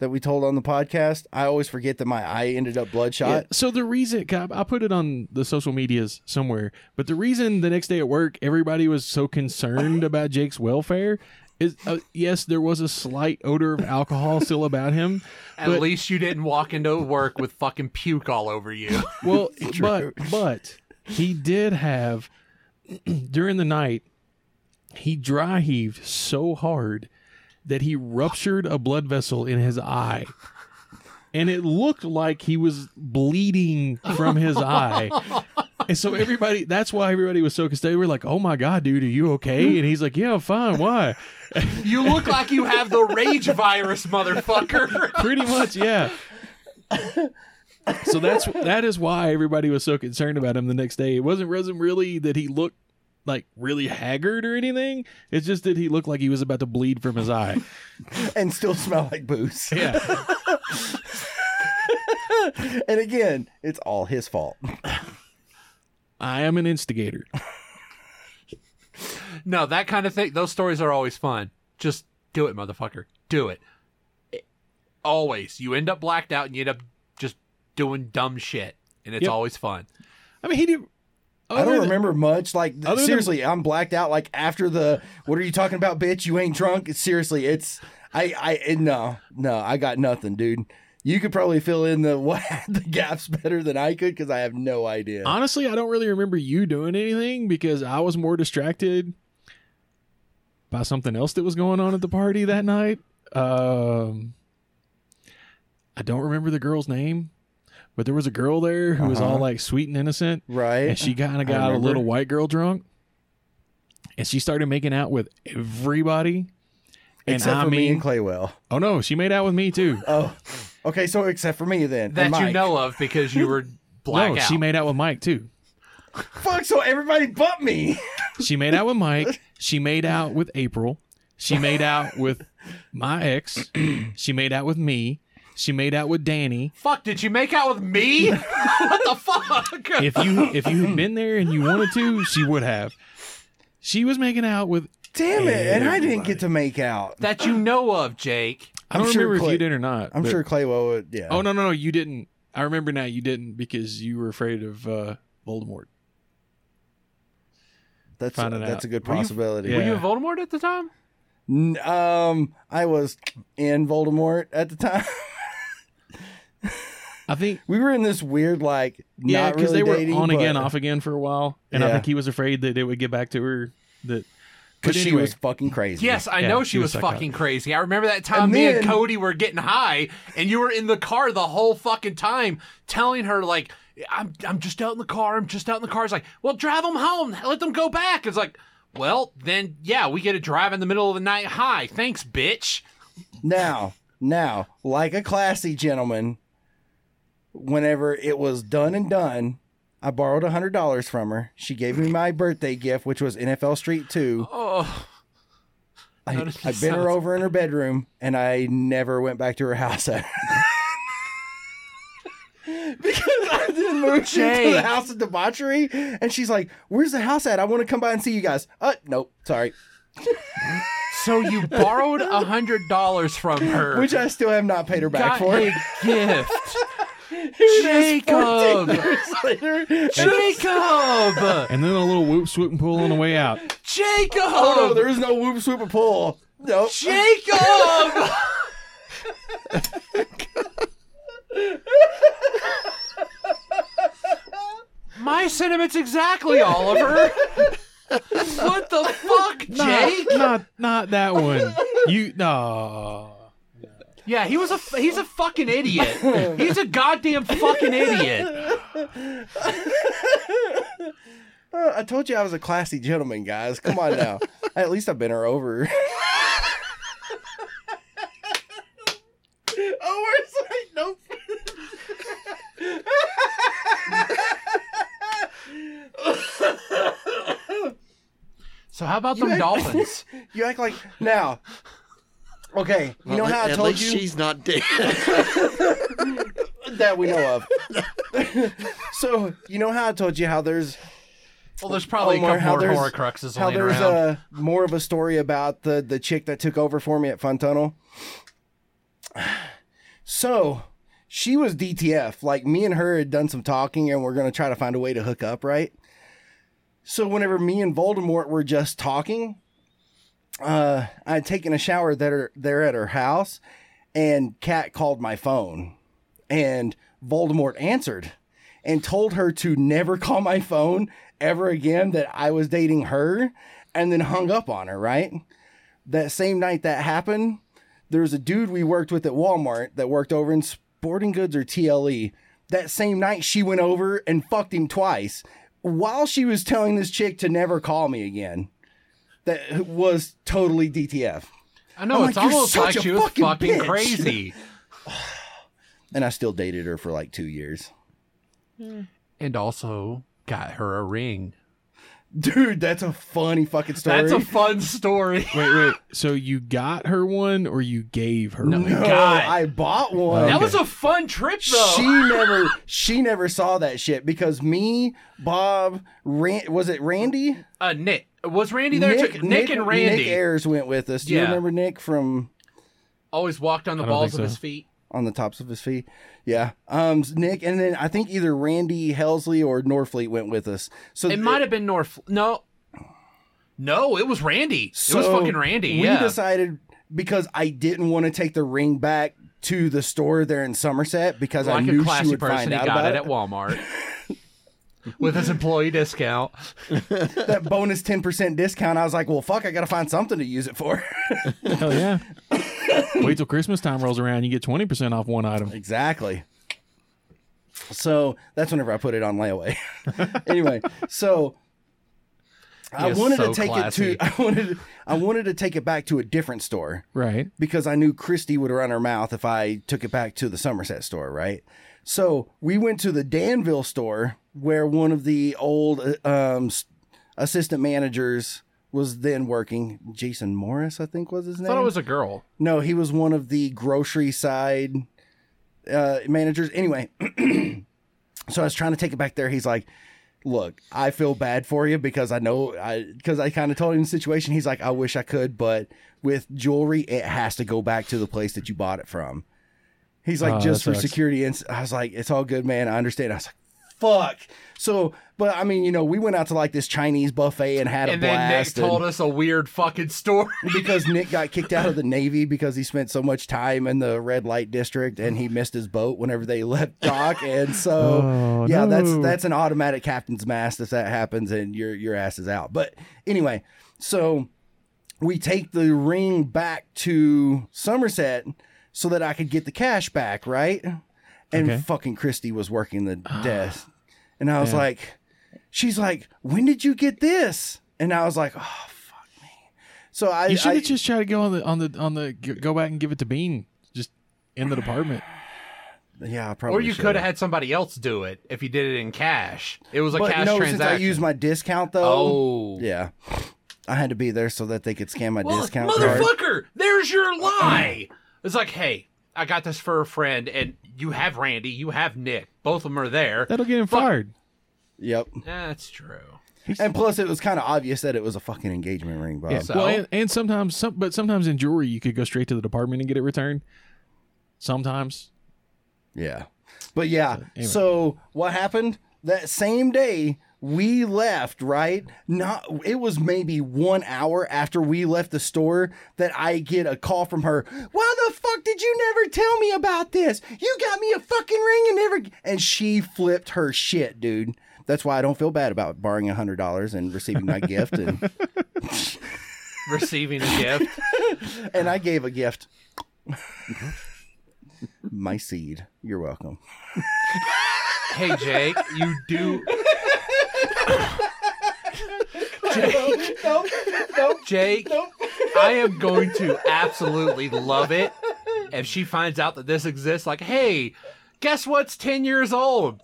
D: that we told on the podcast, I always forget that my eye ended up
B: Yeah,
D: bloodshot.
B: so the reason I, I put it on the social medias somewhere, but the reason the next day at work everybody was so concerned about Jake's welfare is uh, yes, there was a slight odor of alcohol still about him.
A: At
B: But-
A: least you didn't walk into work with fucking puke all over you.
B: Well, but but he did have *clears throat* during the night he dry heaved so hard that he ruptured a blood vessel in his eye. And it looked like he was bleeding from his eye. And so everybody, that's why everybody was so concerned. They were like, oh my God, dude, are you okay? And he's like, yeah, I'm fine. Why?
A: You look like you have the rage virus, motherfucker. *laughs*
B: pretty much yeah so that's that is why everybody was so concerned about him the next day it wasn't wasn't really that he looked like really haggard or anything it's just that he looked like he was about to bleed from his eye
D: and still smell
B: *laughs*
D: like booze.
B: yeah
D: and again, it's all his fault.
B: i am an instigator
A: No, that kind of thing. Those stories are always fun. Just do it, motherfucker. Do it. Always. You end up blacked out and you end up just doing dumb shit. And it's
B: Yep.
A: always fun.
B: i mean he didn't
D: I
B: other
D: don't
B: than-
D: remember much. Like
B: other than-
D: seriously, I'm blacked out. Like after the, what are you talking about, bitch? You ain't drunk. Seriously, it's I I it- no no I got nothing, dude. You could probably fill in the *laughs* what the gaps better than I could because I have no idea.
B: honestly i don't really remember you doing anything because i was more distracted by something else that was going on at the party that night um i don't remember the girl's name but there was a girl there who was all
D: Uh-huh.
B: like sweet and innocent
D: right?
B: and she kind of got a
D: remember.
B: little white girl drunk and she started making out with everybody and
D: except
B: i
D: for
B: mean
D: me and Claywell.
B: oh no she made out with me too
D: *laughs* Oh, okay. So except for me then. and
A: That you
D: Mike.
A: know of because you were
B: no
A: blackout.
B: she made out with mike too
D: Fuck. So everybody but me. *laughs*
B: She made out with Mike. She made out with April. She made out with my ex. She made out with me. She made out with Danny.
A: fuck, did you make out with me? *laughs* what the fuck?
B: If you if you had been there and you wanted to, she would have. She was making out with.
D: Damn it! And I didn't get to make out.
A: that you know of, Jake.
B: I don't
D: I'm sure
B: remember if
D: Clay-
B: you did or not.
D: I'm
B: but-
D: sure Claywell would. Yeah.
B: Oh no no no! You didn't. I remember now you didn't because you were afraid of uh, Voldemort.
F: That's
B: Finding
F: that's
B: out.
F: a good
B: Were you-
F: possibility.
B: Yeah.
A: Were you a Voldemort at the time?
D: N- Um, I was in Voldemort at the time. *laughs*
B: I think
D: we were in this weird like
B: yeah,
D: not
B: because
D: really
B: they were
D: dating,
B: on
D: but-
B: again, off again for a while, and I
D: Yeah.
B: think he was afraid that it would get back to her. That but
D: she
B: anyway.
D: was fucking crazy.
A: Yes, I
B: Yeah,
A: know she,
B: she was
A: was,
B: psychotic.
A: fucking crazy. I remember that time
D: And
A: me and
D: then-
A: Cody were getting high, and you were in the car the whole fucking time, telling her like, "I'm I'm just out in the car. I'm just out in the car." It's like, "Well, drive them home. Let them go back." It's like, "Well, then yeah, we get to drive in the middle of the night high. Thanks, bitch."
D: Now, now, like a classy gentleman, whenever it was done and done, I borrowed a hundred dollars from her. She gave me my birthday gift, which was NFL Street Two.
A: Oh,
D: I,
A: that is-
D: I bent her over in her bedroom, and I never went back to her house. after- *laughs* because I then moved into the
A: Jake.
D: house of debauchery, and she's like, "Where's the house at? I want to come by and see you guys." Uh, nope, sorry.
A: so you borrowed a hundred dollars from her,
D: Which I still have not paid her
A: got
D: back for. *laughs*
A: a gift,
D: It is 14 *laughs*
A: Jacob.
D: years later. *laughs*
A: Jacob,
B: and then a little whoop, swoop, and pull on the way out.
A: Jacob.
D: Oh no, *laughs* there is no whoop swoop and pull. No.
A: Jacob! My sentiments exactly, Oliver. what the
D: *laughs*
A: fuck, Jake?
B: *laughs* Not, not, not that one. You no.
A: Yeah, he was a f- he's a fucking idiot. He's a goddamn fucking idiot.
D: Uh, I told you I was a classy gentleman, guys. Come on
C: *laughs*
D: now. At least I've been her over.
F: Oh, we're sorry. Nope.
A: So how about them
D: You- *laughs*
A: dolphins?
D: You act like now. Okay, you know
C: Well,
D: how I
C: at
D: told
C: least
D: you
C: she's not
D: *laughs*
C: dead.
D: that we know of.
C: *laughs*
D: *laughs* so you know how I told you how there's
A: Well, there's probably
D: Omar,
A: a
D: how
A: couple more
D: there's-
A: Horcruxes
D: how
A: laying
D: there's
A: around.
D: uh more of a story about the the chick that took over for me at Fun Tunnel. *sighs* So she was DTF. Like me and her had done some talking, and we're gonna try to find a way to hook up, right? So whenever me and Voldemort were just talking, uh, I had taken a shower there there at her house, and Kat called my phone, and Voldemort answered and told her to never call my phone ever again that I was dating her and then hung up on her, right? That same night that happened, there was a dude we worked with at Walmart that worked over in Sporting Goods or TLE. That same night she went over and fucked him twice while she was telling this chick to never call me again. That was totally DTF.
A: I know,
D: I'm
A: it's
D: like, "You're
A: almost
D: such
A: like
D: a
A: she was
D: fucking
A: fucking,
D: bitch." *laughs*
A: crazy.
D: And I still dated her for like two years. *laughs*
A: And also got her a ring.
D: Dude, that's a funny fucking story.
A: That's a fun story.
B: Wait, wait. So you got her one, or you gave her
A: No.
B: one?
D: no,
A: God.
D: I bought one.
A: That
B: Okay.
A: was a fun trip, though.
D: She never she never saw that shit because me, Bob, Ran- was it Randy?
A: uh, Nick was Randy there. too? Nick, and Randy
D: Nick Ayers went with us. Do you
A: Yeah.
D: remember Nick from
A: always walked on the
B: I don't
A: balls
B: think
A: of
B: so.
A: his feet.
D: on the tops of his feet? Yeah. Um Nick and then I think either Randy Helsley or Norfleet went with us. So
A: It might have been North. No, no, it was Randy. it was
D: So
A: fucking Randy.
D: We
A: yeah,
D: decided because I didn't want to take the ring back to the store there in Somerset because I
A: like
D: knew
A: a
D: she
A: classy
D: would
A: person,
D: find
A: he
D: out
A: got
D: about
A: it at Walmart
D: *laughs*
A: with his employee discount.
D: that bonus 10% discount. I was like, well, fuck, I got to find something to use it for.
B: *laughs* Hell yeah. Wait till Christmas time rolls around, you get twenty percent off one item.
D: Exactly. So that's whenever I put it on layaway. *laughs* anyway, so I
A: He is
D: wanted
A: so
D: to take
A: classy.
D: it to *laughs* I wanted I wanted to take it back to a different store
B: Right.
D: because I knew Christy would run her mouth if I took it back to the Somerset store, right? So we went to the Danville store where one of the old uh, um, s- assistant managers was then working. Jason Morris, I think, was his
A: I
D: name.
A: thought it was a girl.
D: No, he was one of the grocery side uh, managers. Anyway, *clears throat* so I was trying to take it back there. He's like, "Look, I feel bad for you because I know I because I kind of told him the situation. He's like, I wish I could, but with jewelry, it has to go back to the place that you bought it from." He's like,
B: Oh,
D: just
B: that
D: for
B: sucks.
D: security. And I was like, it's all good, man. I understand. I was like, fuck. So, but I mean, you know, we went out to like this Chinese buffet and had a
A: and then Nick
D: blast. and-
A: told us a weird fucking story.
D: because Nick got kicked out of the Navy because he spent so much time in the red light district and he missed his boat whenever they left dock. And so,
B: Oh,
D: yeah, that's
B: no.
D: that's an automatic captain's mast if that happens and your your ass is out. But anyway, so we take the ring back to Somerset so that I could get the cash back, right? And
B: Okay.
D: fucking Christy was working the desk. And I was
B: Yeah.
D: like, she's like, when did you get this? And I was like, oh, fuck me. So I,
B: You should
D: I-
B: have just tried to go on the on the on the g- go back and give it to Bean, just in the department.
D: yeah, I probably
A: or you
D: should've.
A: could have had somebody else do it if you did it in cash. It was a
D: but
A: cash
D: no, since I
A: transaction.
D: used my discount though,
A: oh.
D: yeah, I had to be there so that they could scan my
A: Well,
D: discount card.
A: motherfucker, there's your lie. It's like, hey, I got this for a friend, and you have Randy, you have Nick. Both of them are there.
B: That'll get him fired.
D: Yep.
A: That's true.
D: And plus, it was kind of obvious that it was a fucking engagement ring, Bob.
B: Yeah.
A: So-
B: Well, and, and sometimes, some, but sometimes in jewelry, you could go straight to the department and get it returned. Sometimes,
D: Yeah. But yeah,
B: anyway.
D: so what happened that same day? We left, right? Not it was maybe one hour after we left the store that I get a call from her. Why the fuck did you never tell me about this? You got me a fucking ring and never and she flipped her shit, dude. That's why I don't feel bad about borrowing a hundred dollars and receiving my gift and
A: Receiving a gift.
D: and I gave a gift. my seed. You're welcome.
A: Hey, Jake, you do. Jake, Jake, I am going to absolutely love it if she finds out that this exists. Like, hey, guess what's ten years old?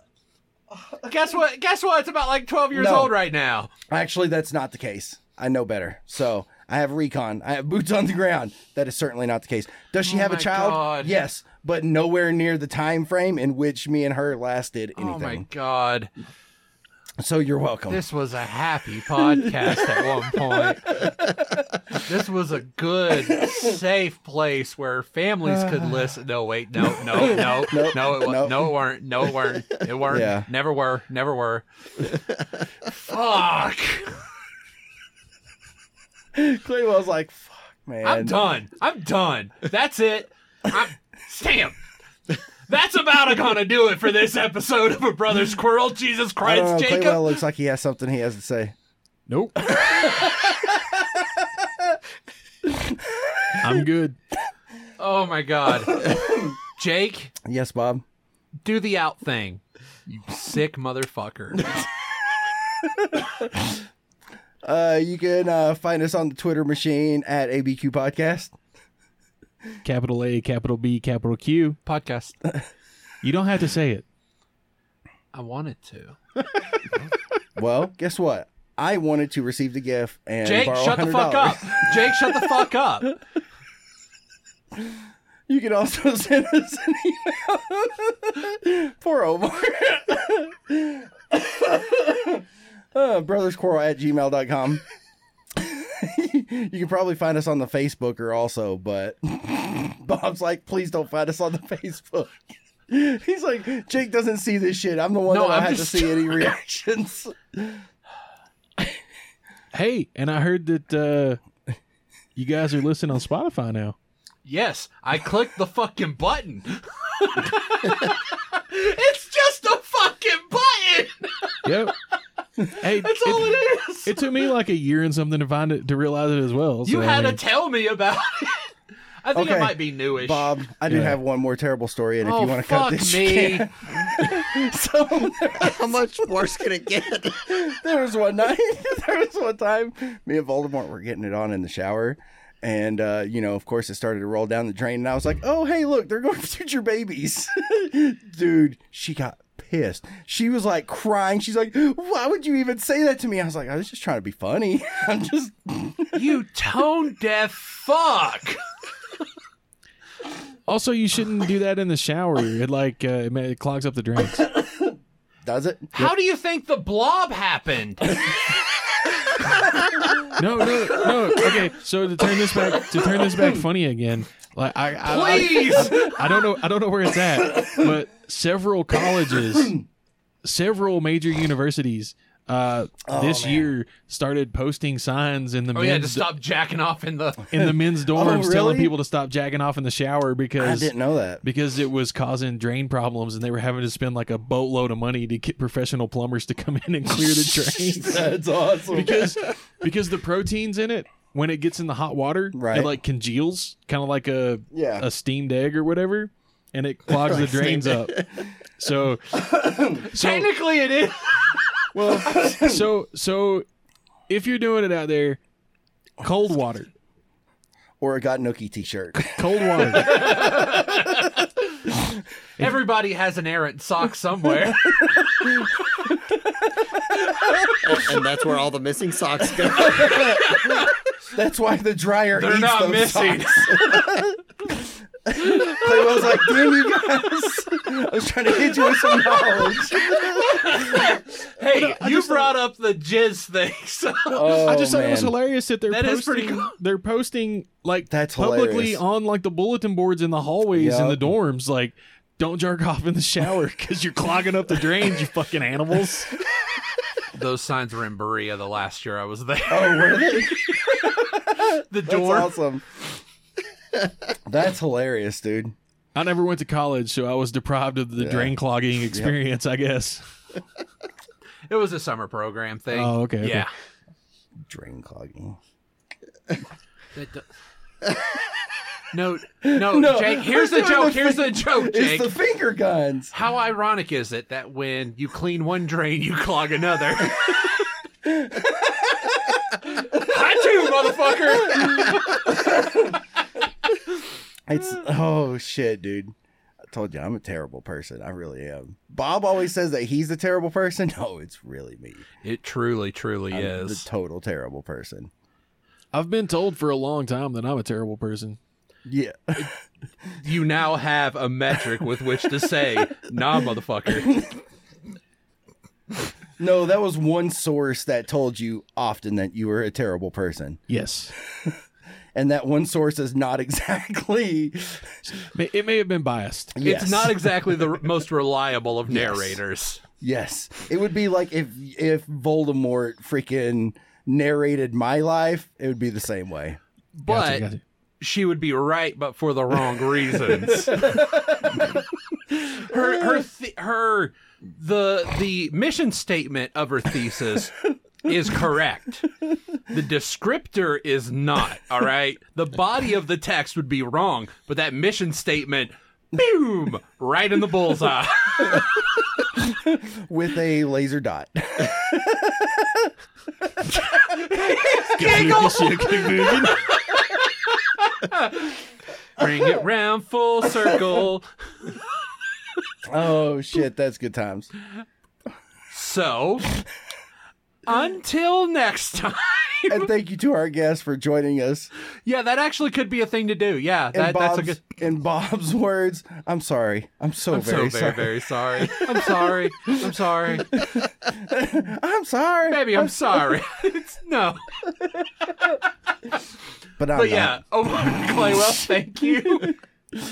A: Guess what? Guess what? It's about like twelve years
D: No.
A: old right now.
D: Actually, that's not the case. I know better. So I have recon. I have boots on the ground. That is certainly not the case. Does she
A: Oh
D: have a
A: my
D: child?
A: God.
D: Yes, but nowhere near the time frame in which me and her last did
A: Oh my
D: anything.
A: god,
D: so you're welcome. *laughs*
A: this was a happy podcast at one point. This was a good, safe place where families
D: *sighs*
A: could listen. No, wait, no, no, no, no, it, wa-
D: *laughs* nope.
A: no, it weren't, no, it weren't, it weren't,
D: Yeah.
A: never were, never were. Fuck,
D: Claywell's like, fuck, man.
A: I'm done. I'm done. That's it. I'm damn. That's about gonna do it for this episode of A Brother Squirrel. Jesus
D: I
A: Christ,
D: don't know.
A: Jacob.
D: Claywell looks like he has something he has to say.
B: nope. *laughs* I'm good.
A: Oh my
D: *laughs*
A: god, Jake.
D: Yes, Bob.
A: do the out thing. You sick motherfucker.
D: Uh, you can uh, find us on the Twitter machine at ABQ Podcast.
B: Capital A, capital B, capital Q.
A: Podcast.
B: You don't have to say it.
A: I wanted to.
D: Well, guess what? I wanted to receive the gift and
A: Jake,
D: borrow
A: shut the fuck
D: $100.
A: up. Jake, shut the fuck up.
D: You can also *laughs* send us an email. *laughs* Poor Omar. uh, brothersquarrel at gmail.com. *laughs* you can probably find us on the Facebooker also, but *laughs* Bob's like, please don't find us on the Facebook. *laughs* He's like, Jake doesn't see this shit. I'm the one
A: No,
D: that don't
A: I'm
D: have
A: just-
D: to
A: *laughs*
D: see any reactions.
B: Hey, and I heard that uh, you guys are listening on Spotify now.
A: Yes, I clicked the fucking button. *laughs* it's just a fucking button.
B: Yep. Hey,
A: That's all
B: it,
A: it is.
B: it took me like a year and something to find it to realize it as well.
A: you
B: so, I
A: had to
B: mean,
A: tell me about it. I think
D: Okay.
A: it might be newish.
D: Bob, I do
B: Yeah.
D: have one more terrible story, and if
A: oh,
D: you want to
A: fuck
D: cut this, you
A: me.
D: can. *laughs*
A: *laughs*
D: so
C: How much worse can it get?
D: there was one night, *laughs* there was one time, me and Voldemort were getting it on in the shower. And, uh, you know, of course, it started to roll down the drain. And I was like, oh, hey, look, they're going *laughs* to future babies. *laughs* Dude, she got pissed. She was like crying. She's like, why would you even say that to me? I was like, I was just trying to be funny. *laughs* I'm just,
A: You tone deaf fuck.
B: Also, you shouldn't do that in the shower. It like uh, it ma- it clogs up the drains.
D: does it?
A: How do you think the blob happened?
B: No, no, no. Okay, so to turn this back to turn this back funny again, like I, I,
A: Please.
B: I don't know I don't know where it's at, but several colleges, several major universities uh this
D: Oh, man.
B: year started posting signs in the
A: Oh
B: men's
A: yeah, to stop jacking off in the
B: in the
D: *laughs*
B: men's dorms telling
D: Oh, really?
B: people to stop jacking off in the shower
D: I
B: because
D: didn't
B: *laughs*
D: know that.
B: because it was causing drain problems and they were having to spend like a boatload of money to get professional plumbers to come in and clear the
D: *laughs*
B: drains
D: That's awesome.
B: because because the proteins in it when it gets in the hot water
D: Right.
B: it like congeals kind of like a
D: Yeah.
B: a steamed egg or whatever and
D: *laughs*
B: it clogs the drains up
D: *coughs*
B: so so
A: technically it is.
B: well so so if you're doing it out there cold water
D: *laughs* or a got nookie t-shirt. *laughs*
B: cold water
A: Everybody has an errant sock somewhere.
C: and, and that's where all the missing socks
D: *laughs*
C: go.
D: That's why the dryer
A: *laughs* They're
D: eats
A: not
D: those
A: missing.
D: socks. *laughs* Clay was like, "Damn you guys! *laughs* I was trying to hit you with some knowledge."
A: *laughs* hey, you brought up the jizz thing. *laughs* So.
D: Oh,
B: i just thought it was hilarious that they're
A: That
B: posting,
A: is pretty cool.
B: they're posting like
D: That's
B: publicly
D: hilarious.
B: on like the bulletin boards in the hallways in the
D: Yup.
B: dorms like don't jerk off in the shower because you're clogging up the drains you fucking
D: *laughs*
B: animals
A: Those signs were in Berea the last year I was there.
D: Oh, were they?
A: *laughs* the
D: *laughs* That's
A: door.
D: awesome.
B: *laughs*
D: That's hilarious, dude.
B: I never went to college, so I was deprived of the
D: Yeah.
B: drain clogging experience, I guess.
A: It was a summer program thing.
B: Oh, okay, okay.
A: Yeah.
D: Drain clogging.
A: That do-
D: *laughs*
A: no, no,
D: No,
A: Jake. Here's the
D: it's not
A: joke.
D: the
A: Here's
D: thing.
A: the joke, Jake.
D: It's the finger guns.
A: How ironic is it that when you clean one drain, you clog another?
D: *laughs*
A: I
D: *laughs*
A: too, motherfucker. *laughs*
D: It's oh shit, dude. I told you I'm a terrible person. I really am. Bob always says that he's the terrible person. *laughs* No, it's really me.
A: It truly, truly
D: I'm the
A: is.
D: total terrible person.
B: I've been told for a long time that I'm a terrible person.
D: Yeah.
A: you now have a metric with which to say, "Nah,
B: *laughs*
A: motherfucker."
D: *laughs* No, that was one source that told you often that you were a terrible person.
B: Yes.
D: And that one source is not *laughs* exactly
B: May- It may have been biased.
D: Yes.
A: It's not exactly the r- most reliable of narrators.
D: Yes. It would be like if if Voldemort freaking narrated my life, it would be the same way.
A: But
B: Gotcha, gotcha.
A: she would be right, but for the wrong
B: *laughs*
A: reasons. her her th- her the the mission statement of her thesis is correct. The descriptor is not. All right, the body of the text would be wrong, but that mission statement, boom, right in the bullseye.
D: With a
A: *laughs*
D: laser dot.
C: *laughs*
A: Bring it round full circle.
D: oh *laughs* shit, that's good times.
A: So, until next time. *laughs*
D: And thank you to our guests for joining us.
A: Yeah, that actually could be a thing to do. Yeah,
D: In,
A: that,
D: Bob's,
A: that's a good.
D: in Bob's words, I'm sorry. I'm so
A: I'm
D: very
A: so very,
D: sorry.
A: very sorry. I'm sorry. I'm sorry.
D: I'm sorry.
A: Baby, I'm sorry. *laughs* It's, no.
D: But I'm
A: But
D: not.
A: yeah, oh, *laughs* Claywell, thank you.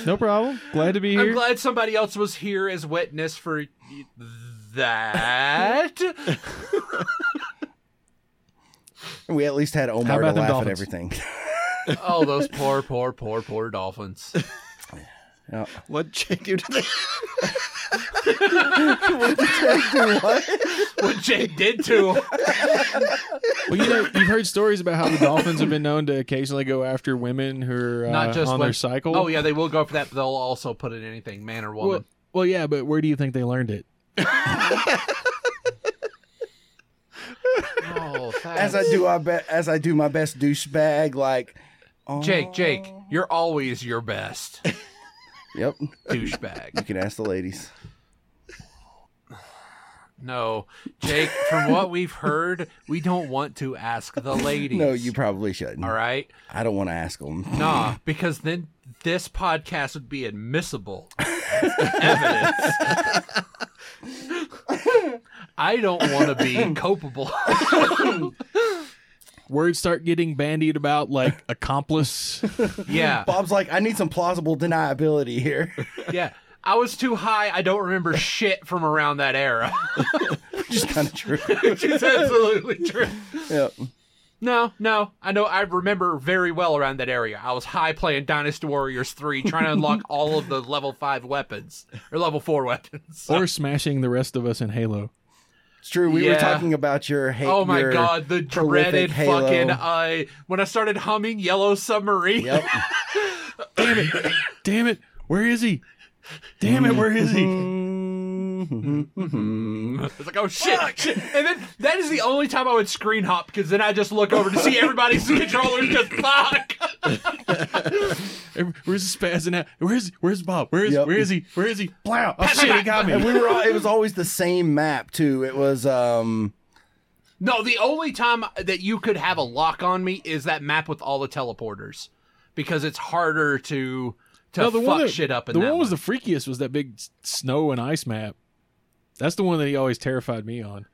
B: No problem. Glad to be
A: I'm
B: here.
A: glad somebody else was here as witness for that.
D: We at least had Omar to
B: about
D: laugh
B: them
D: at
B: dolphins?
D: everything. *laughs*
A: Oh, those poor, poor, poor, poor dolphins. *laughs*
C: What Jake do to the
A: What Jake did to 'em.
B: Well, you know, you've heard stories about how the dolphins have been known to occasionally go after women who are uh,
A: Not just
B: on
A: when-
B: their cycle.
A: Oh, yeah, they will go for that, but they'll also put in anything, man or woman.
B: Well, well, yeah, but where do you think they learned it?
A: Oh,
D: as
A: thanks.
D: I do, I be- as I do my best douchebag. Like,
A: Jake, Jake, you're always your best
D: yep, you
A: douchebag.
D: can ask the ladies.
A: No, Jake, from what we've heard, we don't want to ask the ladies.
D: No, you probably shouldn't.
A: All right?
D: I don't want to ask them.
A: Nah, because then this podcast would be admissible as evidence. I don't want to be culpable.
B: words start getting bandied about *laughs* like accomplice.
A: *laughs* Yeah.
D: Bob's like, I need some plausible deniability here. *laughs*
A: Yeah. I was too high. I don't remember shit from around that era. *laughs*
D: Just kind of true.
A: Which is absolutely true.
D: Yep.
A: No, no. I know I remember very well around that area. I was high playing Dynasty Warriors 3 trying to
B: *laughs*
A: unlock all of the level 5 weapons or level 4 weapons.
B: or smashing the rest of us in Halo.
D: It's true. We were
A: Yeah.
D: talking about your
A: *laughs*
D: hate.
A: oh my
D: your-
A: god, the
D: prolific
A: dreaded
D: Halo.
A: fucking uh when I started humming Yellow Submarine.
D: Yep.
B: Damn it! Damn it! Where is he? Damn it! Where is *laughs* he?
A: *laughs*
D: Mm-hmm.
A: It's like, oh shit, shit. *laughs* And then that is the only time I would screen hop because then I just look over to see everybody's controllers just
B: *laughs*
A: fuck.
B: Where's the spazzing out? Where's Where's Bob? Where is
D: Yep.
B: Where is he? Where is he? Blow! Oh shit! He got
D: And
B: me.
D: we were all, it was always the same map too. It was um
A: No, the only time that you could have a lock on me is that map with all the teleporters because it's harder to to
B: No,
A: fuck
B: one that-
A: shit up. In
B: the
A: that
B: one was the freakiest. Was that big s- snow and ice map? That's the one that he always terrified me on.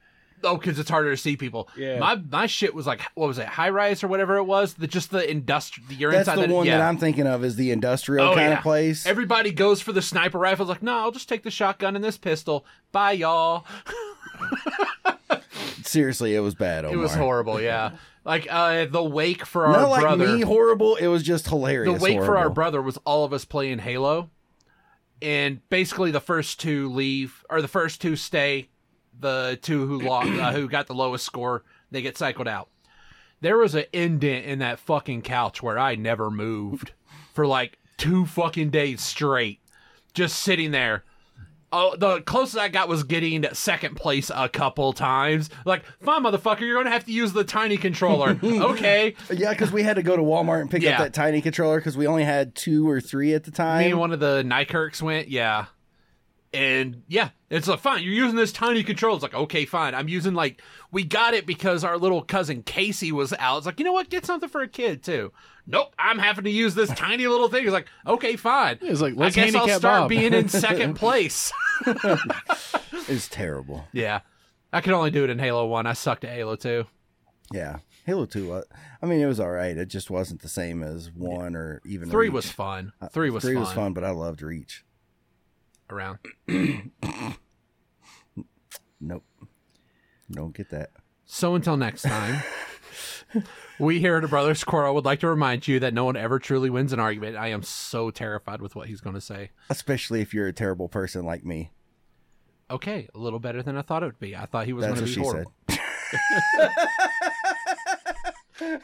A: oh, because it's harder to see people.
B: Yeah.
A: my my shit was like what was it, high rise or whatever it was. The just the industrial. You're
D: that's
A: inside
D: the one
A: yeah.
D: that I'm thinking of is the industrial
A: Oh,
D: kind
A: yeah.
D: of place.
A: Everybody goes for the sniper rifle. It's like, no, I'll just take the shotgun and this pistol. Bye, y'all.
D: Oh Seriously, it was bad. Omar.
A: It was horrible, yeah. Like uh, the wake for our
D: Not like
A: brother.
D: me horrible. It was just
A: the
D: hilarious.
A: wake for our
D: horrible.
A: brother was all of us playing Halo, and basically the first two leave or the first two stay. The two who lo- uh, who got the lowest score, they get cycled out. There was an indent in that fucking couch where I never moved for like two fucking days straight, just sitting there. Oh, the closest I got was getting second place a couple times. Like, fine, motherfucker, you're gonna have to use the tiny
D: *laughs*
A: controller. okay,
D: Yeah, because we had to go to Walmart and pick
A: Yeah.
D: up that tiny controller because we only had two or three at the time.
A: me and one of the Nykerks went, yeah. And yeah, it's like fine. You're using this tiny control. It's like okay, fine. I'm using like we got it because our little cousin Casey was out. It's like you know what, get something for a kid too. Nope, I'm having to use this tiny little thing. It's like okay, fine.
B: It's like, let's
A: I guess I'll
B: handicap
A: start
B: Bob.
A: being in second place.
D: It's terrible.
A: yeah, I could only do it in Halo One. I sucked at Halo Two.
D: Yeah. Halo 2, uh, I mean, it was all right. It just wasn't the same as 1 or even
A: Three
D: Reach.
A: was fun.
D: Uh,
A: Three was
D: 3
A: fun.
D: was fun, but I loved Reach.
A: Around.
D: Nope. Don't get that.
A: So until next time, we here at a Brothers Quarrel would like to remind you that no one ever truly wins an argument. I am so terrified with what he's going to say.
D: Especially if you're a terrible person like me.
A: Okay, a little better than I thought it would be. I thought he was going
D: That's
A: to
D: what
A: be
D: she
A: horrible.
D: said.